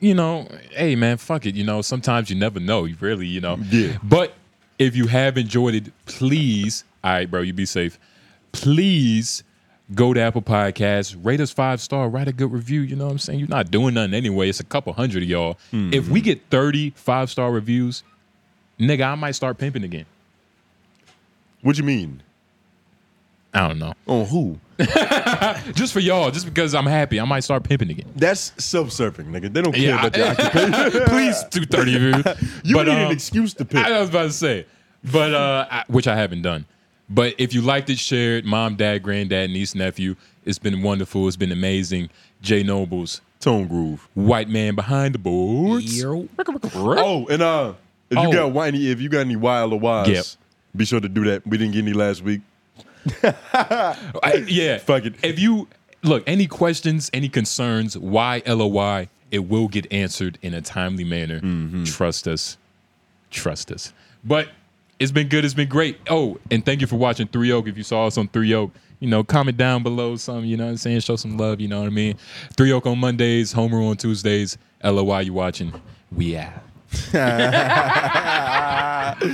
Speaker 2: you know, hey man, fuck it. You know, sometimes you never know. You really, you know.
Speaker 1: Yeah.
Speaker 2: But if you have enjoyed it, please, all right, bro, you be safe. Please go to Apple Podcasts, rate us five star, write a good review. You know what I'm saying? You're not doing nothing anyway. It's a couple hundred of y'all.
Speaker 1: Hmm.
Speaker 2: If we get 30 five star reviews, nigga, I might start pimping again.
Speaker 1: what you mean?
Speaker 2: I don't know.
Speaker 1: On who?
Speaker 2: Just for y'all, just because I'm happy, I might start pimping again.
Speaker 1: That's self-serving, nigga. They don't care
Speaker 2: Yeah, (laughs)
Speaker 1: about your occupation.
Speaker 2: Please do 30 reviews.
Speaker 1: (laughs) You
Speaker 2: But,
Speaker 1: need an
Speaker 2: um,
Speaker 1: excuse to pick.
Speaker 2: I was about to say, but uh, I, which I haven't done. But if you liked it, share it. Mom, dad, granddad, niece, nephew. It's been wonderful. It's been amazing. Jay Nobles,
Speaker 1: Tone groove.
Speaker 2: white man behind the boards.
Speaker 4: Yo.
Speaker 2: Oh,
Speaker 1: Oh, and uh, if
Speaker 2: Oh.
Speaker 1: you got whiny, if you got any wild or wise,
Speaker 2: Yep.
Speaker 1: be sure to do that. We didn't get any last week.
Speaker 2: I-
Speaker 1: (laughs)
Speaker 2: yeah.
Speaker 1: Fuck it.
Speaker 2: If you look, any questions, any concerns, why LOY, it will get answered in a timely manner.
Speaker 1: Mm-hmm.
Speaker 2: Trust us. Trust us. But it's been good. It's been great. Oh, and thank you for watching Three Oak. If you saw us on Three Oak, you know, comment down below something, you know what I'm saying? Show some love, you know what I mean? Three Oak on Mondays, Homer on Tuesdays. LOY, you watching. We out.